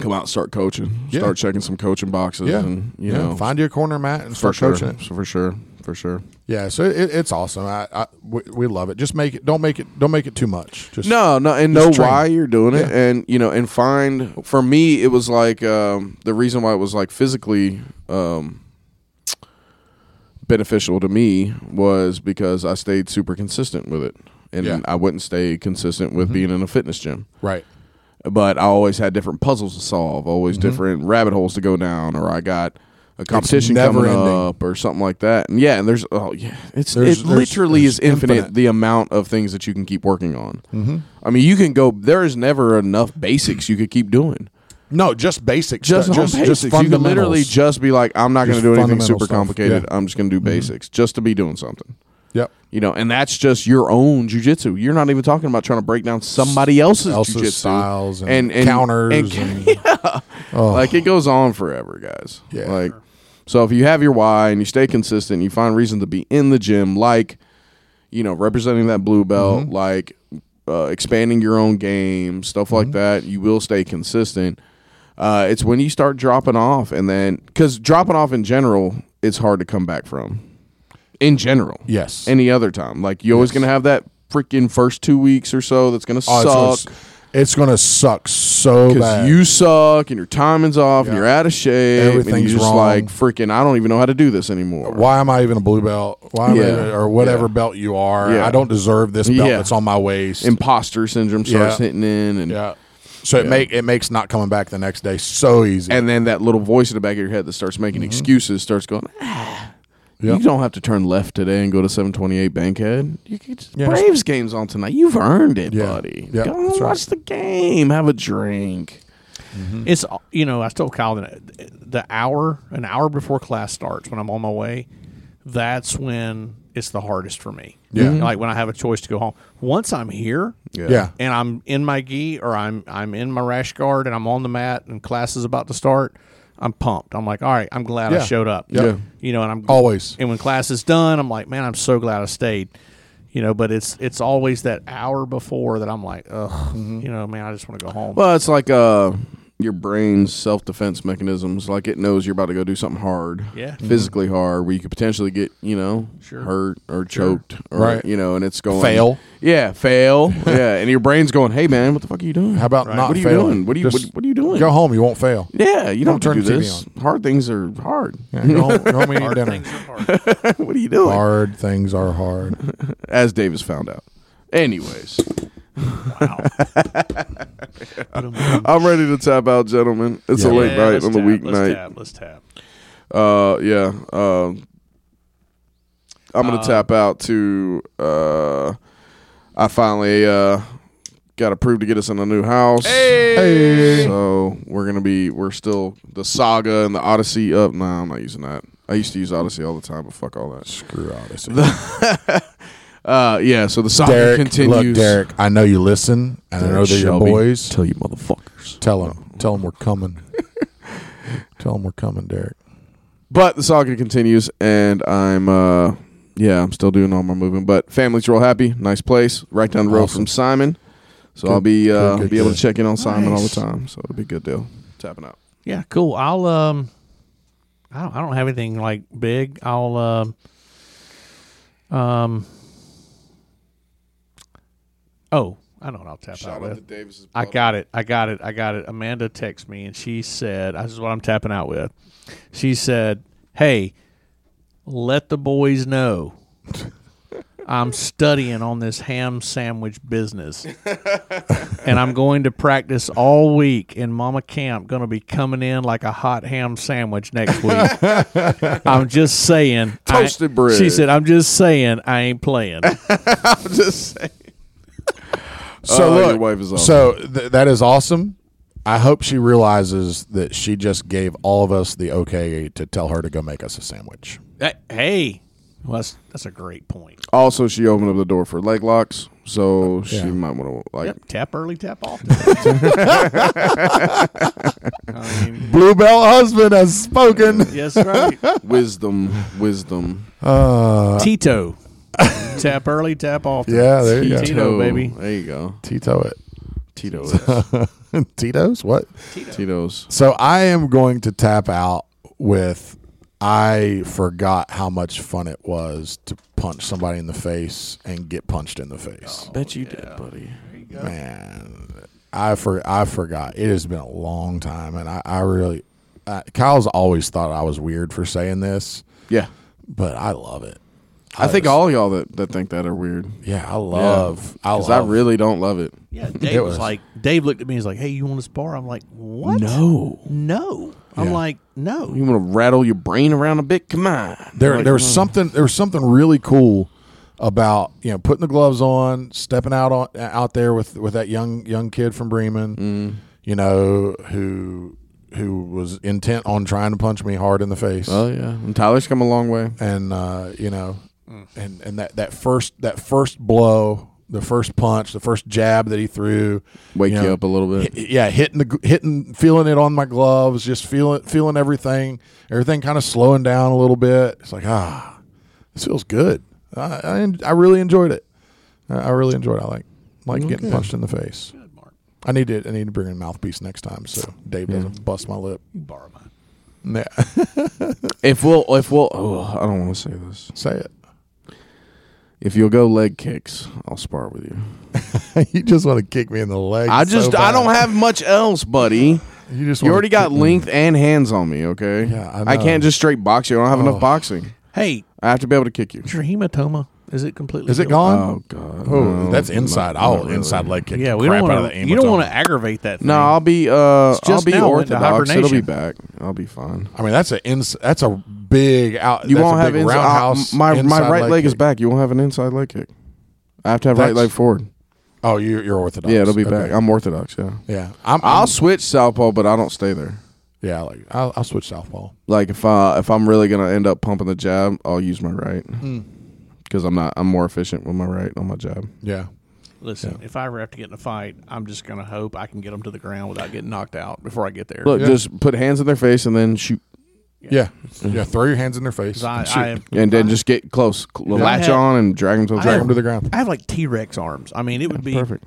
C: come out, and start coaching,
A: Yeah.
C: start checking some coaching boxes,
A: Yeah,
C: and you
A: yeah.
C: know,
A: find your corner mat and
C: for
A: start
C: sure,
A: coaching it.
C: for sure, for sure.
A: Yeah, so it, it's awesome. I, I we, we love it. Just make it. Don't make it. Don't make it too much. Just
C: No, no, and
A: Just
C: know
A: train.
C: why you're doing it,
A: Yeah.
C: and you know, and find. For me, it was like um, the reason why it was like physically um, beneficial to me was because I stayed super consistent with it, and
A: Yeah. Mm-hmm.
C: I wouldn't stay consistent with being in a fitness gym.
A: Right.
C: But I always had different puzzles to solve, always
A: Mm-hmm.
C: different rabbit holes to go down, or I got a competition
A: never
C: coming
A: ending.
C: up, or something like that. And yeah, and there's oh yeah, it's
A: There's-
C: it
A: there's-
C: literally
A: there's
C: is infinite,
A: infinite.
C: the amount of things that you can keep working on. Mm-hmm. I mean, you can go. There is never enough basics you could keep doing.
A: No, just basic.
C: Just
A: stuff.
C: on
A: just,
C: basics,
A: just
C: you can
A: fundamentals.
C: literally just be like, I'm not going
A: Just
C: to do anything
A: fundamental
C: super
A: stuff.
C: complicated.
A: Yeah. Mm-hmm.
C: I'm just going to do basics, just to be doing something.
A: Yep.
C: You know, and that's just your own jujitsu. You're not even talking about trying to break down somebody else's,
A: Else's
C: jujitsu
A: styles and, counters.
C: and- [LAUGHS]
A: And,
C: like it goes on forever, guys.
A: Oh. Yeah.
C: Like so if you have your why and you stay consistent, you find reason to be in the gym, like you know, representing that blue belt,
A: Mm-hmm.
C: like uh, expanding your own game, stuff
A: Mm-hmm.
C: like that. You will stay consistent. Uh, it's when you start dropping off, and then because dropping off in general, it's hard to come back from. In general,
A: yes.
C: any other time, like you're always gonna have that freaking first two weeks or so that's gonna
A: Oh,
C: suck
A: it's, gonna, s- it's gonna suck so
C: because
A: bad.
C: you suck and your timing's off and
A: Yeah.
C: you're out of shape. and
A: Everything's
C: you're just
A: wrong.
C: like freaking. I don't even know how to do this anymore.
A: why am I even a blue belt? Why am I
C: Yeah.
A: even- or whatever
C: Yeah.
A: belt you are?
C: Yeah.
A: I don't deserve this belt
C: Yeah.
A: that's on my waist.
C: Imposter syndrome starts
A: Yeah.
C: hitting in, and
A: yeah. So it make it makes not coming back the next day so easy.
C: and then that little voice in the back of your head that starts making excuses starts going. Ah,
A: Mm-hmm. Yep.
C: You don't have to turn left today and go to 728 Bankhead. You can just,
A: Yeah.
C: Braves game's on tonight. You've earned it,
A: Yeah.
C: buddy.
A: Yeah,
C: Go
A: that's
C: watch
A: right.
C: the game. Have a drink.
B: It's you know I told Kyle that the hour an hour before class starts when I'm on my way, that's when it's the hardest for me.
A: Yeah. Mm-hmm.
B: like when I have a choice to go home. Once I'm here,
A: yeah.
B: and I'm in my gi or I'm I'm in my rash guard and I'm on the mat and class is about to start, I'm pumped. I'm like, all right, I'm glad
A: Yeah.
B: I showed up.
A: Yeah.
B: You know, and I'm
A: Always.
B: And when class is done, I'm like, man, I'm so glad I stayed. You know, but it's it's always that hour before that I'm like, ugh,
A: Mm-hmm.
B: you know, man, I just want to go home.
C: Well, it's like uh, your brain's self defense mechanisms. Like it knows you're about to go do something hard,
B: Yeah.
A: Mm-hmm.
C: physically hard, where you could potentially get you know
B: Sure.
C: hurt or choked, or,
A: Right.
C: You know, and it's going
A: Fail.
C: Yeah, fail.
A: [LAUGHS]
C: yeah, and your brain's going, "Hey, man, what the fuck are you doing?
A: How about not
C: what are you
A: failing?
C: doing? What are you
A: Just
C: what, what are you doing?
A: Go home. You won't fail.
C: Yeah, you don't,
A: Don't
C: have to
A: turn
C: do
A: the TV
C: this. Hard things are hard. [LAUGHS]
A: Yeah, go home, go home and eat dinner.
C: what are you doing?
A: Hard things are hard.
C: As Davis found out. Anyways, I'm ready to tap out, gentlemen. It's a
A: Yeah.
C: late night
B: let's
C: on the
B: tap, Let's
C: weeknight.
B: tap. Let's tap.
C: Uh, yeah. Um, I'm gonna tap out to. Uh, I finally uh got approved to get us in a new house.
A: Hey.
C: So we're gonna be. We're still the saga and the Odyssey up. No, I'm not using that. I used to use Odyssey all the time, but fuck all that.
A: Screw Odyssey.
C: [LAUGHS] Uh, yeah. So the saga
A: Derek,
C: continues.
A: look, Derek. I know you listen, and I know they're
C: Shelby,
A: your boys.
C: Tell you motherfuckers.
A: Tell them, tell them we're
C: [LAUGHS]
A: coming. tell them we're coming, Derek.
C: But the saga continues, and I'm uh, yeah, I'm still doing all my moving. But family's real happy, nice place, right down the road
A: Awesome.
C: from Simon. So
A: Good,
C: I'll be uh,
A: good, good,
C: be able
A: good.
C: to check in on Simon all the
B: Nice.
C: time. So it'll be a good deal. Tapping out.
B: Yeah, cool. I'll um, I don't I don't have anything like big. I'll um, um, Oh, I know what I'll tap out with.
C: Davis's
B: I got it. I got it. I got it. Amanda texted me and she said, This is what I'm tapping out with. She said, Hey, let the boys
C: [LAUGHS]
B: know I'm studying on this ham sandwich business. and I'm going to practice all week in Mama Camp, going to be coming in like a hot ham sandwich next week.
C: [LAUGHS]
B: I'm just saying. I-
C: Toasted bread.
B: She said, I'm just saying I ain't playing. [LAUGHS]
C: Just saying.
A: So
C: Oh,
A: look,
C: your wife is awesome.
A: so th- that is awesome. I hope she realizes that she just gave all of us the okay to tell her to go make us a sandwich.
B: That- hey, well, that's, that's a great point.
C: Also, she opened up the door for leg locks, so she might want to like
B: Tap early, tap off. I mean,
A: Bluebell husband has spoken.
B: [LAUGHS] yes, right.
C: [LAUGHS]
A: Uh,
C: wisdom,
A: [LAUGHS]
C: wisdom.
B: Tito. tap early, tap off.
A: Yeah, there you go.
B: Tito. baby.
C: There you go.
A: Tito it.
C: Tito's.
A: Tito's what?
C: [LAUGHS] Tito's.
A: So I am going to tap out with I forgot how much fun it was to punch somebody in the face and get punched in the face.
C: Oh, Bet you did, buddy.
A: Man, I for I forgot. It has been a long time, and I, I really, uh, Kyle's always thought I was weird for saying this,
C: Yeah,
A: but I love it.
C: I think all y'all that, that think that are weird.
A: Yeah, I love. I
C: Because
A: love.
C: I really don't love it.
B: Yeah,
A: It
B: Dave was.
A: was.
B: like, Dave looked at me. He's like, "Hey, you want this bar?" I'm like, "What?
C: No.
B: no." I'm
A: Yeah.
B: like, "No."
C: You want to rattle your brain around a bit? Come on.
A: there there
C: hmm.
A: was something there was something really cool about you know putting the gloves on, stepping out on out there with with that young young kid from Bremen,
C: Mm.
A: you know who who was intent on trying to punch me hard in the face,
C: Oh yeah, and Tyler's come a long way.
A: and uh, you know, and and that that first that first blow, the first punch, the first jab that he threw,
C: Wake you,
A: know,
C: up a little bit.
A: hi- yeah, hitting the gl- hitting, feeling it on my gloves, just feeling feeling everything, everything kind of slowing down a little bit. It's like ah, this feels good. I I, en- I really enjoyed it. I, I really enjoyed. It. I like like getting punched in the face. I need to I need to bring a mouthpiece next time so Dave doesn't bust my
C: [LAUGHS]
A: lip.
B: Borrow mine.
A: Yeah,
C: If we'll, if we'll, oh, I don't want to say this.
A: [LAUGHS] say it. [LAUGHS]
C: If you'll go leg kicks, I'll spar with you.
A: you just want to kick me in the leg.
C: I
A: so
C: just,
A: bad.
C: I don't have much
A: [LAUGHS]
C: else, buddy.
A: You just
C: You
A: wanna
C: already got
A: kick me.
C: length and hands on me, okay?
A: Yeah, I know. Oh.
C: can't just straight box you. I don't have enough boxing.
B: Hey,
C: I have to be able to kick you.
B: is your hematoma is it completely?
A: Is it
B: healed?
A: gone?
C: Oh god.
A: Oh,
C: no,
A: that's
C: not-
A: inside.
C: not
A: I'll
C: really.
A: inside leg kick.
B: Yeah,
A: the
B: we
A: crap
B: don't
A: out of
B: want
A: the
B: to. You don't
A: hematoma.
B: want to aggravate that. Thing.
C: No, I'll be uh I'll
B: just
C: be
B: now went into
C: orthodox. It'll be
B: hibernation.
C: back. I'll be fine.
A: I mean, that's a ins- that's a big out.
C: You
A: that's
C: won't
A: a
C: have
A: big
C: ins- I'll-
A: roundhouse.
C: my my
A: inside
C: right leg, is
A: kick.
C: back. You won't have an inside leg kick. I have to have right
A: That's-
C: leg forward.
A: Oh, you, you're orthodox.
C: Yeah, it'll be
A: Okay. Mm.
C: back. I'm orthodox, yeah.
A: yeah, I'm. i
C: I'll switch southpaw, but I don't stay there.
A: yeah, like I'll, I'll switch southpaw.
C: Like if I if I'm really gonna end up pumping the jab, I'll use my right
A: Mm.
C: because I'm not I'm more efficient with my right on my jab.
A: Yeah,
B: Listen, if I ever have to get in a fight, I'm just gonna hope I can get them to the ground without getting knocked out before I get there.
C: Look,
A: Yeah.
C: just put hands in their face and then shoot,
A: yeah, yeah. Throw your hands in their face.
B: 'Cause I,
A: Shoot.
B: I,
C: and then just get close, cl- latch
B: had-
C: on and drag them to the
A: drag
C: ground.
A: them to the ground.
B: I have like T Rex arms. I mean, it would be
C: Perfect.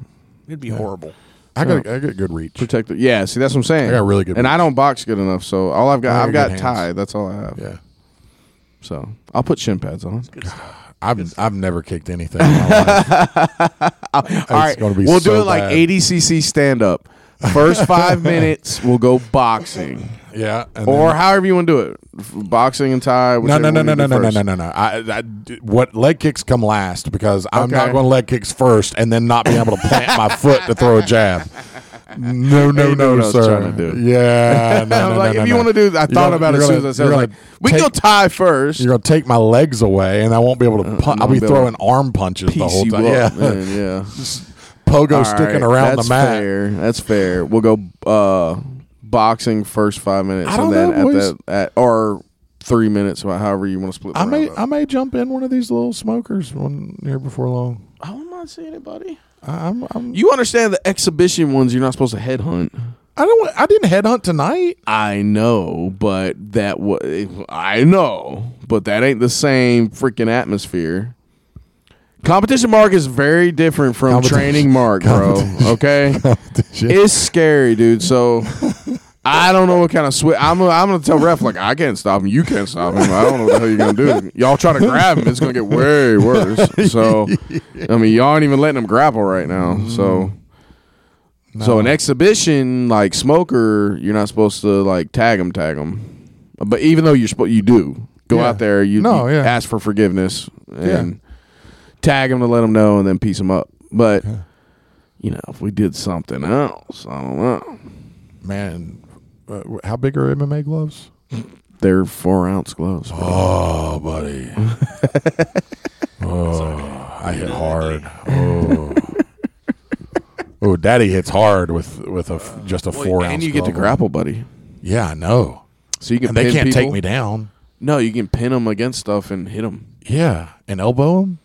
B: It'd be horrible.
A: I got I got a good reach.
C: Protect. The, yeah, see that's what I'm saying.
A: I got really good
C: and I don't box good enough, so all I've
A: I
C: got, I've
A: got
C: got
A: good hands.
C: tie. That's all I have.
A: Yeah,
C: So I'll put shin pads on.
A: I've I've never kicked anything. In my life.
C: [LAUGHS] All right,
A: gonna be
C: we'll do
A: so
C: it like
A: bad.
C: 80 cc stand up.
A: [LAUGHS]
C: First five minutes, we'll go boxing
A: Yeah, and
C: or
A: then-
C: however you want to do it. F- Boxing and tie.
A: No, no, no,
C: whichever
A: no,
C: one
A: no, no, no,
C: you do first.
A: no,
C: [LAUGHS]
A: no, no. I, I, d- what leg kicks come last because I'm not
C: Okay.
A: going to leg kicks first and then not be able to plant
C: [LAUGHS]
A: my foot to throw a jab. No, no,
C: doing
A: no,
C: what I was
A: sir.
C: trying to do. [LAUGHS]
A: Yeah, no,
C: I
A: no,
C: was
A: no,
C: like,
A: no,
C: if you
A: no.
C: want to do, I
A: You're
C: thought
A: gonna-
C: about it as
A: you're
C: soon as
A: gonna-
C: I said, I
A: you're
C: was
A: gonna
C: like, we can go
A: take-
C: tie first.
A: You're going to take my legs away, and I won't be able to. Pun-
C: I'm
A: I'll
C: gonna
A: be
C: Uh, be able
A: throwing arm punches the
C: Piece
A: whole
C: you
A: time.
C: up,
A: Yeah,
C: man, yeah.
A: [LAUGHS] pogo
C: All
A: sticking
C: right,
A: around
C: that's
A: the mat.
C: Fair. That's fair. We'll go uh, boxing first five minutes,
A: I don't
C: and then
A: know, boys.
C: at the at, or three minutes, wh- however you want to split. The
A: I may,
C: round
A: I
C: up.
A: may jump in one of these little smokers one here before long.
C: Oh, I'm not seeing it, buddy.
A: I- I'm, I'm,
C: You understand the exhibition ones? You're not supposed to headhunt.
A: I don't. want- I didn't headhunt tonight.
C: I know, but that was I know, but that ain't the same freaking atmosphere. Competition mark is very different from
A: Competition-
C: training mark, bro. Okay, it's scary, dude. So I don't know what kind of switch. I'm gonna, I'm gonna tell ref like I can't stop him. You can't stop him. I don't know what the hell you're gonna do. Y'all try to grab him, it's gonna get way worse. So, I mean, y'all ain't even letting him grapple right now. So,
A: Mm-hmm.
C: so an exhibition like smoker, you're not supposed to like tag him, tag him. But even though you're supposed, you do go
A: Yeah.
C: out there. You,
A: No,
C: you
A: yeah.
C: ask for forgiveness and tag him to let him know, and then piece him up. But you know, if we did something else, I don't know.
A: man. Uh, how big are MMA gloves?
C: They're four ounce gloves.
A: Oh,
C: [LAUGHS]
A: buddy. oh, I hit hard. Oh. Oh, daddy hits hard with with a f- just a four ounce.
C: and you get to
A: glove.
C: grapple, buddy.
A: Yeah, I know.
C: So you can.
A: And they
C: pin
A: can't
C: people.
A: take me down.
C: No, you can pin them against stuff and hit them.
A: Yeah, and elbow them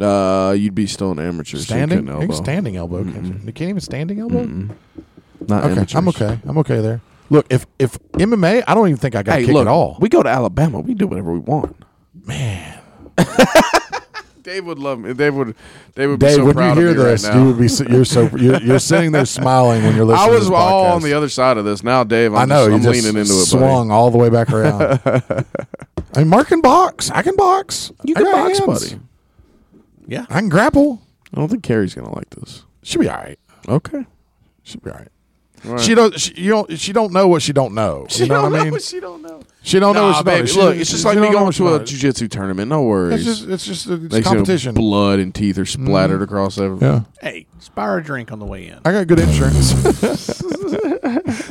C: Uh, you'd be still an amateur.
A: standing.
C: so
A: I
C: you
A: think
C: couldn't elbow.
A: standing elbow. Can't you? You can't even standing elbow.
C: Not
A: Okay,
C: amateurs.
A: I'm okay. I'm okay there. Look, if if MMA, I don't even think I got
C: Hey,
A: kicked
C: look,
A: at all.
C: we go to Alabama. We do whatever we want. Man, [LAUGHS] Dave would love me. Dave would. They would be
A: Dave,
C: so
A: when you
C: proud
A: hear
C: of me
A: this,
C: right
A: you
C: now.
A: would be so, you're so you're, you're sitting
C: [LAUGHS]
A: there smiling when you're listening.
C: I was
A: to this
C: all on
A: podcast.
C: the other side of this. Now, Dave, I'm,
A: I know.
C: just-
A: you
C: I'm
A: just
C: leaning into it.
A: Swung all the way back
C: [LAUGHS]
A: around. I mean, Mark can box. I can box.
C: You
A: I
C: can
A: got
C: box,
A: hands.
C: buddy.
B: Yeah.
A: I can grapple.
C: I don't think Carrie's gonna like this.
A: She'll be all right.
C: Okay.
A: She'll be all right.
C: All right.
A: She don't. She you don't. She don't know what she don't know. You know what I mean?
C: she don't know.
A: she don't know what
C: Nah,
A: she don't know.
C: baby,
A: She-
C: look, it's just
A: she
C: like me
A: don't know
C: going
A: what she
C: to a
A: don't know.
C: jujitsu tournament. No worries.
A: It's just. It's just. It's
C: They see
A: competition. Mm-hmm.
C: Blood and teeth are splattered across everything.
A: yeah.
B: Hey, spire a drink on the way in.
A: I got good insurance.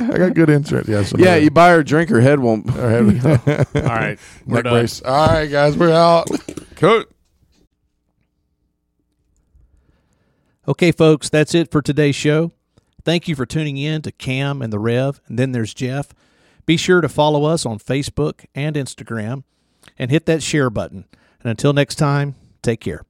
A: [LAUGHS] I got good insurance. Yes.
C: Yeah, you buy her a drink, her
A: [LAUGHS]
C: head won't. [LAUGHS]
B: All right. We're
A: neck
B: done.
A: brace. All right, guys, we're out.
C: Cut.
B: Okay, folks, that's it for today's show. Thank you for tuning in to Cam and the Rev, and then there's Jeff. Be sure to follow us on Facebook and Instagram and hit that share button. And until next time, take care.